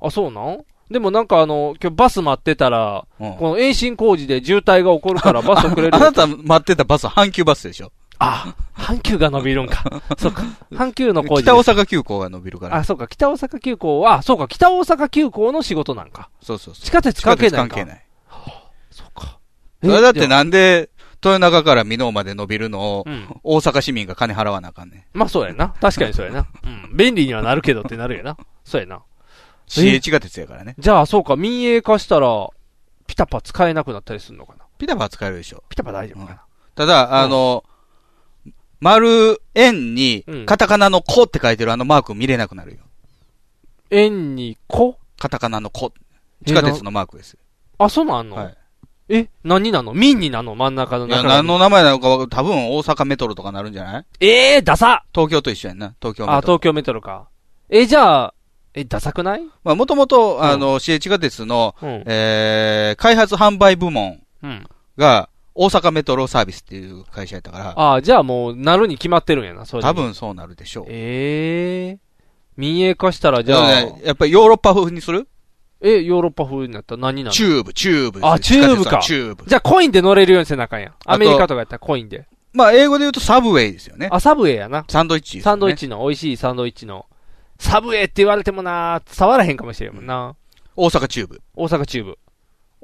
Speaker 3: あ、そうなんでもなんかあの、今日バス待ってたら、
Speaker 2: うん
Speaker 3: この延伸工事で渋滞が起こるからバス遅れる。
Speaker 2: あなた待ってたバス、阪急バスでしょ
Speaker 3: あ、阪急が伸びるん か。そっか。阪急の工事。
Speaker 2: 北大阪急行が伸びるから。
Speaker 3: あ、そうか、北大阪急行は、あそうか、北大阪急行の仕事なんか。
Speaker 2: そうそうそう。
Speaker 3: 地下鉄関係ない
Speaker 2: 地下鉄関
Speaker 3: か
Speaker 2: 係ない。
Speaker 3: え
Speaker 2: それだってなんで、豊中から美濃まで伸びるのを、
Speaker 3: ん
Speaker 2: 大阪市民が金払わなあかんねん。
Speaker 3: まあそうやな。確かにそうやな。うん。便利にはなるけどってな るよな。そうやな。
Speaker 2: 市営
Speaker 3: え
Speaker 2: 地下鉄やからね。
Speaker 3: じゃあそうか、民営化したら、ピタパ使えなくなったりするのかな。
Speaker 2: ピタパは使えるでしょ。
Speaker 3: ピタパ大丈夫かな。
Speaker 2: ただ、あの、丸円に、カタカナの子って書いてるあのマーク見れなくなるよ。
Speaker 3: 円に子
Speaker 2: カタカナの子。地下鉄のマークです。
Speaker 3: あ、そうなんの、え、何なの民になの真ん中の
Speaker 2: いや、
Speaker 3: 中
Speaker 2: 何の名前なのかわか多分大阪メトロとかなるんじゃない
Speaker 3: ええー、ダサ
Speaker 2: 東京と一緒やんな。東京メトロ。
Speaker 3: あ、東京メトロか。え、じゃあ、え、ダサくない
Speaker 2: まあ、もともと、あの、市営地下鉄の、
Speaker 3: うん
Speaker 2: えー、開発販売部門
Speaker 3: うん。
Speaker 2: が、大阪メトロサービスっていう会社やったから、
Speaker 3: ああ、じゃあもう、なるに決まってるんやな、それ。
Speaker 2: 多。分そうなるでしょう。
Speaker 3: ええー。民営化したら、じ
Speaker 2: じゃ
Speaker 3: ゃあ、
Speaker 2: あ、やっぱりヨーロッパ風にする
Speaker 3: え、ヨーロッパ風になったら何になる
Speaker 2: チューブ、チューブですよ。
Speaker 3: あ、チュー
Speaker 2: 地
Speaker 3: ブか。
Speaker 2: 下鉄はチューブ。
Speaker 3: じゃあ、コインで乗れるようにせなあかんやん。
Speaker 2: と
Speaker 3: アメリカとかやったらコインで。
Speaker 2: まあ、英語で言うとサブウェイですよね。
Speaker 3: あ、サブウェイやな。
Speaker 2: サンドイッチです
Speaker 3: サ
Speaker 2: よね、
Speaker 3: ンドイッチの、美味しいサンドイッチの。サブウェイって言われてもな、伝わらへんかもしれんもんな。
Speaker 2: 大阪チューブ。
Speaker 3: 大阪チューブ。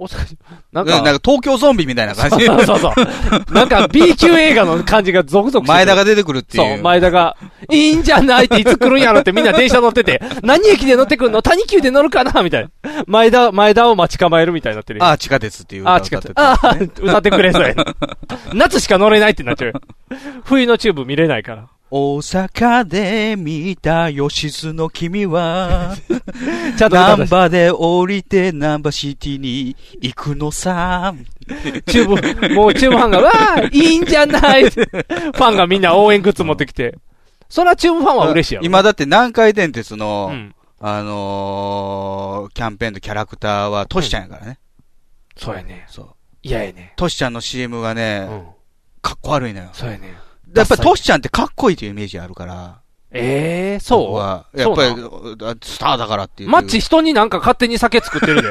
Speaker 3: 大阪チューブ。
Speaker 2: な
Speaker 3: なんん
Speaker 2: か、
Speaker 3: か、
Speaker 2: 東京ゾンビみたいな感じ。
Speaker 3: そうそうそうそう。なんか B 級映画の感じが続々してくる
Speaker 2: 前田が出てくるっていう
Speaker 3: そう、前田が、いいんじゃないっていつ来るんやろってみんな電車乗っ てて、何駅で乗ってくるの谷急で乗るかなみたいな。前田、前田を待ち構えるみたいになってる。
Speaker 2: ああ、地下鉄っていう歌
Speaker 3: あ
Speaker 2: を
Speaker 3: あ、
Speaker 2: 歌っ
Speaker 3: 地下
Speaker 2: て
Speaker 3: 鉄。
Speaker 2: た
Speaker 3: ああ、歌ってくれ、それ。夏しか乗れないってなっちゃう。冬のチューブ見れないから。
Speaker 2: 大阪で見た吉津の君 は、
Speaker 3: ちゃんと
Speaker 2: ナ
Speaker 3: 歌
Speaker 2: ン
Speaker 3: 出して
Speaker 2: バで降りてナンバシティに行くのさ。
Speaker 3: チューブ、もうチューブファンが、わあ、いいんじゃないってファンがみんな応援グッズ持ってきて。そらチューブファンは嬉しいやろ。
Speaker 2: 今だって南海電鉄の、
Speaker 3: うん
Speaker 2: あのーキャンペーンのキャラクターはトシちゃんやからね。
Speaker 3: そうやね。
Speaker 2: そう。
Speaker 3: 嫌やね。
Speaker 2: トシちゃんの CM がね、かっこ悪いのよ。
Speaker 3: そうやね。
Speaker 2: やっぱりトシちゃんってかっこいいというイメージあるから、
Speaker 3: ええー、そう
Speaker 2: 僕はやっぱり
Speaker 3: そ、
Speaker 2: スターだからっていう。
Speaker 3: マッチ人になんか勝手に酒作ってるで。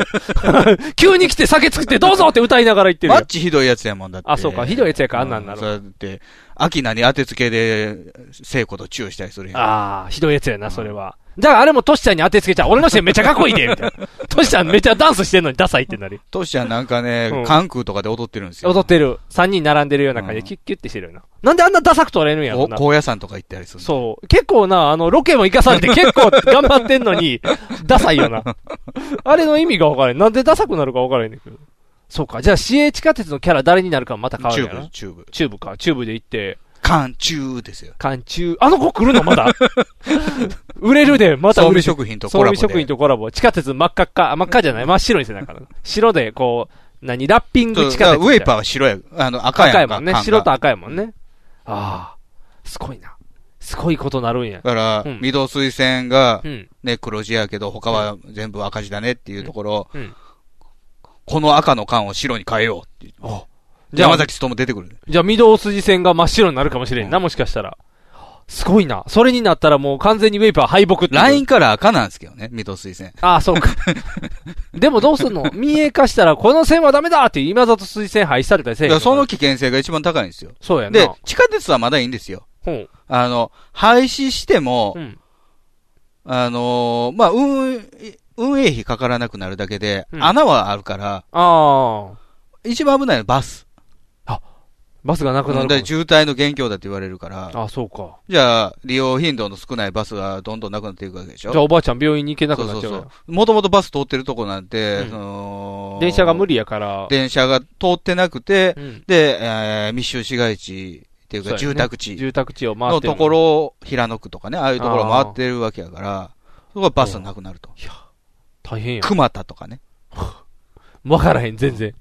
Speaker 3: 急に来て酒作ってどうぞって歌いながら言ってる
Speaker 2: マ
Speaker 3: やん
Speaker 2: ッチひどいやつやもんだって。
Speaker 3: あ、そうか。ひどいやつやからあんなんな
Speaker 2: うん
Speaker 3: る。
Speaker 2: そうやって、アキナに当てつけで、聖子とチューしたりするやん。
Speaker 3: ああ、ひどいやつやな、それは。じゃああれもトシちゃんに当てつけちゃう。俺の人めっちゃかっこいいで、みたい な。トシちゃんめっちゃダンスしてんのにダサいってなる。
Speaker 2: トシちゃんなんか
Speaker 3: う
Speaker 2: ね
Speaker 3: ん、
Speaker 2: 関空とかで踊ってるんですよ。
Speaker 3: 踊ってる。3人並んでるような感じでキュッキュッてしてるよな。なんであんなダサく撮れるんやろ
Speaker 2: こ
Speaker 3: な。
Speaker 2: 高野山とか行ったりする。
Speaker 3: そう。結構な、あの、ロケも行かされて結構頑張ってんのに、ダサい よな。あれの意味が分からへん。なんでダサくなるか分からへんねんけど。そうか。じゃあ、市営地下鉄のキャラ誰になるかまた変わるんやな。
Speaker 2: チューブ、
Speaker 3: チューブか。チューブで行って。
Speaker 2: 缶中ですよ。
Speaker 3: 缶中。あの子来るのまだ 売れるで、また売れる
Speaker 2: 装備食品とコラボで
Speaker 3: 装備食品とコラボ。地下鉄真っ赤っか、あ真っ赤じゃない真っ白にせなあからん。白で、こう、何ラッピング地下
Speaker 2: だ
Speaker 3: 鉄
Speaker 2: から
Speaker 3: みた
Speaker 2: ウ
Speaker 3: い
Speaker 2: ェ
Speaker 3: な。
Speaker 2: イパーは白や、あの、赤やんか。
Speaker 3: 赤いもんね。
Speaker 2: 缶が
Speaker 3: 白と赤いもんね。ああ、すごいな。すごいことなるんや。
Speaker 2: だから、
Speaker 3: うん
Speaker 2: 御堂水線が
Speaker 3: うん、
Speaker 2: ね、黒字やけど、他は全部赤字だねっていうところ、
Speaker 3: うんうん
Speaker 2: この赤の缶を白に変えようっていう。
Speaker 3: じゃあ
Speaker 2: 山崎努も出てくる。
Speaker 3: じゃあ、御堂筋線が真っ白になるかもしれんな、もしかしたら。すごいな。それになったらもう完全にウェイパー敗北って。
Speaker 2: ラインから赤なんですけどね、御堂水線。
Speaker 3: ああ、そう か。でもどうすんの民営化したら、この線はダメだって今里推薦廃止されたりせえへ
Speaker 2: だ
Speaker 3: ん
Speaker 2: か
Speaker 3: の
Speaker 2: らその危険性が一番高いんですよ。
Speaker 3: そうやんな
Speaker 2: で、地下鉄はまだいいんですよ。
Speaker 3: ほう
Speaker 2: あの、廃止しても、
Speaker 3: ん
Speaker 2: あのーまあ、運、運営費かからなくなるだけで、
Speaker 3: うん
Speaker 2: 穴はあるから、
Speaker 3: ああ。
Speaker 2: 一番危ないのはバス。
Speaker 3: バスがなくな
Speaker 2: う
Speaker 3: る
Speaker 2: ん
Speaker 3: か
Speaker 2: だか
Speaker 3: も
Speaker 2: ら渋滞の元凶だって言われるから。
Speaker 3: あそうか。
Speaker 2: じゃあ、利用頻度の少ないバスがどんどんなくなっていくわけでしょ
Speaker 3: じゃあおばあちゃん病院に行けなくなっちゃう
Speaker 2: そ
Speaker 3: よ
Speaker 2: そそう。もともとバス通ってるとこなんて、その
Speaker 3: 電車が無理やから。
Speaker 2: 電車が通ってなくて、
Speaker 3: うん
Speaker 2: で、えー密集市街地っていう
Speaker 3: そうや
Speaker 2: か
Speaker 3: ね
Speaker 2: 住宅地
Speaker 3: 住宅地を回っ
Speaker 2: の
Speaker 3: てる
Speaker 2: ところを平野区とかね、ああいうところを回ってるわけやから、そこはバスがなくなると。
Speaker 3: 大変や。
Speaker 2: 熊田とかね。
Speaker 3: わからへん、全然。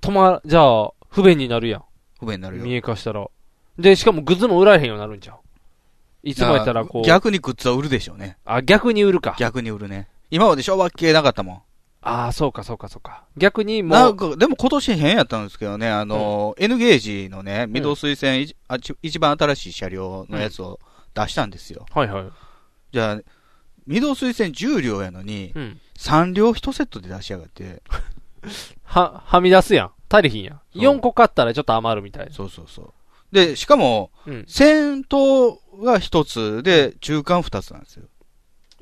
Speaker 3: 止ま、じゃあ、不便になるやん。
Speaker 2: 不便になるよ
Speaker 3: 民営化したら。で、しかもグッズも売られへんようになるんじゃん。いつもやったらこう。
Speaker 2: 逆にグッズは売るでしょうね。
Speaker 3: あ、逆に売るか。
Speaker 2: 逆に売るね。今まで昭和系なかったもん。
Speaker 3: ああ、そうか、そうか、そうか。逆にもう。
Speaker 2: なんか、でも今年変やったんですけどね、あの、N ゲージのね、御堂水線、いあち一番新しい車両のやつを出したんですよ。
Speaker 3: はいはい。
Speaker 2: じゃあ、御堂水線10両やのに、
Speaker 3: うん
Speaker 2: 3両1セットで出しやがって、
Speaker 3: は、はみ出すやん。足りひんやん。4個買ったらちょっと余るみたいな。
Speaker 2: そうそうそう。で、しかも、
Speaker 3: うん
Speaker 2: 先頭が1つで、中間2つなんですよ。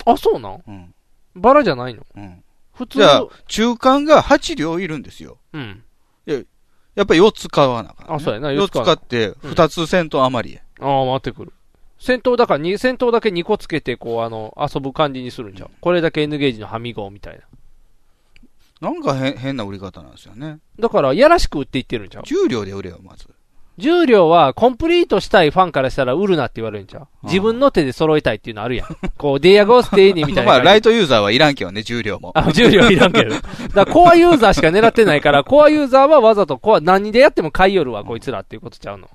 Speaker 3: あ、そうなん
Speaker 2: うん。
Speaker 3: バラじゃないの
Speaker 2: うん。
Speaker 3: 普通
Speaker 2: じゃあ
Speaker 3: の。、
Speaker 2: 中間が8両いるんですよ。
Speaker 3: うん。
Speaker 2: いややっぱり4つ買わなあかん、ね。
Speaker 3: あそうやな
Speaker 2: 4
Speaker 3: 4
Speaker 2: つ
Speaker 3: つ買わ
Speaker 2: 買
Speaker 3: な
Speaker 2: って、2つ先頭余りや。
Speaker 3: ああ、回ってくる。先頭だからに、先頭だけ2個つけて、こう、あの、遊ぶ感じにするんじゃん。これだけ N ゲージのはみ号みたいな。
Speaker 2: なんか変変な売り方なんですよね。
Speaker 3: だから、やらしく売っていってるんじゃん。
Speaker 2: 10両で売れよ、まず。
Speaker 3: 重量は、コンプリートしたいファンからしたら売るなって言われるんじゃん。自分の手で揃えたいっていうのあるやん。 こう、ディアゴーステーニみたいな
Speaker 2: まあ、
Speaker 3: 感じ。
Speaker 2: ライトユーザーはいらんけどね、10両も。
Speaker 3: あ、重量いらんけど。だから、コアユーザーしか狙ってないから、コアユーザーはわざとコア、何でやっても買いよるわ、こいつらっていうことちゃうの。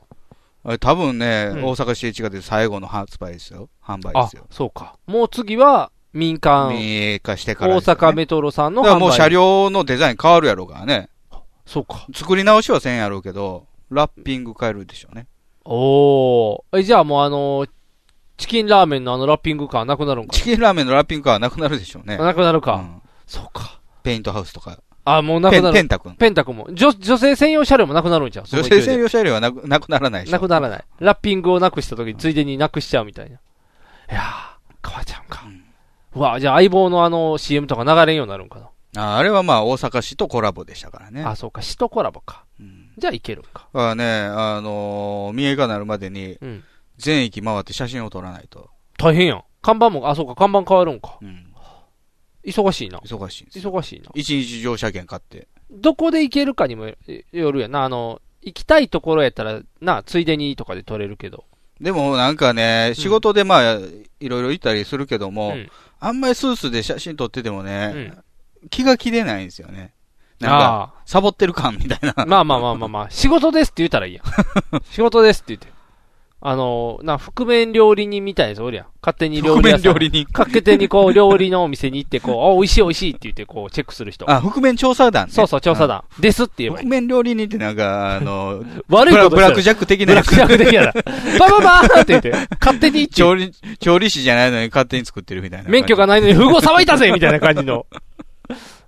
Speaker 2: あれ多分ね、
Speaker 3: うん
Speaker 2: 大阪市営地下で最後の発売ですよ。販売で
Speaker 3: あ
Speaker 2: すよ。、
Speaker 3: そうか。もう次は、民間、
Speaker 2: 民営化してか
Speaker 3: 大
Speaker 2: らですよね、
Speaker 3: 阪メトロさんの
Speaker 2: だか
Speaker 3: 販
Speaker 2: ら
Speaker 3: 売。
Speaker 2: もう車。両のデザイン変わるやろうからね。
Speaker 3: そうか。
Speaker 2: 作り直しはせんやろうけど、ラッピング変えるでしょうね。
Speaker 3: おー。え、じゃあもうあのーチキンラーメンのあのラッピング感なくなるんか
Speaker 2: チキンラーメンのラッピングカーはなくなるでしょうね。
Speaker 3: なくなるか。
Speaker 2: そうか。ペイントハウスとか。
Speaker 3: あ、もうなくなる。
Speaker 2: ペンペンタ君。
Speaker 3: ペンタ君も。女、女性専用車両もなくなるんじゃん。その
Speaker 2: 女
Speaker 3: 勢い
Speaker 2: 性
Speaker 3: で
Speaker 2: 専用車両はなくなくならないでしょ。
Speaker 3: なくならない。ラッピングをなくした時に、ついでになくしちゃうみたいな。いやー、変わっちゃうんか。うわ、じゃあ相棒のあの CM とか流れんようになるんかな。
Speaker 2: ああれはまあ大阪市とコラボでしたからね。
Speaker 3: あ、そうか、市とコラボか。じゃあいけるんか。
Speaker 2: だからね、あのー、三重がなるまでに
Speaker 3: ん、
Speaker 2: 全域回って写真を撮らないと。
Speaker 3: 大変やん。看板も、あ、そうか、看板変わるんか。忙しいな。
Speaker 2: 忙しいんです。
Speaker 3: 忙しいな。
Speaker 2: 一日乗車券買って。
Speaker 3: どこで行けるかにもえよるやな。あの、行きたいところやったら、な、ついでにとかで取れるけど。
Speaker 2: でもなんかね、仕事でまあ、いろいろ行ったりするけども、あんまりスースーで写真撮っててもね、気が切れないんですよね。なんか、サ ボってる感みたいな。
Speaker 3: まあまあまあまあまあ、仕事ですって言ったらいいやん。仕事ですって言って。あの、な、覆面料理人みたいです、おりゃ。勝手に料理屋さ
Speaker 2: 覆面
Speaker 3: ん。
Speaker 2: 料理人
Speaker 3: 勝手にこう、料理のお店に行って、こう、あ、美味しい美味しいって言って、こう、チェックする 人。
Speaker 2: あ、覆面調査団、ね。
Speaker 3: そうそう、調査団。ですって言えばいい。
Speaker 2: 覆面料理人ってなんか、あ の、
Speaker 3: 悪いことしてる
Speaker 2: ブラブラックジャック的な
Speaker 3: ブラックジャック的やな。 バババーンって言って、勝手に行って
Speaker 2: 調理、調理師じゃないのに勝手に作ってるみたいな。
Speaker 3: 免許がないのに不合さばいたぜみたいな感じ の。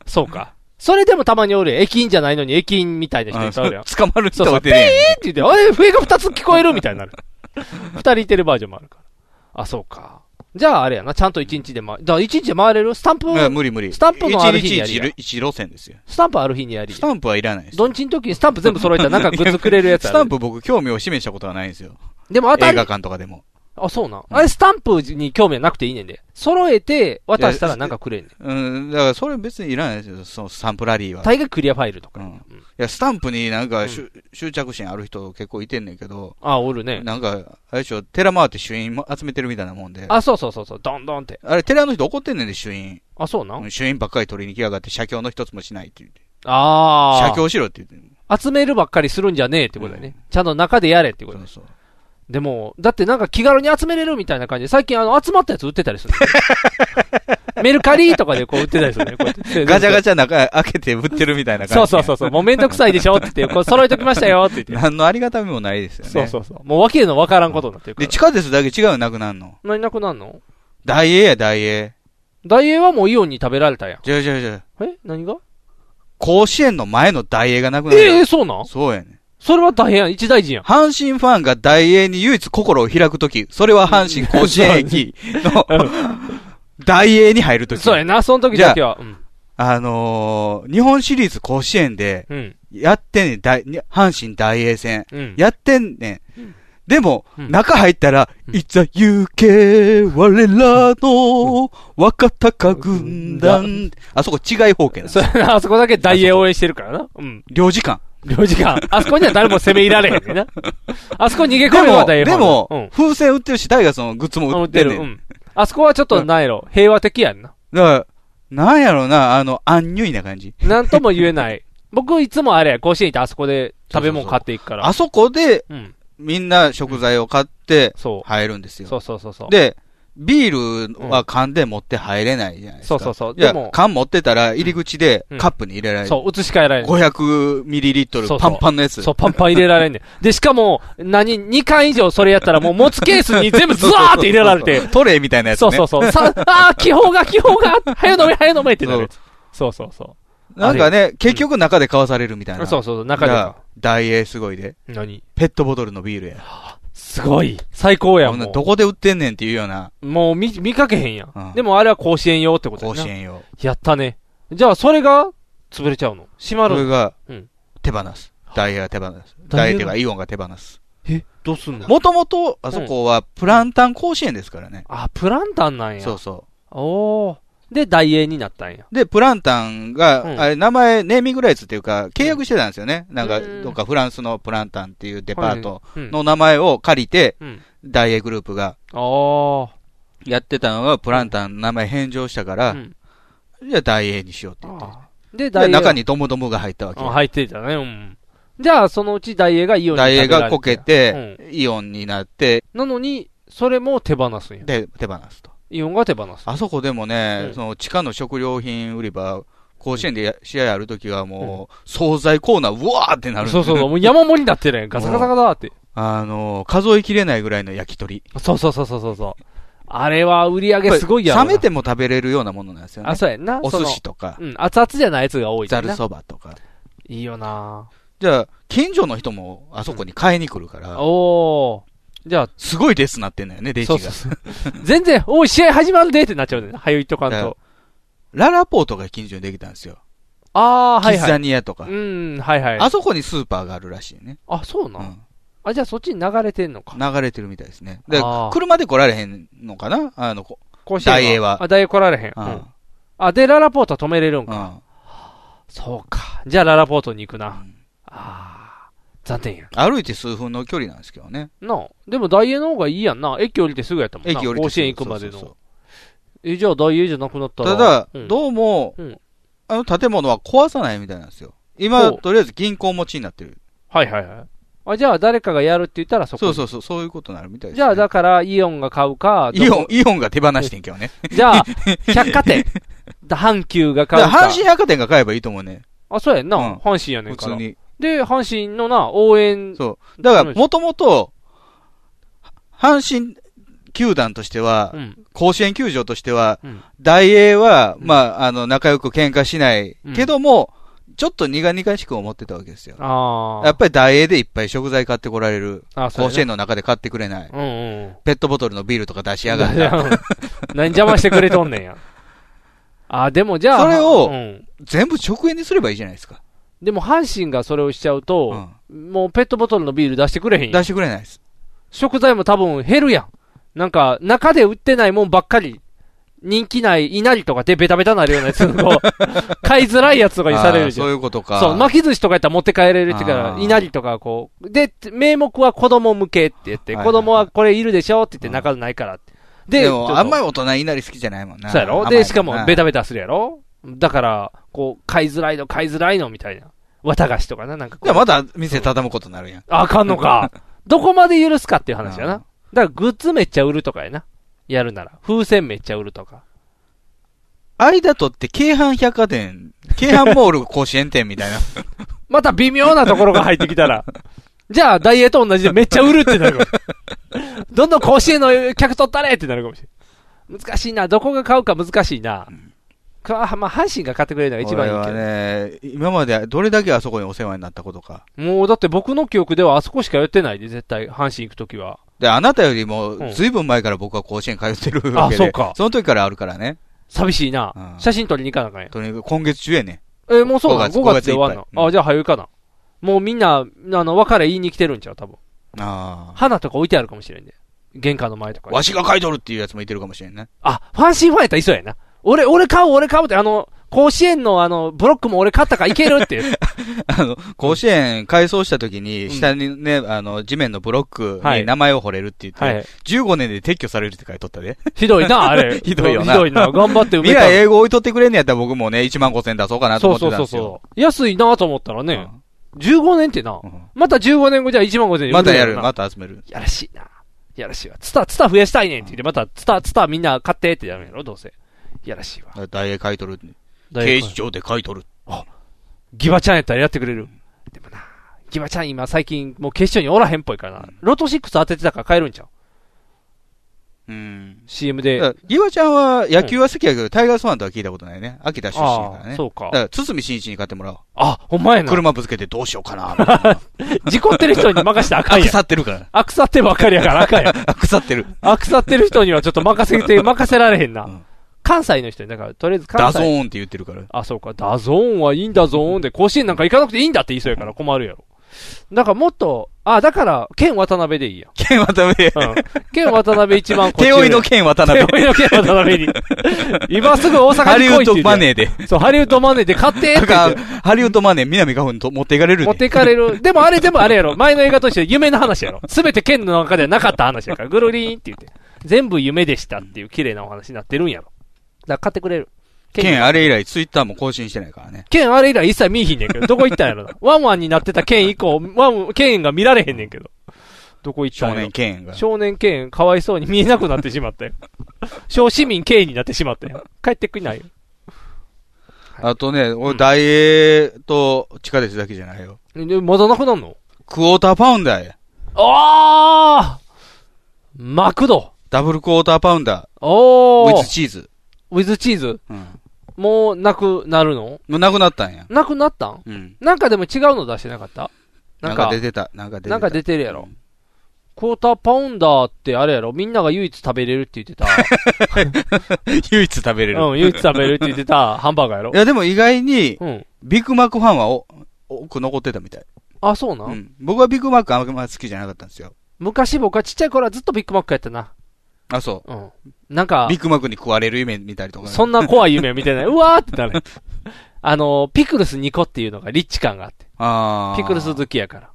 Speaker 3: そうか。それでもたまにおるやん駅員じゃないのに駅員みたいな人いたおるやん。
Speaker 2: 捕まる人
Speaker 3: そうそ
Speaker 2: が
Speaker 3: う、ピ
Speaker 2: 出
Speaker 3: ーン
Speaker 2: るやん
Speaker 3: って言って、あれ、笛が2つ聞こえる みたいになる。2人いてるバージョンもあるから。あ、そうか。じゃああれやな、ちゃんと1日でま、だから1日で回れるスタンプ
Speaker 2: いや無理無理。
Speaker 3: スタンプのある日に
Speaker 2: 一
Speaker 3: や
Speaker 2: 日
Speaker 3: り
Speaker 2: 一
Speaker 3: や
Speaker 2: 路一路線ですよ。
Speaker 3: スタンプある日にやり
Speaker 2: ス。タンプはいらないです。
Speaker 3: どんちん時にスタンプ全部揃えたらなんかグッズくれるやつあ
Speaker 2: ス
Speaker 3: る。
Speaker 2: タンプ僕興味を示したことはないんですよ。
Speaker 3: でも当た
Speaker 2: 映
Speaker 3: り
Speaker 2: 画、館とかでも。
Speaker 3: あ、そうなん。あれスタンプに興味はなくていいねんで。揃えて渡したらなんかくれんねん。
Speaker 2: うん、だからそれ別にいらないですよ、そのスタンプラリーは。
Speaker 3: 大概クリアファイルとか。
Speaker 2: うん、いや、スタンプになんか、しゅ執着心ある人結構いてんねんけど。
Speaker 3: あ、おるね。
Speaker 2: なんか、あれでしょ、寺回って主員も集めてるみたいなもんで。
Speaker 3: あ、そうそうそうそう、どんどんって。
Speaker 2: あれ、寺の人怒ってんねんで、主員。
Speaker 3: あ、そうなん
Speaker 2: 主員ばっかり取りに来やがって、写経の一つもしないって言って。
Speaker 3: ああ。
Speaker 2: 写経しろって言って。
Speaker 3: 集めるばっかりするんじゃねえってことだよね。ちゃんと中でやれってことだよ
Speaker 2: そう
Speaker 3: でも、だってなんか気軽に集めれるみたいな感じで、最近あの集まったやつ売ってたりするんだよメルカリとかでこう売ってたりするね。こうやっ て
Speaker 2: ガチャガチャ中開けて売ってるみたいな感じ。
Speaker 3: そうそうそうそう、もうめんどくさいでしょって言って、これ揃えときましたよって言って。
Speaker 2: 何のありがたみもないですよね。
Speaker 3: そうそうそう。もう訳のわからんことになってるか
Speaker 2: で、地下鉄だけ違うのなくなんの。
Speaker 3: ら。何なくなんの
Speaker 2: 大英や、大英。
Speaker 3: ダイエーはもうイオンに食べられたやん。
Speaker 2: じゃあじゃあじゃあ
Speaker 3: え何が
Speaker 2: 甲子園の前の大英がなくなる。
Speaker 3: ええそうなん
Speaker 2: そうやね。
Speaker 3: それは大変やん。一大事やん。
Speaker 2: 阪神ファンが大英に唯一心を開くとき、それは阪神甲子園駅の大英に入るとき。
Speaker 3: そうやな、その時だけは。うん。
Speaker 2: あのー、日本シリーズ甲子園で
Speaker 3: うん、
Speaker 2: やってんねん、大に阪神大英戦、
Speaker 3: うん
Speaker 2: やってんねん。でも、
Speaker 3: うん
Speaker 2: 中入ったら、いざ行け、我らの若鷹軍団。あそこ違い方形なんです
Speaker 3: それあそこだけ大英応援してるからな。うん。
Speaker 2: 領事館。
Speaker 3: 領事館。あそこには誰も攻め入られへん ねんな。あそこ逃げ込めば大英
Speaker 2: でも、
Speaker 3: う
Speaker 2: で
Speaker 3: ん
Speaker 2: も風船売ってるし、タイガースのグッズも売ってるねん。
Speaker 3: うん。あそこはちょっとなんやろ、平和的やんな。
Speaker 2: だから、なんやろな、あの、アンニュイな感じ。
Speaker 3: なんとも言えない。僕いつもあれや、甲子園行ってあそこで食べ物買っていくから。
Speaker 2: あそこで、
Speaker 3: うん
Speaker 2: みんな食材を買って、入るんですよ。
Speaker 3: そうそうそうそう。、
Speaker 2: で、ビールは缶で持って入れないじゃないですか。
Speaker 3: うんそうそうそう
Speaker 2: いや
Speaker 3: でも
Speaker 2: 缶持ってたら入り口で
Speaker 3: うん
Speaker 2: カップに入れられる。
Speaker 3: そう、移し替えられんねん。
Speaker 2: 500ミリリットル
Speaker 3: そうそ
Speaker 2: パ
Speaker 3: う
Speaker 2: ンパンのやつ。
Speaker 3: そう、パンパン入れられんね ん。で、しかも、何、2巻以上それやったらもう持つケースに全部ズワーって入れら れて。
Speaker 2: トレイみたいなやつ
Speaker 3: そ
Speaker 2: ね。
Speaker 3: うそうそう。さ、あー、気泡が気泡が早飲め早飲めってなるやつ。そうそうそう。
Speaker 2: なんかね、結局中で買わされるみたいな。
Speaker 3: そうそうそう中で
Speaker 2: い
Speaker 3: 買う
Speaker 2: やダイエーすごいで。
Speaker 3: 何
Speaker 2: ペットボトルのビールや。
Speaker 3: すごい。最高やん
Speaker 2: こんな
Speaker 3: もう
Speaker 2: どこで売ってんねんっていうような。
Speaker 3: もう見、見かけへんやん。
Speaker 2: うん
Speaker 3: でもあれは甲子園用ってことや
Speaker 2: 甲
Speaker 3: な
Speaker 2: 子園用。
Speaker 3: やったね。じゃあ、それが、潰れちゃうの閉ま
Speaker 2: こ
Speaker 3: るの
Speaker 2: れが
Speaker 3: うん、
Speaker 2: 手放す。ダイエーが手放す。
Speaker 3: ダ
Speaker 2: ダ
Speaker 3: イエーが
Speaker 2: イエーがイオンが手放す。
Speaker 3: え、どうすんの
Speaker 2: もともと、あそこはプランタン甲子園ですからね。
Speaker 3: あ、プランタンなんや。
Speaker 2: そうそ
Speaker 3: おー。で、大英になったんや。
Speaker 2: う。で、プランタンが、
Speaker 3: うん
Speaker 2: あれ、名前、ネーミングライツっていうか、契約してたんですよね。なんか、どっかフランスのプランタンっていうデパート
Speaker 3: はいうん
Speaker 2: の名前を借りて
Speaker 3: うん、
Speaker 2: ダイエーグループが
Speaker 3: おー。
Speaker 2: やってたのが、プランタンの名前返上したから、じゃあダイエーにしようって言って。
Speaker 3: で、大
Speaker 2: で、
Speaker 3: 英。
Speaker 2: 中にドムドムが入ったわけ
Speaker 3: あ。入ってたね。うん。じゃあ、そのうち大英がイオンに
Speaker 2: ダイエー
Speaker 3: 食べられ
Speaker 2: がこけて、イオンになって、
Speaker 3: なのに、それも手放すんや。
Speaker 2: で、手放すと。
Speaker 3: イオンが手放す。
Speaker 2: あそこでもね、
Speaker 3: うん
Speaker 2: その地下の食料品売り場、甲子園でや試合あるときはもう、惣菜コーナー、うわーってなるんです
Speaker 3: そ
Speaker 2: よ
Speaker 3: うそうそう。もう山盛りになってるやん。ガサガサガサって。
Speaker 2: あのー、数えきれないぐらいの焼き鳥。
Speaker 3: そうそうそうそうそうそう。あれは売り上げすごいやろ
Speaker 2: 冷
Speaker 3: な
Speaker 2: めても食べれるようなものなんですよね。
Speaker 3: あ、そうやんな。
Speaker 2: お
Speaker 3: そ
Speaker 2: 寿
Speaker 3: の
Speaker 2: 司とか
Speaker 3: う、ん、熱々じゃないやつが多い
Speaker 2: ざ
Speaker 3: ねん
Speaker 2: る
Speaker 3: な
Speaker 2: そばとか。
Speaker 3: いいよな
Speaker 2: じゃあ、近所の人もあそこに買いに来るから、
Speaker 3: おー。じゃあ、
Speaker 2: すごいですなってんだよね、レジ
Speaker 3: そう
Speaker 2: が。
Speaker 3: そうそう。全然、おい、試合始まるでってなっちゃうね。早いとかん
Speaker 2: だから
Speaker 3: と。
Speaker 2: ララポートが近所にできたんですよ。
Speaker 3: あー、はい
Speaker 2: キ
Speaker 3: は
Speaker 2: ッ
Speaker 3: い。
Speaker 2: ザニアとか。
Speaker 3: うん、はいはい。
Speaker 2: あそこにスーパーがあるらしいね。
Speaker 3: あ、そうなん、
Speaker 2: うん
Speaker 3: あ、じゃあそっちに流れてんのか。
Speaker 2: 流れてるみたいですね。で
Speaker 3: あー、
Speaker 2: 車で来られへんのかなあの、こ
Speaker 3: 甲子園
Speaker 2: ダイエーは。
Speaker 3: あ、大英来られへん。
Speaker 2: う
Speaker 3: うんん。あ、で、ララポートは止めれるん
Speaker 2: う
Speaker 3: か。
Speaker 2: ん。
Speaker 3: そうか。じゃあララポートに行くな。あー、残念や。
Speaker 2: 歩いて数分の距離なんですけどね。
Speaker 3: なあ。でもダイエーの方がいいやんな。駅降りてすぐやったもんな。
Speaker 2: 駅降りてすぐ
Speaker 3: 甲子園行くまで
Speaker 2: そうそう
Speaker 3: の。え、じゃあダイエーじゃなくなったら。
Speaker 2: ただ、
Speaker 3: うん
Speaker 2: どうも、
Speaker 3: うん
Speaker 2: あの建物は壊さないみたいなんですよ。今、
Speaker 3: ほう
Speaker 2: とりあえず銀行持ちになってる。
Speaker 3: はいはいはい。あじゃあ誰かがやるって言ったらそこ
Speaker 2: そう
Speaker 3: に
Speaker 2: そうそう、そういうことになるみたいです。
Speaker 3: じゃあだからイオンが買うか、
Speaker 2: イオン、イオン
Speaker 3: が。
Speaker 2: が手放してんけどね。
Speaker 3: じゃあ、百 貨店。だ阪急が買う
Speaker 2: だ
Speaker 3: か。
Speaker 2: から阪神百貨店が買えばいいと思うね。
Speaker 3: あ、そうやんな。
Speaker 2: うん
Speaker 3: 阪神やねん
Speaker 2: 普
Speaker 3: か
Speaker 2: 通
Speaker 3: ら。
Speaker 2: に。
Speaker 3: で、阪神のな、応援。
Speaker 2: そう。だから、もともと、阪神球団としては、甲子園球場としては、大英は、まあ、あの、仲良く喧嘩しないけども、ちょっと苦々しく思ってたわけですよ。
Speaker 3: ああ。
Speaker 2: やっぱり大英でいっぱい食材買ってこられる。
Speaker 3: あ
Speaker 2: 甲
Speaker 3: そうやね
Speaker 2: 子園の中で買ってくれない。
Speaker 3: うんうん。
Speaker 2: ペットボトルのビールとか出しやがっ
Speaker 3: いやうん
Speaker 2: た。
Speaker 3: 何邪魔してくれとんね んや。あ、でもじゃあ。
Speaker 2: それを
Speaker 3: うん
Speaker 2: 全部直営にすればいいじゃないですか。
Speaker 3: でも阪神がそれをしちゃうと、もうペットボトルのビール出してくれへん
Speaker 2: 出してくれないです。
Speaker 3: 食材も多分減るやん。なんか、中で売ってないもんばっかり、人気ない稲荷とかでベタベタなるようなや つを、買いづらいやつとかにされるじゃん。
Speaker 2: あーそういうことか
Speaker 3: そう、巻き寿司とかやったら持って帰れるっていうか
Speaker 2: あ
Speaker 3: ら、
Speaker 2: ー
Speaker 3: 稲荷とかこう。で、名目は子供向けって言って、
Speaker 2: はい
Speaker 3: 子供はこれいるでしょって言って中ないからって。
Speaker 2: で、
Speaker 3: ちょ
Speaker 2: も
Speaker 3: っと
Speaker 2: あんまり大人になり好きじゃないもんな。
Speaker 3: そうやろ
Speaker 2: 甘いもん
Speaker 3: で、
Speaker 2: な
Speaker 3: しかも、ベタベタするやろだから、こう、買いづらいの、買いづらいの、みたいな。綿菓子とかな、なんかこう
Speaker 2: いや、まだ店畳むことになるやん。
Speaker 3: あかんの か。どこまで許すかっていう話やな。だから、グッズめっちゃ売るとかやな。やるなら。風船めっちゃ売るとか。
Speaker 2: 間取って、京阪百貨店、京阪モール甲子園店みたいな。
Speaker 3: また微妙なところが入ってきた ら。じゃあ、ダイエーと同じでめっちゃ売るってなるかもしれんどんどん甲子園の客取ったれってなるかもしれん難しいな。どこが買うか難しいな。かまあ、阪神が買ってくれるの が一番いいけど
Speaker 2: 俺は。ね、今までどれだけあそこにお世話になったことか。
Speaker 3: もうだって僕の記憶ではあそこしか寄ってないで、絶対、阪神行くときは。
Speaker 2: で、あなたよりも
Speaker 3: うん、
Speaker 2: ずいぶん前から僕は甲子園通ってる
Speaker 3: あ
Speaker 2: わけで。
Speaker 3: そうか
Speaker 2: その時からあるからね。
Speaker 3: 寂しいな。写真撮りに行かなあかんや。
Speaker 2: とにかく今月中やね。
Speaker 3: えーもうそうなの ?5
Speaker 2: 5月
Speaker 3: 月で終わん
Speaker 2: 5
Speaker 3: の、あ、じゃあ早いかな。もうみんな、あの、別れ言いに来てるんちゃう多分。
Speaker 2: あ
Speaker 3: 花とか置いてあるかもしれんで。玄関の前とか
Speaker 2: あ。
Speaker 3: に。
Speaker 2: わしが買い取るっていうやつもいてるかもしれんね。
Speaker 3: あ、ファンシーファンやったらいそうやな。俺、俺買う、俺買うって、あの、甲子園のあの、ブロックも俺買ったからいけるって。
Speaker 2: あの、甲子園改装した時に、下にね、あの、地面のブロックに名前を彫れるって言って、
Speaker 3: はいはい
Speaker 2: 15年で撤去されるって書いとったで。
Speaker 3: ひどいなあれ
Speaker 2: ひどいよな。
Speaker 3: ひどいな頑張って埋め
Speaker 2: 未
Speaker 3: た
Speaker 2: 来英語置いとってくれんのやったら僕もね、1万5千出そうかなと
Speaker 3: そ
Speaker 2: 思
Speaker 3: う
Speaker 2: っ
Speaker 3: そ
Speaker 2: て
Speaker 3: う
Speaker 2: たん
Speaker 3: そう
Speaker 2: ですよ。
Speaker 3: そう。安いなと思ったらね、15年ってな、また15年後じゃあ1万5000円。
Speaker 2: またやる、また集める。
Speaker 3: やらしいな。やらしいわ。ツタ、ツタ増やしたいねんって言って、またツタ、ツタみんな買ってってやるんやろ、どうせ。やらしいわ。
Speaker 2: 大英買い取る。
Speaker 3: 大英買い
Speaker 2: 警視庁で買い取る。
Speaker 3: ギバちゃんやったらやってくれる。でもな、ギバちゃん今最近もう決勝におらへんっぽいからな。ロト6当ててたから買えるんちゃう
Speaker 2: うん
Speaker 3: ?CM で。
Speaker 2: だからギワちゃんは野球は好きやけど、タイガースファンとは聞いたことないね。秋田出身やから
Speaker 3: あー
Speaker 2: ね。
Speaker 3: そうか
Speaker 2: だから、堤真一に買ってもらおう。
Speaker 3: あ、ほんま やな
Speaker 2: 車ぶつけてどうしようかなみたい な。
Speaker 3: 事故ってる人に任せたらあかんやん
Speaker 2: 腐ってるから。
Speaker 3: あ、腐ってばっかりやからあかんやん。
Speaker 2: 腐ってる。
Speaker 3: あ、腐ってる人にはちょっと任せて、任せられへんな。関西の人に、だからとりあえず
Speaker 2: ダ
Speaker 3: 関西。
Speaker 2: ゾーンって言ってるから。
Speaker 3: あ、そうか、ダゾーンはいいんだゾーンで、甲子園なんか行かなくていいんだって言いそうやから困るやろ。だからもっと、あ、だから、剣渡辺でいいや。
Speaker 2: 剣渡辺。
Speaker 3: うん。剣渡辺一番こっち
Speaker 2: 手
Speaker 3: よ
Speaker 2: 負いの剣渡辺。
Speaker 3: 手負いの剣渡辺に。 今すぐ大阪に来いっ
Speaker 2: ハリウッ
Speaker 3: て言うて
Speaker 2: ドマネーで。
Speaker 3: そう、ハリウッドマネーで買ってって
Speaker 2: だから、ハリウッドマネー、南花粉と持っていかれるで
Speaker 3: 持っていかれる。でもあれでもあれやろ。前の映画として夢の話やろ。すべて剣の中ではなかった話やから。ぐるりーんって言って。全部夢でしたっていう綺麗なお話になってるんやろ。だから買ってくれる。
Speaker 2: 剣あれ以来、ツイッターも更新してないからね。
Speaker 3: 剣あれ以来一切見えひんねんけど。どこ行ったんやろな。ワンワンになってた剣以降、ワン、剣が見られへんねんけど。どこ行ったんや
Speaker 2: 少
Speaker 3: ろ
Speaker 2: 年剣が。
Speaker 3: 少年剣かわいそうに見えなくなってしまったよ。小市民剣になってしまったよ。帰ってくれないよ。
Speaker 2: あとね、俺、大英と地下鉄だけじゃないよ。
Speaker 3: でまだなくなんの
Speaker 2: クォーターパウンダーや。
Speaker 3: あーマクド
Speaker 2: ダブルクォーターパウンダー。
Speaker 3: おー
Speaker 2: ウィズチーズ。
Speaker 3: ウィズチーズ、もうなくなるの
Speaker 2: もうなくなったんや。
Speaker 3: なくなったん、
Speaker 2: うん
Speaker 3: なんかでも違うの出してなかった
Speaker 2: なんか出てた。なんか出てた。
Speaker 3: なんか出てるやろ。クォーターパウンダーってあれやろみんなが唯一食べれるって言ってた。
Speaker 2: 唯一食べれる。
Speaker 3: うん、唯一食べれるって言って たハンバーガーやろ
Speaker 2: いや、でも意外に、ビッグマックファンはお多く残ってたみたい。
Speaker 3: あ、そうなん、
Speaker 2: うん。僕はビッグマックあんま好きじゃなかったんですよ。
Speaker 3: 昔僕はちっちゃい頃はずっとビッグマックやったな。
Speaker 2: あ、そう。
Speaker 3: なんか
Speaker 2: ビッグマックに食われる夢見たりとかね。
Speaker 3: そんな怖い夢見てない。うわーってなる。あの、ピクルス2個っていうのがリッチ感があって。
Speaker 2: あー
Speaker 3: ピクルス好きやから。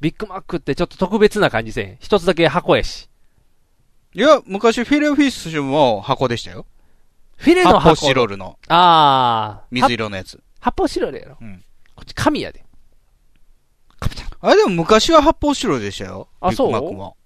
Speaker 3: ビッグマックってちょっと特別な感じせえへん。一つだけ箱やし。
Speaker 2: いや、昔フィレオフィッシュも箱でしたよ。
Speaker 3: フィレの箱
Speaker 2: 発泡スチロールの。
Speaker 3: あー。
Speaker 2: 水色のやつ。
Speaker 3: 発泡スチロールやろ。こっち紙やで。カプチャン。
Speaker 2: あれでも昔は発泡スチロールでしたよ。
Speaker 3: あそう
Speaker 2: ビッグマックも。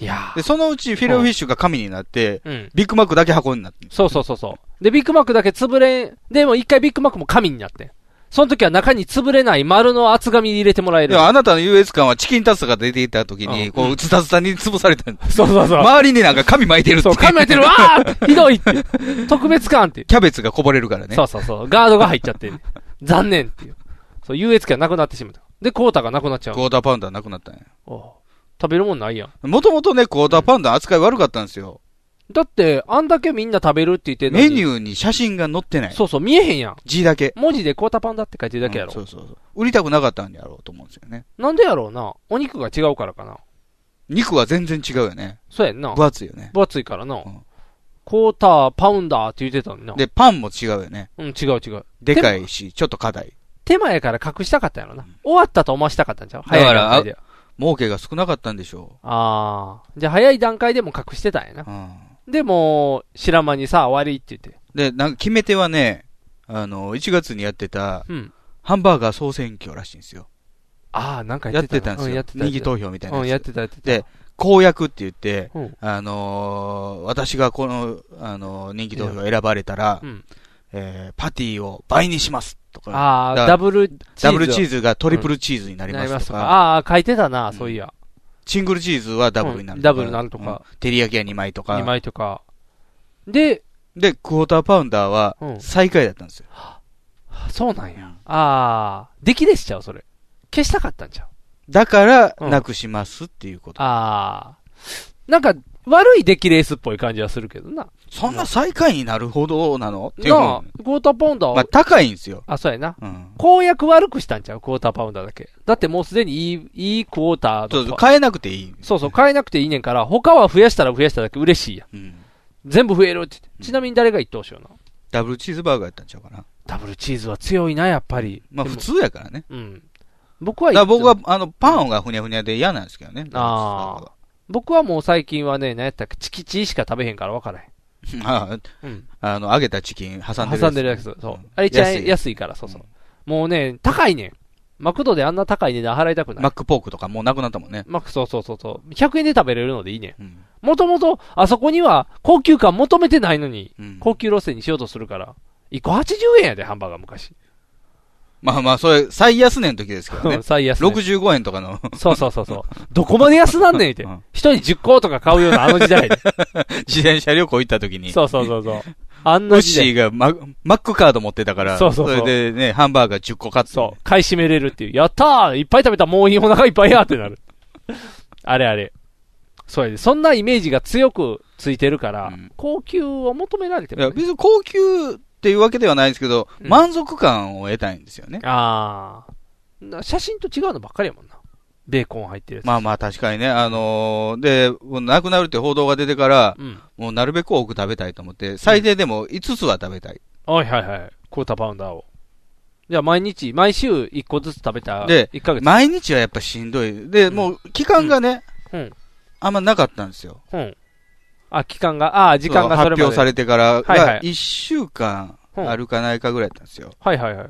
Speaker 3: いや
Speaker 2: で、そのうちフィレオフィッシュが紙になって、
Speaker 3: うん
Speaker 2: ビッグマックだけ箱になって。
Speaker 3: そうそうそうそう。で、ビッグマックだけ潰れん、でも一回ビッグマックも紙になってん。その時は中に潰れない丸の厚紙に入れてもらえ
Speaker 2: で
Speaker 3: る。
Speaker 2: もあなたの優越感はチキンタツタが出ていた時に、こう、つたつたに潰されたん
Speaker 3: そうそうそう
Speaker 2: 周りになんか紙巻いてるって。そう、
Speaker 3: 紙巻いてるわーひどいって。特別感って。
Speaker 2: キャベツがこぼれるからね。
Speaker 3: そうそうそう。ガードが入っちゃって、残念っていう。そう、優越感なくなってしまった。で、クォーターがなくなっちゃう。
Speaker 2: クォーターパウンダーなくなったね。
Speaker 3: 食べるもんないやん。
Speaker 2: もともとね、クォーターパウンダー扱い悪かったんですよ。
Speaker 3: だって、あんだけみんな食べるって言ってんの
Speaker 2: メ
Speaker 3: に
Speaker 2: ニューに写真が載ってない。
Speaker 3: そうそう、見えへんやん。
Speaker 2: 字だけ。
Speaker 3: 文字でクォーターパンダって書いてるだけやろ。
Speaker 2: そうそうそう。売りたくなかったんやろうと思うんですよね。
Speaker 3: なんでやろうな。お肉が違うからかな。
Speaker 2: 肉は全然違うよね。
Speaker 3: そうやんな。
Speaker 2: 分厚いよね。
Speaker 3: 分厚いからな。クォーターパウンダーって言ってたのにな。
Speaker 2: で、パンも違うよね。
Speaker 3: うん、違う違う。
Speaker 2: でかいし、ちょっと硬い。
Speaker 3: 手前から隠したかったやろな。終わったと思わしたかったんちゃう
Speaker 2: だ
Speaker 3: 早い
Speaker 2: から、
Speaker 3: 段
Speaker 2: あ
Speaker 3: 階で。
Speaker 2: 儲けが少なかったんでしょ
Speaker 3: ああ。じゃあ早い段階でも隠してたんやな。で、もう、白間にさ、終わりって言って。
Speaker 2: う。で、なんか決め手はね、あの、1月にやってた
Speaker 3: うん、
Speaker 2: ハンバーガー総選挙らしいんですよ。
Speaker 3: ああ、なんか
Speaker 2: や
Speaker 3: や
Speaker 2: っ
Speaker 3: って
Speaker 2: てたん
Speaker 3: たな。
Speaker 2: です
Speaker 3: うんや
Speaker 2: よ
Speaker 3: っ。てた
Speaker 2: 右投票みたいな
Speaker 3: うん、やってた、やって
Speaker 2: で、公約って言って
Speaker 3: うん、
Speaker 2: あのー、私がこの、あのー、人気投票選ばれたら
Speaker 3: うん、
Speaker 2: えーパティを倍にしますとか。
Speaker 3: ああ
Speaker 2: だから
Speaker 3: ダブルチーズを
Speaker 2: ダブルチーズがトリプルチーズになりま
Speaker 3: なりますす
Speaker 2: と
Speaker 3: と
Speaker 2: か
Speaker 3: か。。ああ、書いてたな、そういや。
Speaker 2: シングルチーズはダブルになる
Speaker 3: うんダブルになると
Speaker 2: うん
Speaker 3: か。
Speaker 2: 照り焼きは2枚とか。
Speaker 3: 2枚とか。で、
Speaker 2: で、クォーターパウンダーは最下位だったんですよ。
Speaker 3: そうなんや。ああ、出来でしちゃう、それ。消したかったんちゃう。
Speaker 2: だから、なくしますっていうこと。
Speaker 3: ああ。なんか、悪い出来レースっぽい感じはするけどな。
Speaker 2: そんな最下位になるほどなのっていう
Speaker 3: なあ
Speaker 2: の、
Speaker 3: クォーターパウンダーは
Speaker 2: まあ高いんですよ。
Speaker 3: あ、そうやな。
Speaker 2: うん
Speaker 3: 公約悪くしたんちゃうクォーターパウンダーだけ。だってもうすでにいい、いいクォーター
Speaker 2: そうそう変えなくていい。
Speaker 3: そうそう、変えなくていいねんから、他は増やしたら増やしただけ嬉しいやん。全部増えるって言って。ちなみに誰が一等賞なの
Speaker 2: ダブルチーズバーガーやったんちゃうかな。
Speaker 3: ダブルチーズは強いな、やっぱり。
Speaker 2: まあ
Speaker 3: でも
Speaker 2: 普通やからね。
Speaker 3: うん。僕はいつ
Speaker 2: だから僕は、あの、パンがふにゃふにゃで嫌なんですけどね。
Speaker 3: ああ。僕はもう最近はね、何やったっけ、チキチーしか食べへんから分からへん。
Speaker 2: あ
Speaker 3: うん
Speaker 2: ああの、揚げたチキン挟んでる。
Speaker 3: 挟んでるやつ。そう。あれ一番安いから、そうそう。もうね、高いねん。マクドであんな高い値段払いたくない。
Speaker 2: マックポークとかもうなくなったもんね。
Speaker 3: マック、そうそうそうそう。100円で食べれるのでいいね
Speaker 2: ん。
Speaker 3: もともと、あそこには高級感求めてないのに、高級路線にしようとするから、1個80円やで、ハンバーガー昔。
Speaker 2: まあまあ、それ、最安値の時ですけどね。
Speaker 3: 最安値
Speaker 2: 65円とかの。
Speaker 3: そうそうそうそう。どこまで安なんねんって。一人10個とか買うようなあの時代。
Speaker 2: 自転車旅行行った時に。
Speaker 3: そうそうそうそう。あん
Speaker 2: ウ
Speaker 3: な
Speaker 2: ッ
Speaker 3: 時
Speaker 2: シ
Speaker 3: 代
Speaker 2: ーがママックカード持ってたから、
Speaker 3: そうそうそう
Speaker 2: れでね、ハンバーガー10個買って。
Speaker 3: そう。買い占めれるっていう。やったーいっぱい食べたもういいお腹いっぱいやってなる。 あれあれ。そうやで。そんなイメージが強くついてるから、高級を求められて
Speaker 2: い
Speaker 3: も、
Speaker 2: や
Speaker 3: ね。
Speaker 2: 別に高級っていうわけではないんですけど、満足感を得たいんですよね。
Speaker 3: あな写真と違うのばっかりやもんな。ベーコン入ってるやつ。
Speaker 2: まあまあ確かにね、あのーで、もう亡くなるって報道が出てから、
Speaker 3: うん
Speaker 2: もうなるべく多く食べたいと思って、最低でも5つは食べたい。
Speaker 3: はいはいはい。クォーターパウンダーを。じゃあ毎日、毎週1個ずつ食べた。
Speaker 2: で
Speaker 3: 1ヶ、月。
Speaker 2: 毎日はやっぱしんどい。で、もう期間がね、
Speaker 3: うん。
Speaker 2: あんまなかったんですよ。
Speaker 3: うん。あ、期間が、あー時間がそれまで
Speaker 2: 発表されてから
Speaker 3: はいは
Speaker 2: が
Speaker 3: い。
Speaker 2: 1週間あるかないかぐらいだったんですよ。
Speaker 3: はいはいはい。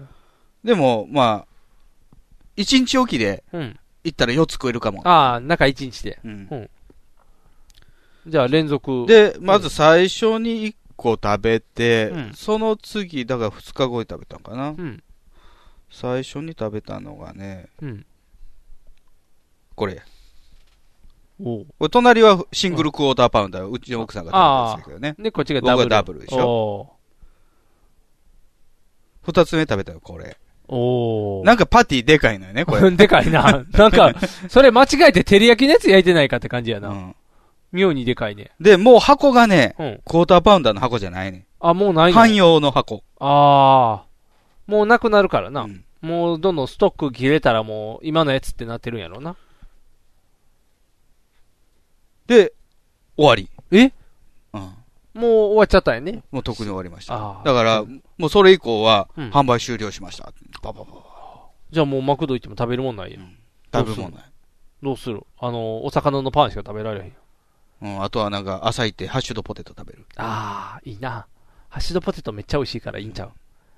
Speaker 2: でも、まあ、1日おきで
Speaker 3: うん。
Speaker 2: 行ったら4つ食えるかも。
Speaker 3: ああ、中1日で。
Speaker 2: うん
Speaker 3: じゃあ連続。
Speaker 2: で、まず最初に1個食べて、
Speaker 3: うん
Speaker 2: その次、だから2日後に食べたんかな。
Speaker 3: ん
Speaker 2: 最初に食べたのがね、
Speaker 3: うん
Speaker 2: これ。
Speaker 3: お
Speaker 2: これ隣はシングルクォーターパウンダー、うちの奥さんが食べたんですけどね。
Speaker 3: ああでこっちがダブル
Speaker 2: 僕がダブルでしょ。二つ目食べたよ、これ。
Speaker 3: おー
Speaker 2: なんかパティでかいのよね、これ。
Speaker 3: でか い な。なんか、それ間違えて照り焼きのやつ焼いてないかって感じやな。妙にでかいね。
Speaker 2: で、もう箱がね、
Speaker 3: うん
Speaker 2: クォーターパウンダーの箱じゃないね。
Speaker 3: あ、もうないの
Speaker 2: 汎用の箱。
Speaker 3: ああ。もうなくなるからな。もうどんどんストック切れたらもう今のやつってなってるんやろうな。
Speaker 2: で、終わり。
Speaker 3: え
Speaker 2: うん。
Speaker 3: もう終わっちゃったんやね。
Speaker 2: もう特に終わりました。
Speaker 3: ああ
Speaker 2: だから、もうそれ以降は
Speaker 3: うん、
Speaker 2: 販売終了しました。パパパパ
Speaker 3: じゃあもうマクド行っても食べるもんないや、
Speaker 2: 食べるもんない。
Speaker 3: どうするあの、お魚のパンしか食べられへん。
Speaker 2: うん、あとはなんか、朝行ってハッシュドポテト食べる。
Speaker 3: ああ、いいな。ハッシュドポテトめっちゃ美味しいからいいんちゃう。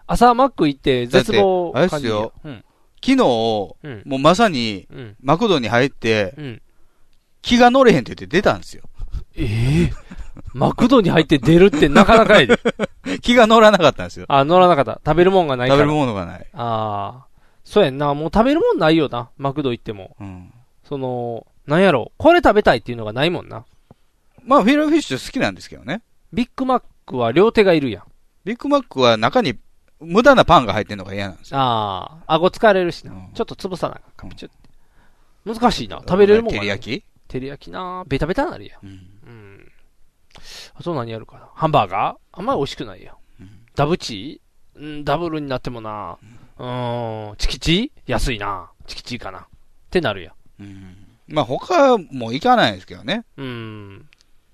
Speaker 3: 朝マック行って絶望
Speaker 2: だってあれっ
Speaker 3: 感
Speaker 2: す
Speaker 3: じる
Speaker 2: よ
Speaker 3: うん。
Speaker 2: 昨日、もうまさに
Speaker 3: うん、
Speaker 2: マクドに入って、
Speaker 3: うん
Speaker 2: 気が乗れへんって言って出たんですよ。
Speaker 3: ええ マクドに入って出るってなかなかやで。
Speaker 2: 気が乗らなかったんですよ。
Speaker 3: あ、乗らなかった。食べるもんがないから。
Speaker 2: 食べるものがない。
Speaker 3: ああ。そうやんな。もう食べるもんないよな。マクド行っても。その、なんやろ。これ食べたいっていうのがないもんな。
Speaker 2: まあ、フィレオフィッシュ好きなんですけどね。
Speaker 3: ビッグマックは両手がいるやん。
Speaker 2: ビッグマックは中に無駄なパンが入ってんのが嫌なんですよ。
Speaker 3: ああ。顎疲れるしな。ちょっと潰さなあかん。プチュって。難しいな。食べれるもん
Speaker 2: 照り焼き
Speaker 3: 照り焼きな。ベタベタになるやん。うん。あと何やるかな。ハンバーガーあんまり美味しくないやん。ダブチーうん、ダブルになってもな。うーん。チキチー安いな。チキチーかな。ってなるやん。
Speaker 2: まあ、他も行かないですけどね。
Speaker 3: うん。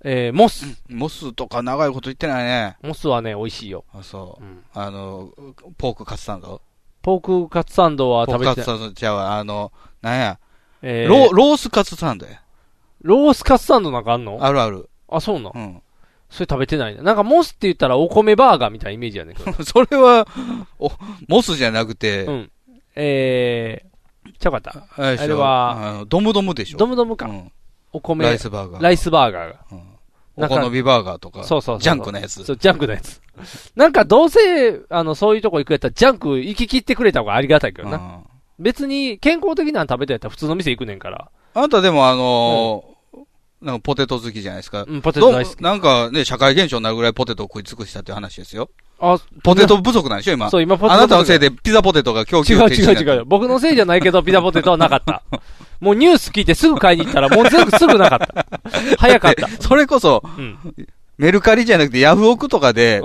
Speaker 3: えー、モス。
Speaker 2: モスとか長いこと言ってないね。
Speaker 3: モスはね、美味しいよ。
Speaker 2: あ、そう。あの、ポークカツサンド
Speaker 3: ポークカツサンドは
Speaker 2: ポー
Speaker 3: 食
Speaker 2: クカ
Speaker 3: べて
Speaker 2: ツ
Speaker 3: な
Speaker 2: サ
Speaker 3: い
Speaker 2: ンドちゃうわ。あの、なんや。
Speaker 3: えー
Speaker 2: ローロースカツサンドや。
Speaker 3: ロースカツサンドなんかあんの
Speaker 2: あるある。
Speaker 3: あ、そうなん。それ食べてないな。なんかモスって言ったらお米バーガーみたいなイメージやねんけ ど。
Speaker 2: それは、お、モスじゃなくて、
Speaker 3: うん。えー、ちゃうかった。
Speaker 2: あれでしょ
Speaker 3: あれは、
Speaker 2: あのドムドムでしょ。
Speaker 3: ドムドムか。お米。
Speaker 2: ライスバーガー
Speaker 3: ライスバーガーが。
Speaker 2: お好みバーガーとか
Speaker 3: そうそうそう
Speaker 2: ジャンクなやつ
Speaker 3: そう、ジャンクなやつ。 なんかどうせ、あの、そういうとこ行くやったらジャンク行き切ってくれた方がありがたいけどな。別に健康的なの食べたやったら普通の店行くねんから。
Speaker 2: あなたでもあのーなんかポテト好きじゃないですか。
Speaker 3: うんポテト大好き
Speaker 2: どうなんかね、社会現象になるぐらいポテトを食い尽くしたっていう話ですよ。
Speaker 3: あ
Speaker 2: ポテト不足なんでしょ、今。
Speaker 3: そう今ポテ
Speaker 2: あ
Speaker 3: ト不
Speaker 2: な
Speaker 3: 足
Speaker 2: たのせいでピザポテトが供
Speaker 3: 違
Speaker 2: 給
Speaker 3: う
Speaker 2: 停止
Speaker 3: 違う
Speaker 2: にな
Speaker 3: 違う。僕のせいじゃないけど、ピザポテトはなか った。もうニュース聞いてすぐ買いに行ったら、もう全部すぐなかった。 早かった。
Speaker 2: それこそ、
Speaker 3: うん。
Speaker 2: メルカリじゃなくてヤフオクとかで、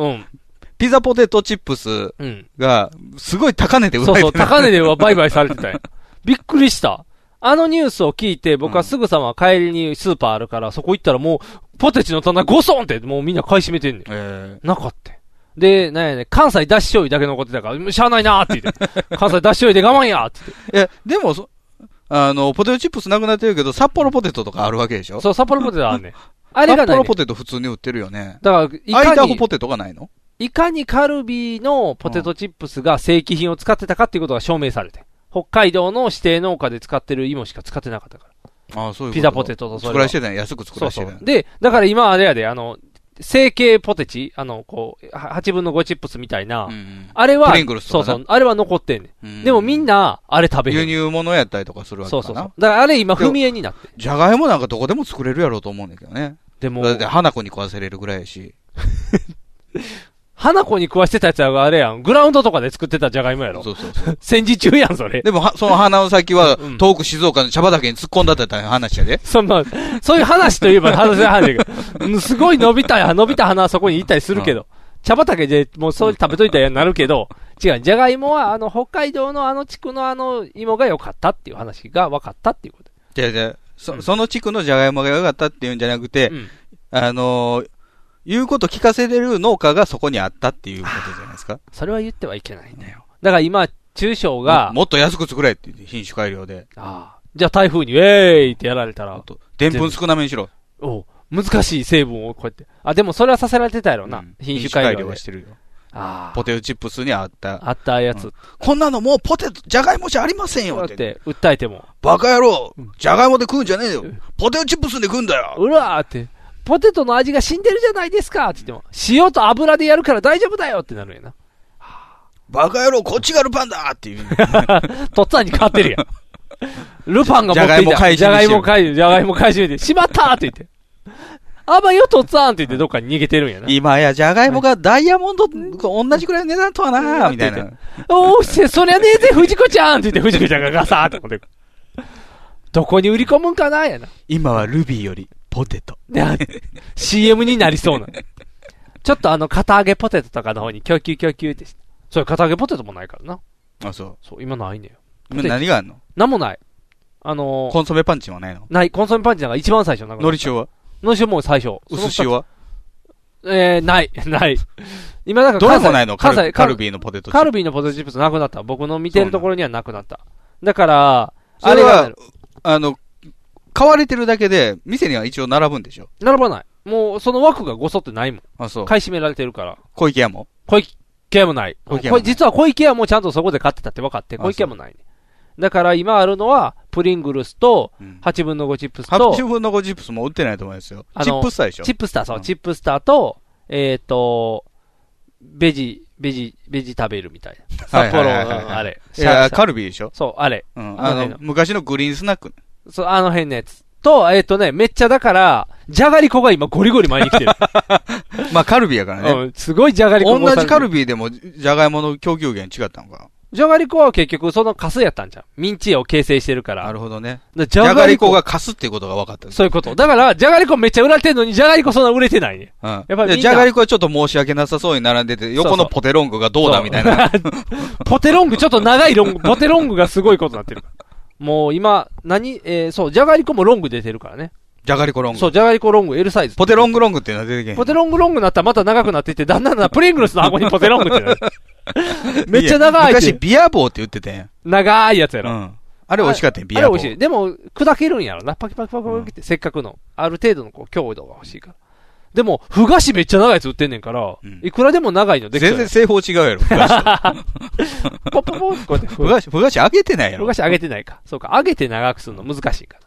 Speaker 2: ピザポテトチップス
Speaker 3: うん
Speaker 2: が、すごい高値で売ら
Speaker 3: そう
Speaker 2: れて
Speaker 3: そう、
Speaker 2: る
Speaker 3: 高値では売買されてたんやびっくりした。あのニュースを聞いて、僕はすぐさま帰りにスーパーあるから、そこ行ったらもう、ポテチの棚ゴソンって、もうみんな買い占めてんねん。なかった。で、なんやねん、関西だし醤油だけ残ってたからうん、しゃあないなーって言って。関西だし醤油で我慢やーって言 って。
Speaker 2: いや、でもそ、あの、ポテトチップスなくなってるけど、札幌ポテトとかあるわけでしょ
Speaker 3: そう、札幌ポテトあんねん。あれがないね
Speaker 2: 札
Speaker 3: ん
Speaker 2: 幌ポテト普通に売ってるよね。
Speaker 3: だから、い
Speaker 2: アイ
Speaker 3: か
Speaker 2: ダホ
Speaker 3: に、
Speaker 2: ポテトがないの
Speaker 3: いかにカルビーのポテトチップスが正規品を使ってたかっていうことが証明されて。北海道の指定農家で使ってる芋しか使ってなかったから。
Speaker 2: ああ、そういうこと
Speaker 3: ピザポテトとそれは
Speaker 2: 作らしてたんや安く作
Speaker 3: そ
Speaker 2: ら
Speaker 3: う
Speaker 2: して
Speaker 3: そ
Speaker 2: たんや
Speaker 3: う。で、だから今あれやで、あの、成形ポテチ、あの、こう、は8分の5チップスみたいな、あれは、
Speaker 2: プリングルスとか
Speaker 3: そう
Speaker 2: な
Speaker 3: そう、あれは残ってんねん。でもみんな、あれ食べへ
Speaker 2: 輸
Speaker 3: ん。
Speaker 2: 入物やったりとかするわけか
Speaker 3: そ
Speaker 2: な
Speaker 3: うそうそう。だからあれ今、踏み絵になって。
Speaker 2: じゃがいもなんかどこでも作れるやろうと思うんだけどね。
Speaker 3: でも
Speaker 2: だって花子に食わせれるぐらいやし。
Speaker 3: 花子に食わしてたやつがあれやん。グラウンドとかで作ってたじゃがいもやろ。
Speaker 2: そうそうそう。
Speaker 3: 戦時中やん、それ。
Speaker 2: でもは、その花の先は
Speaker 3: うん、
Speaker 2: 遠く静岡の茶畑に突っ込んだってた話やで。
Speaker 3: そんな、そういう話といえば話せないけど、 うんすごい伸びた、伸びた花はそこに行ったりするけど、茶畑でもうそう食べといたらなるけど、違う、じゃがいもはあの北海道のあの地区のあの芋が良かったっていう話が分かったっていうこと。
Speaker 2: じゃじゃそ、その地区のじゃがいもが良かったっていうんじゃなくて、あのー言うこと聞かせれる農家がそこにあったっていうことじゃないですか。
Speaker 3: それは言ってはいけないんだよ。だから今、中小が、
Speaker 2: もっと安く作れって言って品種改良で。
Speaker 3: あじゃあ台風にウェーイってやられたら、
Speaker 2: でんぷん少なめにしろ。
Speaker 3: おう難しい成分をこうやって。あ、でもそれはさせられてたやろな。品種改良
Speaker 2: 品
Speaker 3: で
Speaker 2: はしてるよ。
Speaker 3: あ
Speaker 2: ポテトチップスにあった。
Speaker 3: あったやつ。
Speaker 2: こんなのもうポテト、じゃがいもじゃありませんよ
Speaker 3: だ
Speaker 2: っ。
Speaker 3: ってて、訴えても。
Speaker 2: バカ野郎、じゃがいもで食うんじゃねえよ。ポテトチップスで食うんだよ。
Speaker 3: うわーって、ポテトの味が死んでるじゃないですかって言っても、塩と油でやるから大丈夫だよってなるんやな。
Speaker 2: バカ野郎、こっちがルパンだっていう。
Speaker 3: とっつぁんに変わっ てるやん。ルパンが持っていた。
Speaker 2: じゃがいも
Speaker 3: 買い占めて。じゃがいも買い占めて。しまったーって言って。あばよ、とっつぁんって言ってどっかに逃げてるんやな。
Speaker 2: 今や、じゃがいもがダイヤモンドと同じくらいの値段とはなみたいな。
Speaker 3: おーせ、そりゃねえぜ、藤子ちゃんって言って藤子ちゃんがガサーって持ってくる。どこに売り込むんかなやな。
Speaker 2: 今はルビーよりポテト。
Speaker 3: CM になりそうな。ちょっとあの、片揚げポテトとかの方に供給供給ってして。それ片揚げポテトもないからな。
Speaker 2: あ、そう。
Speaker 3: そう、今ないねよ。
Speaker 2: 今何があんの
Speaker 3: なんもない。あのー
Speaker 2: コンソメパンチはないの
Speaker 3: ない、コンソメパンチなんか一番最初なくなった
Speaker 2: 海苔塩は
Speaker 3: 海苔塩もう最初。
Speaker 2: 薄塩は
Speaker 3: えー、ない、 ない。今だから
Speaker 2: どれ
Speaker 3: 関西、
Speaker 2: もないの
Speaker 3: 関
Speaker 2: カ
Speaker 3: 西
Speaker 2: ルカルビーのポテトチップス
Speaker 3: カルビーのポテトチップスなくなった。僕の見てるところにはなくなった。だから、あ
Speaker 2: そ
Speaker 3: れ
Speaker 2: れ
Speaker 3: が
Speaker 2: は、あの、買われてるだけで、店には一応並ぶんでしょ
Speaker 3: 並ばない。もう、その枠がごそってないもん。
Speaker 2: あ、そう。
Speaker 3: 買い占められてるから。
Speaker 2: 小池屋も
Speaker 3: 小池屋もない。
Speaker 2: 小池屋もない
Speaker 3: これ実は小池屋もちゃんとそこで買ってたって分かって、
Speaker 2: あ
Speaker 3: 小池屋もないね。だから今あるのは、プリングルスと、8分の5チップスと、
Speaker 2: 8分の5チップスも売ってないと思いますよ。
Speaker 3: あ
Speaker 2: チッ
Speaker 3: の
Speaker 2: プスターでしょ
Speaker 3: チップスター、そう、チップスターと、えっ、と、ベジ、ベジ、ベジ食べるみたいな。札幌の、
Speaker 2: はいはいはいはい
Speaker 3: あれ。
Speaker 2: いや
Speaker 3: シャ
Speaker 2: カルビでしょ
Speaker 3: そう、あれ。
Speaker 2: うんあの昔のグリーンスナック。
Speaker 3: そう、あの辺のやつ。と、えっ、とね、めっちゃだから、じゃがりこが今ゴリゴリ前に来 てる。
Speaker 2: まあカルビやからね。
Speaker 3: うんすごいじゃがりこ
Speaker 2: 同じカルビでも、じゃがいもの供給源違ったのかな。
Speaker 3: じゃがりこは結局そのカスやったんじゃん。ミンチを形成してるから。なる
Speaker 2: ほどね。
Speaker 3: じ
Speaker 2: じ
Speaker 3: ゃ
Speaker 2: ゃ
Speaker 3: が
Speaker 2: が
Speaker 3: り
Speaker 2: り
Speaker 3: こ
Speaker 2: こが貸すっていうことが分かった。
Speaker 3: そういうこと。だから、じゃがりこめっちゃ売られてんのに、じゃがりこそんな売れてないね。
Speaker 2: うん。や
Speaker 3: っぱりみんな
Speaker 2: じゃがりこはちょっと申し訳なさそうに並んでて、横のポテロングがどうだみたいな。
Speaker 3: ポテロング、ちょっと長いロング、 ポテロングがすごいことになってるから。もう今、何、えー、そう、じゃがりこもロング出てるからね。
Speaker 2: じゃがりこロング。
Speaker 3: そう、じゃがりこロング、L サイズ。
Speaker 2: ポテロングロングっていうのは出てけへん。
Speaker 3: ポテロングロングになったらまた長くなっていって、だんだんな、プリングルスの箱にポテロングってなる。 めっちゃ長い
Speaker 2: や
Speaker 3: って
Speaker 2: 昔、ビアボーって言ってたやん。
Speaker 3: 長いやつやろ。
Speaker 2: うん。あれ美味しかったよ、ビ
Speaker 3: あ
Speaker 2: ア
Speaker 3: れ
Speaker 2: ボ
Speaker 3: 美
Speaker 2: ー。
Speaker 3: 味しい。でも、砕けるんやろな。パキパキパキパキって、せっかくの。ある程度のこう強度が欲しいから。でも、ふ菓子めっちゃ長いやつ売ってんねんから、いくらでも長いのできちゃう
Speaker 2: 全然製法違うやろ、ふ菓 子と。
Speaker 3: ポッポポッこうやって
Speaker 2: ふ菓子、ふ菓子揚げてないやろ。
Speaker 3: ふ菓子揚げてないか。そうか、揚げて長くするの難しいから。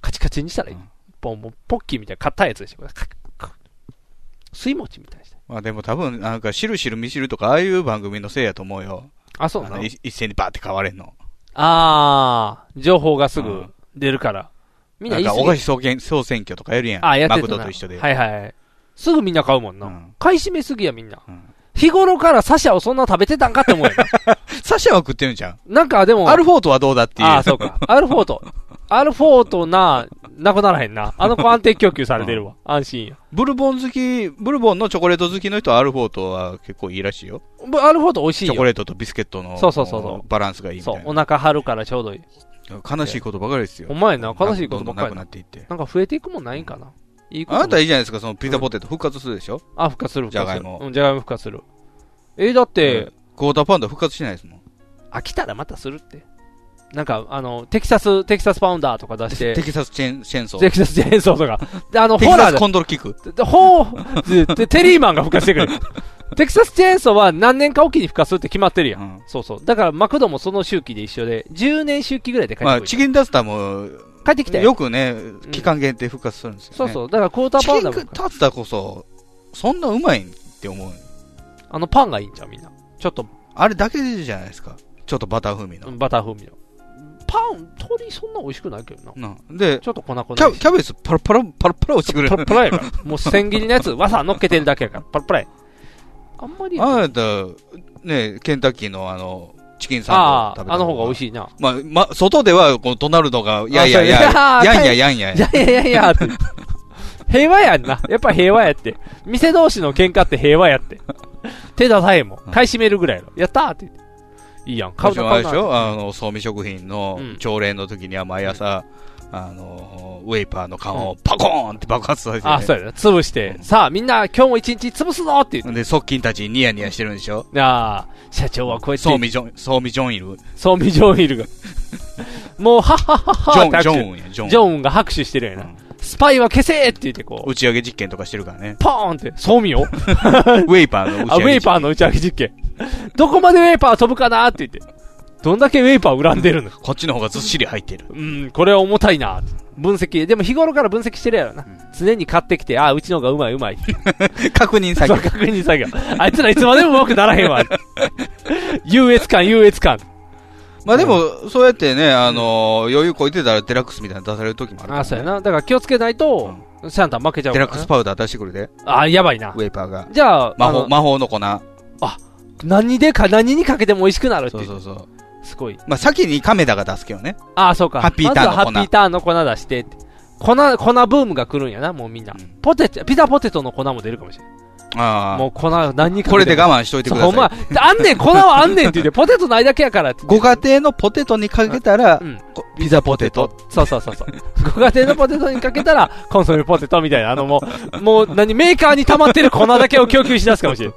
Speaker 3: カチカチにしたらいい。ポンポン、ポッキーみたいな硬いやつでしょ。これカクカク水餅みたいな。
Speaker 2: まあでも多分、なんか、しるしるみしるとか、ああいう番組のせいやと思うよ。
Speaker 3: あ、そうなの
Speaker 2: のい一斉にバーって買われんの。
Speaker 3: あー、情報がすぐ出るから。みん
Speaker 2: な
Speaker 3: な
Speaker 2: ん
Speaker 3: 一
Speaker 2: か、
Speaker 3: 緒
Speaker 2: お
Speaker 3: に
Speaker 2: 菓子総研総選挙とかやるやん。
Speaker 3: あ、やって
Speaker 2: マ
Speaker 3: る
Speaker 2: クドと一緒で。
Speaker 3: はいはい。すぐみんな買うもんな。買い占めすぎやみんな。
Speaker 2: ん
Speaker 3: 日頃からサシャをそんな食べてたんかって思 うよ。
Speaker 2: サシャは食ってるんじゃん。
Speaker 3: なんかでも。
Speaker 2: アルフォートはどうだっていう。
Speaker 3: ああ、そうか。アルフォート。アルフォートな、なくならへんな。あの子安定供給されてるわ。安心や。
Speaker 2: ブルボン好き、ブルボンのチョコレート好きの人はアルフォートは結構いいらしいよ。
Speaker 3: ぶアルフォート美味しい
Speaker 2: チ
Speaker 3: よ。
Speaker 2: ョコレートとビスケットの
Speaker 3: そうそうそうそう
Speaker 2: バランスがいいみたい
Speaker 3: そう、お腹張るからちょうどいい。
Speaker 2: な。悲しいことばかりですよ。
Speaker 3: お前な、悲しいことば
Speaker 2: どんど
Speaker 3: っかり
Speaker 2: んなくなっていって。
Speaker 3: なんか増えていくもんないんかな。いいこと
Speaker 2: あなたいいじゃないですか、そのピザポテト復活するでしょ
Speaker 3: あ、復活する。
Speaker 2: じゃがいも。
Speaker 3: うん、じゃがいも復活する。え、だって、
Speaker 2: クォーターパウンド復活しないですもん。
Speaker 3: 飽きたらまたするって。なんか、あの、テキサス、テキサスパウンダーとか出して。
Speaker 2: テキサスチェーンチェーンソー
Speaker 3: テキサスチェーンソーとか。で、あの、
Speaker 2: テキ
Speaker 3: ホ
Speaker 2: サス
Speaker 3: ラーで。
Speaker 2: コンドルキック
Speaker 3: でほう、でテリーマンが復活してくる。テキサスチェーンソーは何年かおきに復活するって決まってるやん。そうそう。だから、マクドもその周期で一緒で、10年周期ぐらいで帰
Speaker 2: ま
Speaker 3: っ
Speaker 2: あ、
Speaker 3: てく
Speaker 2: チ
Speaker 3: る。
Speaker 2: キンダスターも、
Speaker 3: 帰ってきたよ
Speaker 2: よくね、期間限定復活するんですよ、ね
Speaker 3: そうそうだからクォーターパウンダーも
Speaker 2: チキンダスターこそ、そんなうまいんって思う。
Speaker 3: あのパンがいいんじゃん、みんな。ちょっと。
Speaker 2: あれだけじゃないですか。ちょっとバター風味の。
Speaker 3: バター風味パン、鳥そんな美味しくないけどな。
Speaker 2: の。で、
Speaker 3: ちょっと粉粉
Speaker 2: キャキャベツパラパラ、パラパラ落ちてくる。
Speaker 3: パラパラやから。もう千切り のやつ、わさ乗っけてるだけやから。パラパラや。あんまりや
Speaker 2: あなた、ね、ケンタッキーのあの、チキンサン
Speaker 3: あ
Speaker 2: ド食べた
Speaker 3: あ、あの方が美味しいな。
Speaker 2: まあ、ま、外では、このドナルドが、いやいやいや、
Speaker 3: あ
Speaker 2: やん
Speaker 3: そ
Speaker 2: や
Speaker 3: う
Speaker 2: やんや。
Speaker 3: いやいやいやいやって。平和やんな。やっぱ平和やって。店同士の喧嘩って平和やって。手出さへんもん。買い占めるぐらいやろ。やったーって言って。いいやん。買う
Speaker 2: 私
Speaker 3: な
Speaker 2: もあ
Speaker 3: 買う
Speaker 2: れで
Speaker 3: な
Speaker 2: しょあの、総味食品の朝礼の時には毎朝、あの、ウェイパーの顔をパコーンって爆発させて、
Speaker 3: あ、そうやな。潰して。さあ、みんな、今日も一日潰すぞって言って。
Speaker 2: で、側近たちにニヤニヤしてるんでしょ
Speaker 3: ああ、社長はこうやって。
Speaker 2: 総味ジョン、総味ジョンイル。
Speaker 3: ソーミジョンイルが。もう、はっはっはっはって拍手
Speaker 2: ジョンジョンやジョン
Speaker 3: ジョンが拍手してるやな。スパイは消せって言ってこう。
Speaker 2: 打ち上げ実験とかしてるからね。
Speaker 3: ポーンって、ソーミをウ ェ
Speaker 2: イパーの打ち上げ実験
Speaker 3: あ、ウェイパーの打ち上げ実験。どこまでウェイパー飛ぶかなって言って。どんだけウェイパー恨んでるの
Speaker 2: こっちの方がずっしり入ってる。
Speaker 3: うん、これは重たいな。分析。でも日頃から分析してるやろな。常に買ってきて、あ、うちの方がう まいうまい。
Speaker 2: 確認作業。
Speaker 3: 確認作業。あいつらいつまでも上手くならへんわ。 優越感、優越感。
Speaker 2: まあでも、そうやってね、あの、余裕こいてたらデラックスみたいなの出される時もある。
Speaker 3: あ、そうやな。だから気をつけないと、シャンタン負けちゃう
Speaker 2: デ
Speaker 3: から
Speaker 2: ラッ
Speaker 3: な
Speaker 2: クスパウダー出してくるで。
Speaker 3: あやばいな。
Speaker 2: ウェイパーが。
Speaker 3: じゃあ、
Speaker 2: 魔
Speaker 3: あ
Speaker 2: 法、
Speaker 3: の
Speaker 2: 魔法の粉。ま
Speaker 3: 何でか、何にかけても美味しくなるっていう。
Speaker 2: そうそうそう。
Speaker 3: すごい。
Speaker 2: あ先に亀田が出すけどね。
Speaker 3: ああ、そうか。
Speaker 2: ハッピーターンの粉
Speaker 3: まずはハッピーターンの粉出してって。粉、粉ブームが来るんやな、もうみんな。ポテチ、ピザポテトの粉も出るかもしれない。
Speaker 2: ああ。
Speaker 3: もう粉、何にかけても
Speaker 2: これで我慢しといてください
Speaker 3: そうお前、あんねん、粉はあんねんって 言って、ポテトないだけやからって。
Speaker 2: ご家庭のポテトにかけたら、こピザポテト。
Speaker 3: そうそうそうそう。ご家庭のポテトにかけたら、コンソメポテトみたいな、あのもう、もう何、メーカーに溜まってる粉だけを供給し出すかもしれん。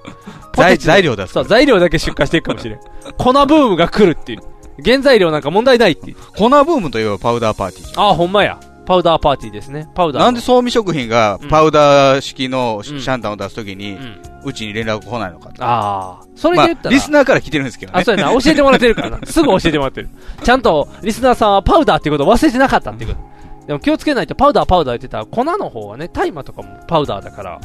Speaker 2: 材材料だ。
Speaker 3: そう、材料だけ出荷していくかもしれん。粉ブームが来るっていう。原材料なんか問題ないっていう。
Speaker 2: 粉ブームといえばパウダーパーティー。
Speaker 3: ああ、ほんまや。パウダーパーティーですね。パウダーの。
Speaker 2: なんで総味食品がパウダー式のシャンタンを出すときに、うちに連絡来ないのかと。
Speaker 3: ああ。それで言ったら
Speaker 2: リスナーから来てるんですけどね。
Speaker 3: あ、そうやな。教えてもらってるから な。すぐ教えてもらってる。ちゃんと、リスナーさんはパウダーっていうことを忘れてなかったっていうこと。でも気をつけないと、パウダーパウダー言ってたら、粉の方はね、大麻とかもパウダーだから、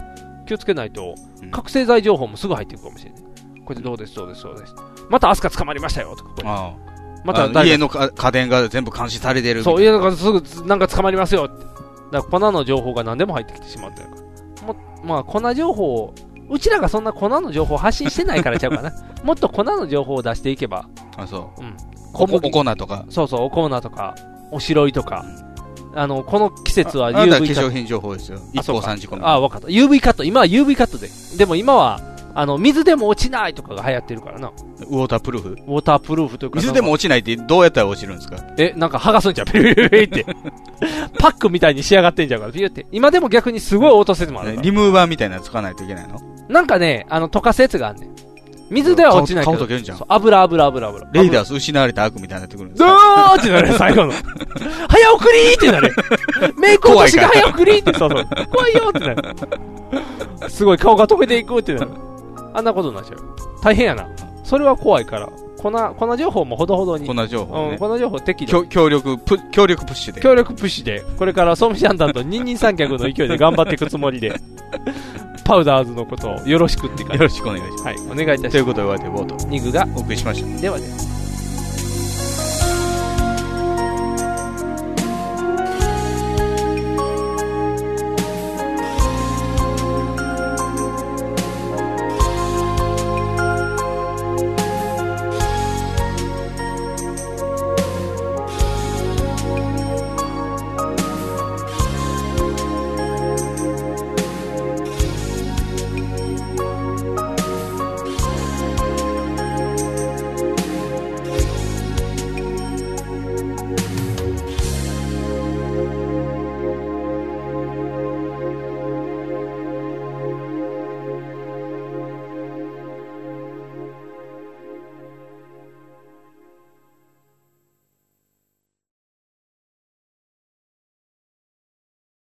Speaker 3: 気をつけないと、覚醒剤情報もすぐ入ってくるかもしれない。これでどうです、どうです、どうです。またアスカ捕まりましたよ、とか。
Speaker 2: ああ
Speaker 3: また
Speaker 2: あの家のか家電が全部監視されてるみたい
Speaker 3: そ
Speaker 2: な
Speaker 3: う、家の中すぐ、なんか捕まりますよって。だから粉の情報が何でも入ってきてしまってるから。もまあ、粉情報を、うちらがそんな粉の情報を発信してないからちゃう かな。もっと粉の情報を出していけば、
Speaker 2: あ、そう。
Speaker 3: うん。
Speaker 2: おこお粉とか。
Speaker 3: そうそう、おコーナーとか、おしろいとか、あの、この季節は
Speaker 2: ああなたは化
Speaker 3: UV カ
Speaker 2: 粧
Speaker 3: ット。
Speaker 2: 品情報ですよ。
Speaker 3: あ
Speaker 2: 一
Speaker 3: そう
Speaker 2: 個
Speaker 3: か
Speaker 2: 三時込み。
Speaker 3: あ、わかった。UV カット、今は UV カットで。でも今は、あの、水でも落ちないとかが流行ってるからな。
Speaker 2: ウォータープルーフウ
Speaker 3: ォータープルーフというか
Speaker 2: 水でも落ちないってどうやったら落ちるんですか
Speaker 3: え、なんか剥がすんじゃん、ピュピュピュピュって。パックみたいに仕上がってんじゃんから、ピュって。今でも逆にすごい落とせてもあるから。
Speaker 2: リムーバーみたいなのつかないといけないの
Speaker 3: なんかね、あの、溶かすやつがあんねん。水では落ちないけ
Speaker 2: 顔
Speaker 3: ど。
Speaker 2: 顔溶けるんじゃん
Speaker 3: そう油油油油。
Speaker 2: レイダース失われた悪みたいになってくるんです
Speaker 3: ドーってなるよ最後の。早送りーってなるよ。メイク落としが早送りーって、そうそう。怖いよーってなる。すごい顔が溶けていくってなる。あんなことになっちゃう。大変やな。それは怖いから。粉、粉情報もほどほどに。
Speaker 2: 粉情報ね
Speaker 3: うん、粉情報適
Speaker 2: 強
Speaker 3: 度。
Speaker 2: 強力プ、強力プッシュで。
Speaker 3: 協力プッシュで、これからソムシャンダンと二人三脚の勢いで頑張っていくつもり で、パウダーズのことをよろしくって感じ
Speaker 2: よろしくお願いします。
Speaker 3: はい、お願いいたします。
Speaker 2: ということで、お相手ボート。
Speaker 3: ニグが
Speaker 2: お送りしました。
Speaker 3: ではです。